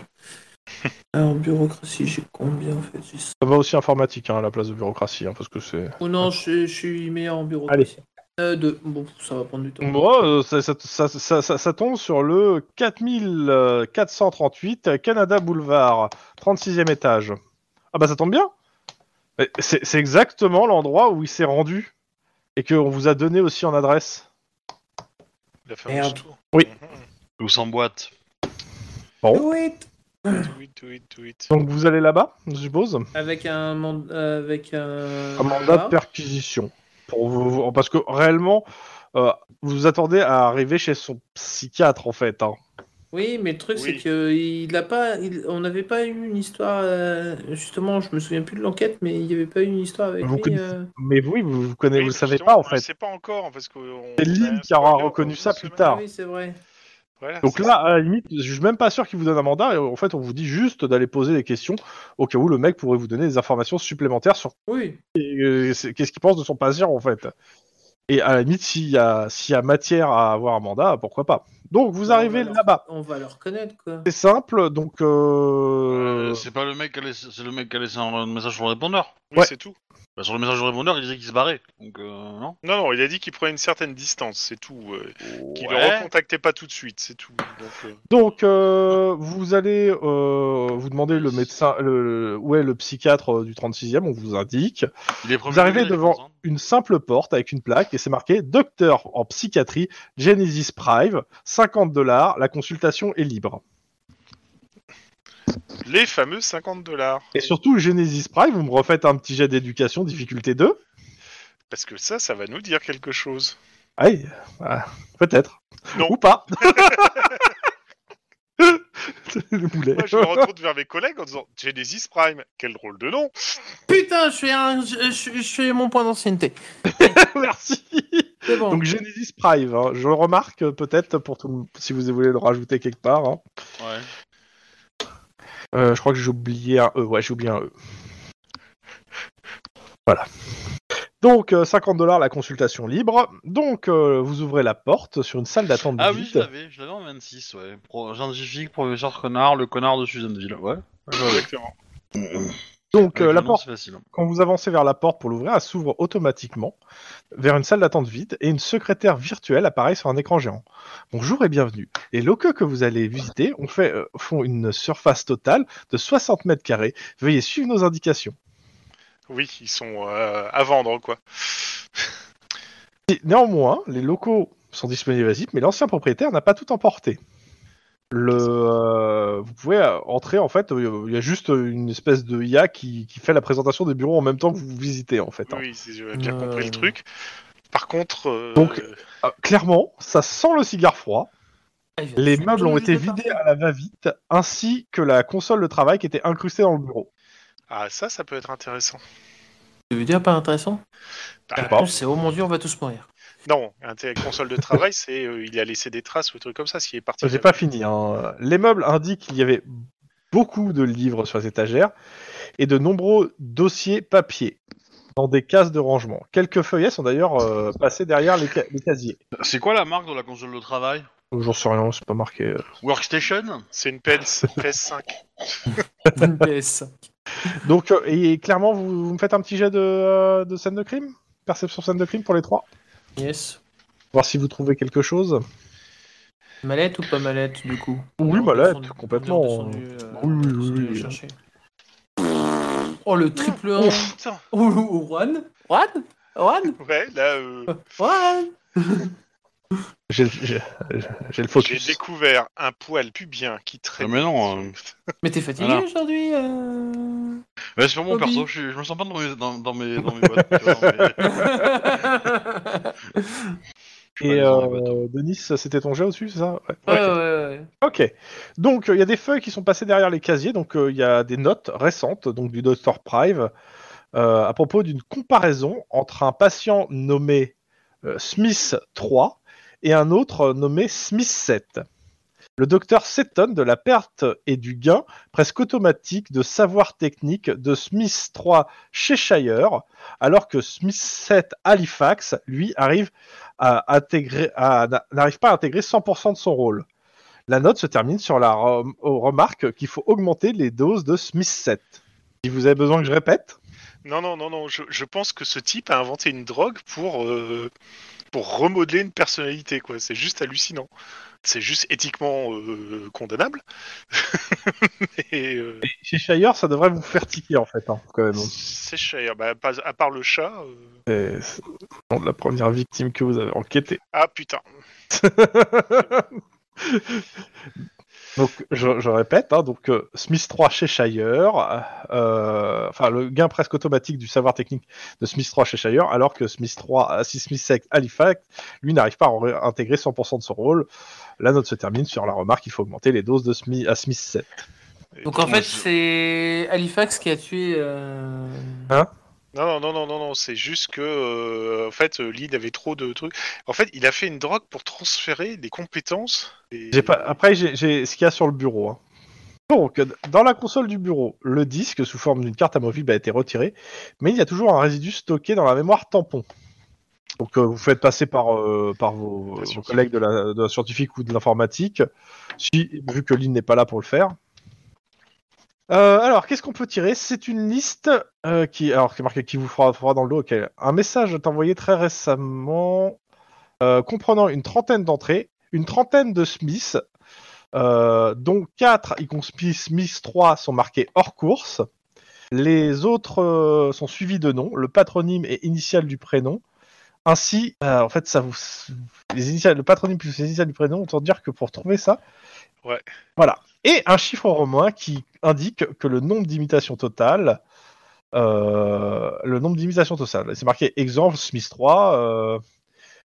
Alors, bureaucratie, j'ai combien en fait J'ai cent- Ça va aussi informatique hein, à la place de bureaucratie, hein, parce que c'est. Oh non, je, je suis meilleur en bureaucratie. Euh, deux. Bon, ça va prendre du temps. Bon, euh, ça, ça- ça- ça- ça- ça tombe sur le 4438 Canada Boulevard, 36e étage. Ah bah ça tombe bien Mais C'est c'est exactement l'endroit où il s'est rendu et qu'on vous a donné aussi en adresse. La fameuse Merde. tour. Oui. Tout s'emboîte. Oui. Mhm. Do it, do it, do it. Donc vous allez là-bas, je suppose Avec un mand- euh, avec un, un mandat de Ah, perquisition. Pour vous- parce que réellement, euh, vous vous attendez à arriver chez son psychiatre en fait. hein. Oui, mais le truc c'est Oui. que il a pas il- on n'avait pas eu une histoire euh, justement, je me souviens plus de l'enquête mais il n'y avait pas eu une histoire avec Vous lui. connaissez- euh. Mais oui, vous, vous connaissez, vous Oui, le savez justement, pas en On le fait. sait pas encore, hein, parce que... on- C'est Lynn on a qui aura spoiler dans reconnu une ça plus semaine. tard. Ah oui, c'est vrai. Voilà, Donc c'est là, à la limite, je suis même pas sûr qu'il vous donne un mandat. et En fait, on vous dit juste d'aller poser des questions au cas où le mec pourrait vous donner des informations supplémentaires sur Oui. euh, c'est- qu'est-ce qu'il pense de son patient en fait. Et à la limite, s'il y, a- s'il y a matière à avoir un mandat, pourquoi pas. Donc vous Non, arrivez alors. là-bas. On va le reconnaître quoi. C'est simple, donc. euh, Euh, c'est pas le mec qui a laissé, c'est le mec qui a laissé un message sur le répondeur. Oui, Ouais. c'est tout. Bah, sur le message sur le répondeur, il disait qu'il se barrait. Donc, euh, non Non, non, il a dit qu'il prenait une certaine distance, c'est tout. euh, qu'il le Ouais. recontactait pas tout de suite, c'est tout. Donc, euh, Donc, euh, vous allez euh, vous demander le médecin, le, où est le psychiatre euh, du 36e, on vous indique. Il est premier Vous arrivez degré, je devant- pense, hein. Une simple porte avec une plaque et c'est marqué Docteur en psychiatrie, Genesis Prime, 50 dollars, la consultation est libre. les fameux 50 dollars. Et surtout, Genesis Prime, vous me refaites un petit jet d'éducation, difficulté 2 Parce que ça, ça va nous dire quelque chose. Aïe, ah, peut-être. Non. Ou pas. le boulet. Moi, je me retourne vers mes collègues en disant Genesis Prime, quel drôle de nom Putain, je fais un je, je- je fais mon point d'ancienneté. Merci. C'est bon. Donc Genesis Prime, hein. je le remarque euh, peut-être pour tout, le- si vous voulez le rajouter quelque part. hein. Ouais. Euh, je crois que j'ai oublié un E. Ouais, j'ai oublié un E. Voilà. Donc, euh, 50 dollars la consultation libre. Donc, euh, vous ouvrez la porte sur une salle d'attente Ah oui, vide. je l'avais, je l'avais en 26, ouais. Pro- scientifique, professeur connard, le connard de Suzanneville, ouais. Exactement. Donc, euh, Avec la le nom, porte, c'est facile. hein. quand vous avancez vers la porte pour l'ouvrir, elle s'ouvre automatiquement vers une salle d'attente vide et une secrétaire virtuelle apparaît sur un écran géant. Bonjour et bienvenue. Les locaux que vous allez visiter ont fait, euh, font une surface totale de 60 mètres carrés. Veuillez suivre nos indications. Oui, ils sont euh, à vendre, quoi. Et Néanmoins, les locaux sont disponibles à zip, mais l'ancien propriétaire n'a pas tout emporté. Le, euh, vous pouvez euh, entrer en fait, euh, il y a juste une espèce de IA qui, qui fait la présentation des bureaux en même temps que vous visitez en fait. hein. Oui, c'est- j'avais bien Euh. compris le truc. Par contre, euh, Donc, Ah, clairement, ça sent le cigare froid. Les meubles ont été vidés à la va-vite, ainsi que la console de travail qui était incrustée dans le bureau. ah, ça, ça peut être intéressant. Tu veux dire pas intéressant Ah, Bah, pas. C'est oh mon dieu, on va tous mourir. Non, un t- console de travail, c'est euh, il a laissé des traces ou des trucs comme ça. S'il est parti. J'ai pas fini. hein. Les meubles indiquent qu'il y avait beaucoup de livres sur les étagères et de nombreux dossiers papier dans des cases de rangement. Quelques feuillets sont d'ailleurs euh, passés derrière les, ca- les casiers. C'est quoi la marque de la console de travail Toujours sur Euh, rien, c'est pas marqué. euh. Workstation C'est une PS, PS5. Une PS. Donc, euh, et clairement, vous, vous me faites un petit jet de, euh, de scène de crime Perception scène de crime pour les trois Yes. Voir si vous trouvez quelque chose. Mallette ou pas mallette du coup Oui, On est mallette, redescendu- complètement. hein. on est redescendu, euh, Oui, oui, on est oui, allé oui. chercher. Oh le triple 1 Putain. Oh le- Juan Juan Juan Ouais, là, euh, Juan J'ai j'ai- j'ai le j'ai focus. découvert un poil pubien qui traîne. Ah, mais non, euh. Mais t'es fatigué Voilà. aujourd'hui euh Ouais, c'est pas mon Hobby. perso, je, suis- je me sens pas dans mes, dans, dans mes, dans mes boîtes. tu vois, dans mes- je suis Et pas dans mes boîtes. euh, Denis, c'était ton jet au-dessus, c'est ça Ouais. Ouais, ouais, ouais. Ok. Donc, euh, il y a des feuilles qui sont passées derrière les casiers. Donc, euh, il y a des notes récentes, donc du Dr. Prive, euh, à propos d'une comparaison entre un patient nommé euh, Smith 3 et un autre euh, nommé Smith 7. Le docteur s'étonne de la perte et du gain presque automatique de savoir technique de Smith 3 chez Shire, alors que Smith 7 Halifax, lui, arrive à intégrer, à- n'arrive pas à intégrer 100% de son rôle. La note se termine sur la rem- oh, remarque qu'il faut augmenter les doses de Smith 7. Si vous avez besoin que je répète, Non, non, non, non. Je, je pense que ce type a inventé une drogue pour euh, pour remodeler une personnalité. Quoi, c'est juste hallucinant. C'est juste éthiquement euh, condamnable. Et, euh, chez Shire, ça devrait vous faire tiquer en fait, hein, quand même. c'est cher. Bah, pas- à part le chat. euh, C'est c'est le nom de la première victime que vous avez enquêtée. Ah putain. Donc, je, je répète, hein, donc euh, Smith 3 chez Shire, euh, enfin le gain presque automatique du savoir technique de Smith 3 chez Shire, alors que Smith 3, euh, si Smith 7 Halifax, lui n'arrive pas à re- intégrer 100% de son rôle. La note se termine sur la remarque qu'il faut augmenter les doses de Smith, à Smith 7. Donc en Moi, fait, je- c'est Halifax qui a tué. euh, Non, non, non, non, non, non, c'est juste que, euh, en fait, euh, Lead avait trop de trucs. En fait, il a fait une drogue pour transférer des compétences. et- J'ai pas... Après, j'ai j'ai ce qu'il y a sur le bureau. hein. Donc, dans la console du bureau, le disque sous forme d'une carte amovible a été retiré, mais il y a toujours un résidu stocké dans la mémoire tampon. Donc, euh, vous faites passer par, euh, par vos, La vos scientifique. collègues de la, de la scientifique ou de l'informatique, si, vu que l'île n'est pas là pour le faire. Euh, alors, qu'est-ce qu'on peut tirer C'est une liste euh, qui, alors, qui est marquée qui vous fera, fera dans le dos. ok. Un message envoyé très récemment euh, comprenant une trentaine d'entrées, une trentaine de Smiths, euh, dont 4, y compris Smith 3, sont marqués hors course. Les autres euh, sont suivis de noms, le patronyme et initial du prénom. Ainsi, euh, en fait, ça vous. Les initiales, le patronyme plus les initiales du prénom, autant dire que pour trouver ça. Ouais. Voilà. Et un chiffre romain qui indique que le nombre d'imitations totales. euh, le nombre d'imitations totales. C'est marqué exemple Smith 3, euh,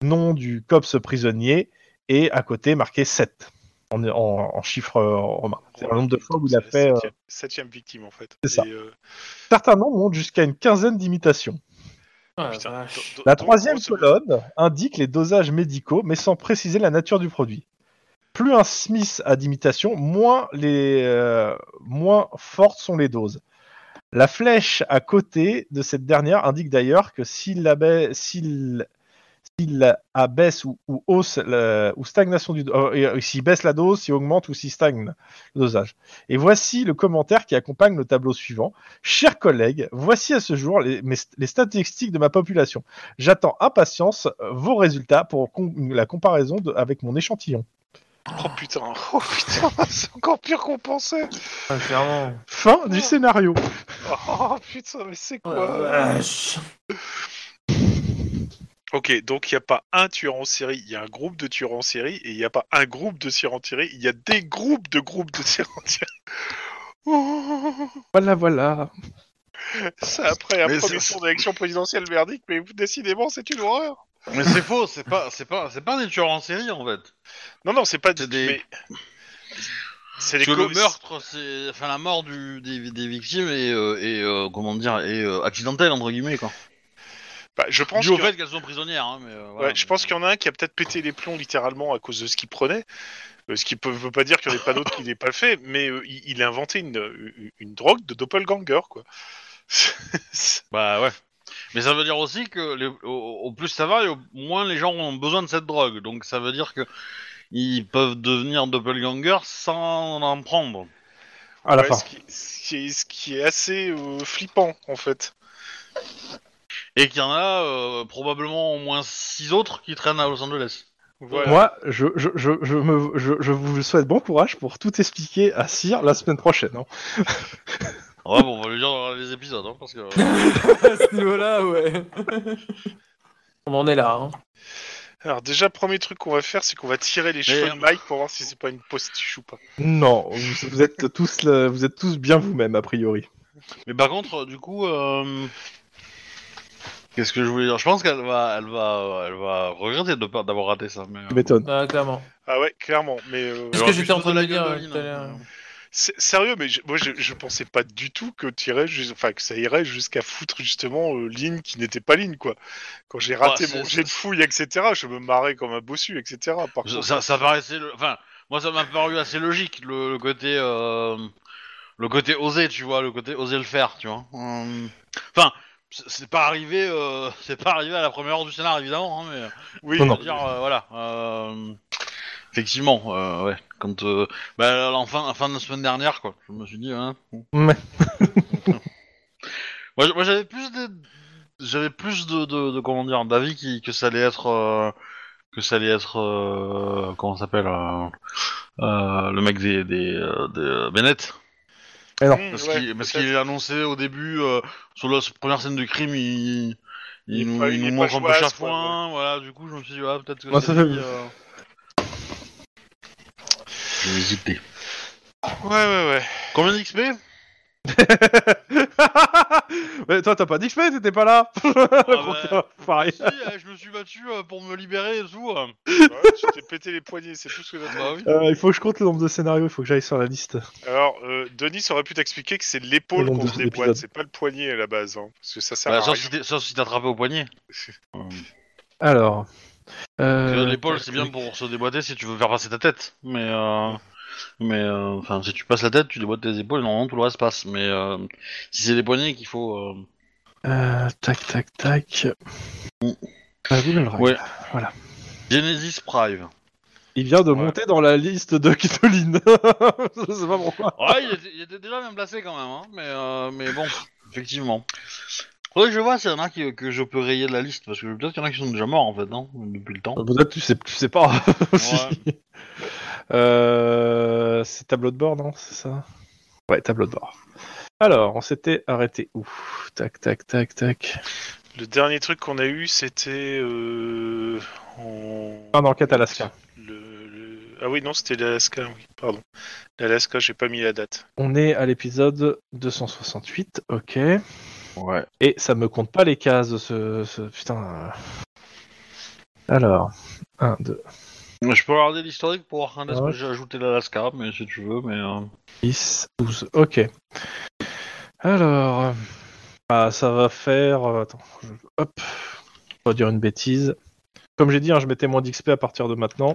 nom du COPS prisonnier, et à côté marqué 7 en, en, en chiffre euh, romain. C'est un nombre de fois où il a C'est la fait. euh, septième, septième victime, en fait. C'est ça. Et, euh, Certains noms montent jusqu'à une quinzaine d'imitations. Ah, putain, vache. do- do- La donc, troisième en gros, colonne indique les dosages médicaux, mais sans préciser la nature du produit. Plus un Smith a d'imitation, moins, les, euh, moins fortes sont les doses. La flèche à côté de cette dernière indique d'ailleurs que s'il abai- s'il- s'il abaisse ou, ou hausse la, ou stagnation du do- euh, et s'il baisse la dose, s'il augmente ou s'il stagne le dosage. Et voici le commentaire qui accompagne le tableau suivant. Chers collègues, voici à ce jour les, mes- les statistiques de ma population. J'attends impatience euh, vos résultats pour com- la comparaison de- avec mon échantillon. Oh putain, oh putain, c'est encore pire qu'on pensait. Ah, clairement. Fin du scénario. Oh putain, mais c'est Oh quoi la vache. Ok, donc il n'y a pas un tueur en série, il y a un groupe de tueurs en série, et il n'y a pas un groupe de tueurs en série, il y a des groupes de groupes de tueurs en série. Oh, Voilà, voilà. ça après un Mais premier c'est- tour d'élection présidentielle verdict, mais décidément c'est une horreur. Mais c'est faux, c'est pas, c'est pas, c'est pas des tueurs en série en fait. Non, non, c'est pas C'est des- mais- C'est les Parce que le co- meurtre, c'est, enfin la mort du, des, des victimes est, euh, est, euh, comment dire, est euh, accidentelle entre guillemets quoi. Bah, je pense Dû au qu'il y, en- fait qu'elles sont prisonnières. hein, mais, euh, voilà. ouais, je pense qu'il y en a un qui a peut-être pété les plombs littéralement à cause de ce qu'il prenait. Euh, Ce qui ne veut pas dire qu'il n'y en ait pas d'autres qui n'aient pas le fait, mais euh, il, il a inventé une, une- une drogue de doppelganger, quoi. Bah ouais. Mais ça veut dire aussi que les- au, au plus ça va, et au moins les gens ont besoin de cette drogue. Donc ça veut dire que ils peuvent devenir doppelganger sans en prendre. À la Ouais, fin. ce, qui, ce qui est, ce qui est assez euh, flippant, en fait. Et qu'il y en a euh, probablement au moins six autres qui traînent à Los Angeles. Voilà. Moi, je, je, je, je, me, je, je vous souhaite bon courage pour tout expliquer à Cyr la semaine prochaine. hein. Ah Ouais, bon, on va le dire dans les épisodes, hein, parce que. à ce niveau-là, ouais. On en est là. Hein. Alors déjà, premier truc qu'on va faire, c'est qu'on va tirer les cheveux euh, de Mike pour voir si c'est pas une postiche ou pas. Non, vous, vous êtes tous, le- vous êtes tous bien vous-même, a priori. Mais par contre, du coup, euh, qu'est-ce que je voulais dire Je pense qu'elle va, elle va, euh, elle va regretter de pas d'avoir raté ça. Mais, euh, Tu m'étonnes. Bah, clairement. Ah ouais, clairement. Mais euh, C'est ce j'aurais que pu j'étais en se train de foutre me dire gueule euh, de tout à Lynn, l'heure. hein. c'est- sérieux, mais je- moi je, je pensais pas du tout que tirait, jus- enfin que ça irait jusqu'à foutre justement euh, Lynn qui n'était pas Lynn quoi. Quand j'ai raté Ah, c'est- mon jet de fouille, etc. Je me marrais comme un bossu, etc. Par Ça, contre, ça, ça paraissait, le- enfin, moi ça m'a paru assez logique le, le côté, euh, le côté oser, tu vois, le côté oser le faire, tu vois. Euh, Enfin, c'est- c'est pas arrivé, euh, c'est pas arrivé à la première heure du scénar évidemment, hein, mais euh, oui, Mmh, Non, non. je veux dire, euh, voilà. euh, effectivement, euh, ouais. Quand, euh, bah, en fin, en fin de la semaine dernière, quoi, je me suis dit, hein, Mais- Moi, j- moi, j'avais plus de, j'avais plus de, de, de- comment dire, d'avis qui, que ça allait être, euh, que ça allait être, euh, comment ça s'appelle, euh, euh, le mec des, des, euh, des, euh, Bennett. non, Mmh, Parce ouais, qu'il, parce peut-être. qu'il est annoncé au début, euh, sur la s- première scène du crime, il, il, Il est nous, pas- il il nous est pas montre un peu jouasse, quoi, chafouin, voilà, du coup, je me suis dit, ah, peut-être que Moi, ça fait- lui, euh. J'ai hésité. Ouais, ouais, ouais. Combien d'XP Ah Mais toi, t'as pas d'XP, t'étais pas là. Ah ouais. Pareil. Si, eh, je me suis battu euh, pour me libérer et tout. euh. Bah Ouais, tu t'es pété les poignets, c'est tout ce que t'as Bah oui. Euh, il faut que je compte le nombre de scénarios, il faut que j'aille sur la liste. Alors, euh, Denis aurait pu t'expliquer que c'est l'épaule Le nombre qu'on de se cet déboîte, épisode. c'est pas le poignet à la base, hein, parce que ça sert Bah, à sauf, rien. si t'es- sauf si t'es attrapé au poignet. Alors. Parce que Euh, L'épaule, c'est bien pour se déboîter si tu veux faire passer ta tête. Mais, euh, mais euh, enfin, si tu passes la tête, tu déboîtes tes épaules et normalement tout le reste passe. Mais euh, si c'est les poignets qu'il faut. euh, euh, tac, tac, tac. Ah, Google Drive. Ouais. Voilà. Genesis Prime. Il vient de Ouais. monter dans la liste de Kitoline. je sais pas pourquoi. Ouais, il était, il était déjà bien placé quand même. hein, mais, euh, mais bon, effectivement. Faudrait que je vois s'il y en a qui- que je peux rayer de la liste. Parce que peut-être qu'il y en a qui sont déjà morts en fait, non Depuis le temps. Ah, Peut-être tu sais, tu sais pas aussi. Euh, c'est tableau de bord, non C'est ça Ouais, tableau de bord. Alors, on s'était arrêté où Tac, tac, tac, tac. Le dernier truc qu'on a eu, c'était euh, en- Fin d'enquête Alaska. Le, le- Ah oui, non, c'était l'Alaska, oui, pardon. L'Alaska, j'ai pas mis la date. On est à l'épisode 268, ok. Ouais. Et ça me compte pas les cases de ce. ce- Putain. euh. Alors, 1, 2, Je peux regarder l'historique pour voir quand est-ce Ouais. que j'ai ajouté l'Alaska, mais si tu veux, mais... euh, 10, 12, ok. Alors. euh, Ah, ça va faire. euh, Attends, je- hop. Pas dire une bêtise. Comme j'ai dit, hein, je mettais moins d'XP à partir de maintenant.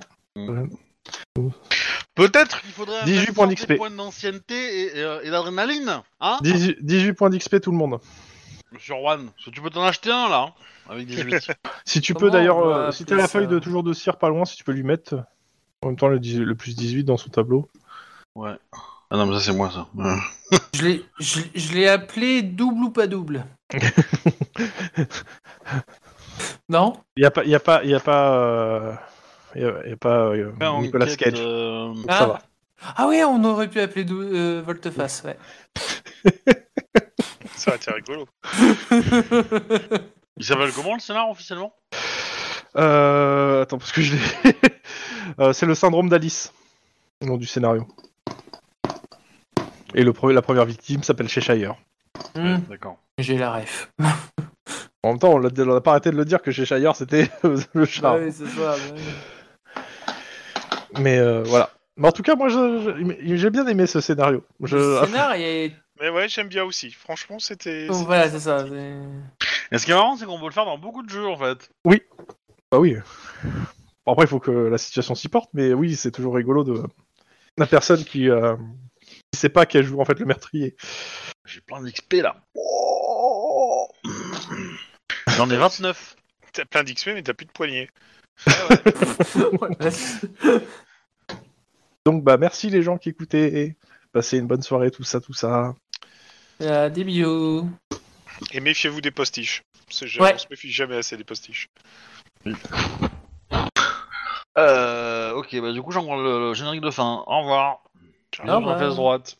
Peut-être qu'il faudrait... 18 investir points des d'XP. points d'ancienneté et, et, euh, et d'adrénaline, hein 18, 18 points d'XP tout le monde. Sur One. Parce que tu peux t'en acheter un, là, hein, avec 18. Si tu peux Comment d'ailleurs, on doit euh, si appeler t'as la ça feuille de toujours de cire pas loin, si tu peux lui mettre euh, en même temps le, 10 le plus 18 dans son tableau. ouais. Ah non, mais ça, c'est moi, ça. Ouais. Je l'ai- Je je l'ai appelé double ou pas double. non Il y a pas, il y a pas, il y a pas, euh, y a, y a pas euh, Faire Nicolas enquête, Cage. euh, Donc Ah. ça va. Ah oui, on aurait pu appeler dou- euh, Volteface, ouais. Ça a été rigolo. Il s'appelle comment, le scénar, officiellement Euh, attends parce que je l'ai. Euh, c'est le syndrome d'Alice, le nom du scénario. Et le premier, la première victime s'appelle Cheshire. Ouais, Hmm, D'accord. J'ai la ref. En même temps, on n'a pas arrêté de le dire que Cheshire c'était le chat. oui, c'est ça. Mais euh, voilà. Mais en tout cas, moi, je- je- j'ai bien aimé ce scénario. Je, Le scénar est... Oh, Mais ouais, j'aime bien aussi. Franchement, c'était. Voilà, c'est ça. c'est- Et ce qui est marrant, c'est qu'on peut le faire dans beaucoup de jeux en fait. Bah oui. Bon, après, il faut que la situation s'y porte, mais oui, c'est toujours rigolo de la personne qui euh, qui sait pas qu'elle joue en fait le meurtrier. J'ai plein d'XP là. J'en ai 29. T'as plein d'XP, mais t'as plus de poignée. Voilà. Donc bah merci les gens qui écoutaient. Passez une bonne soirée, tout ça, tout ça. Euh, des bio. Et méfiez-vous des postiches. C'est- je- Ouais. On se méfie jamais assez des postiches. Euh, ok, bah du coup, j'en prends le, le générique de fin. Au revoir. Ciao. Au revoir. Fesse droite.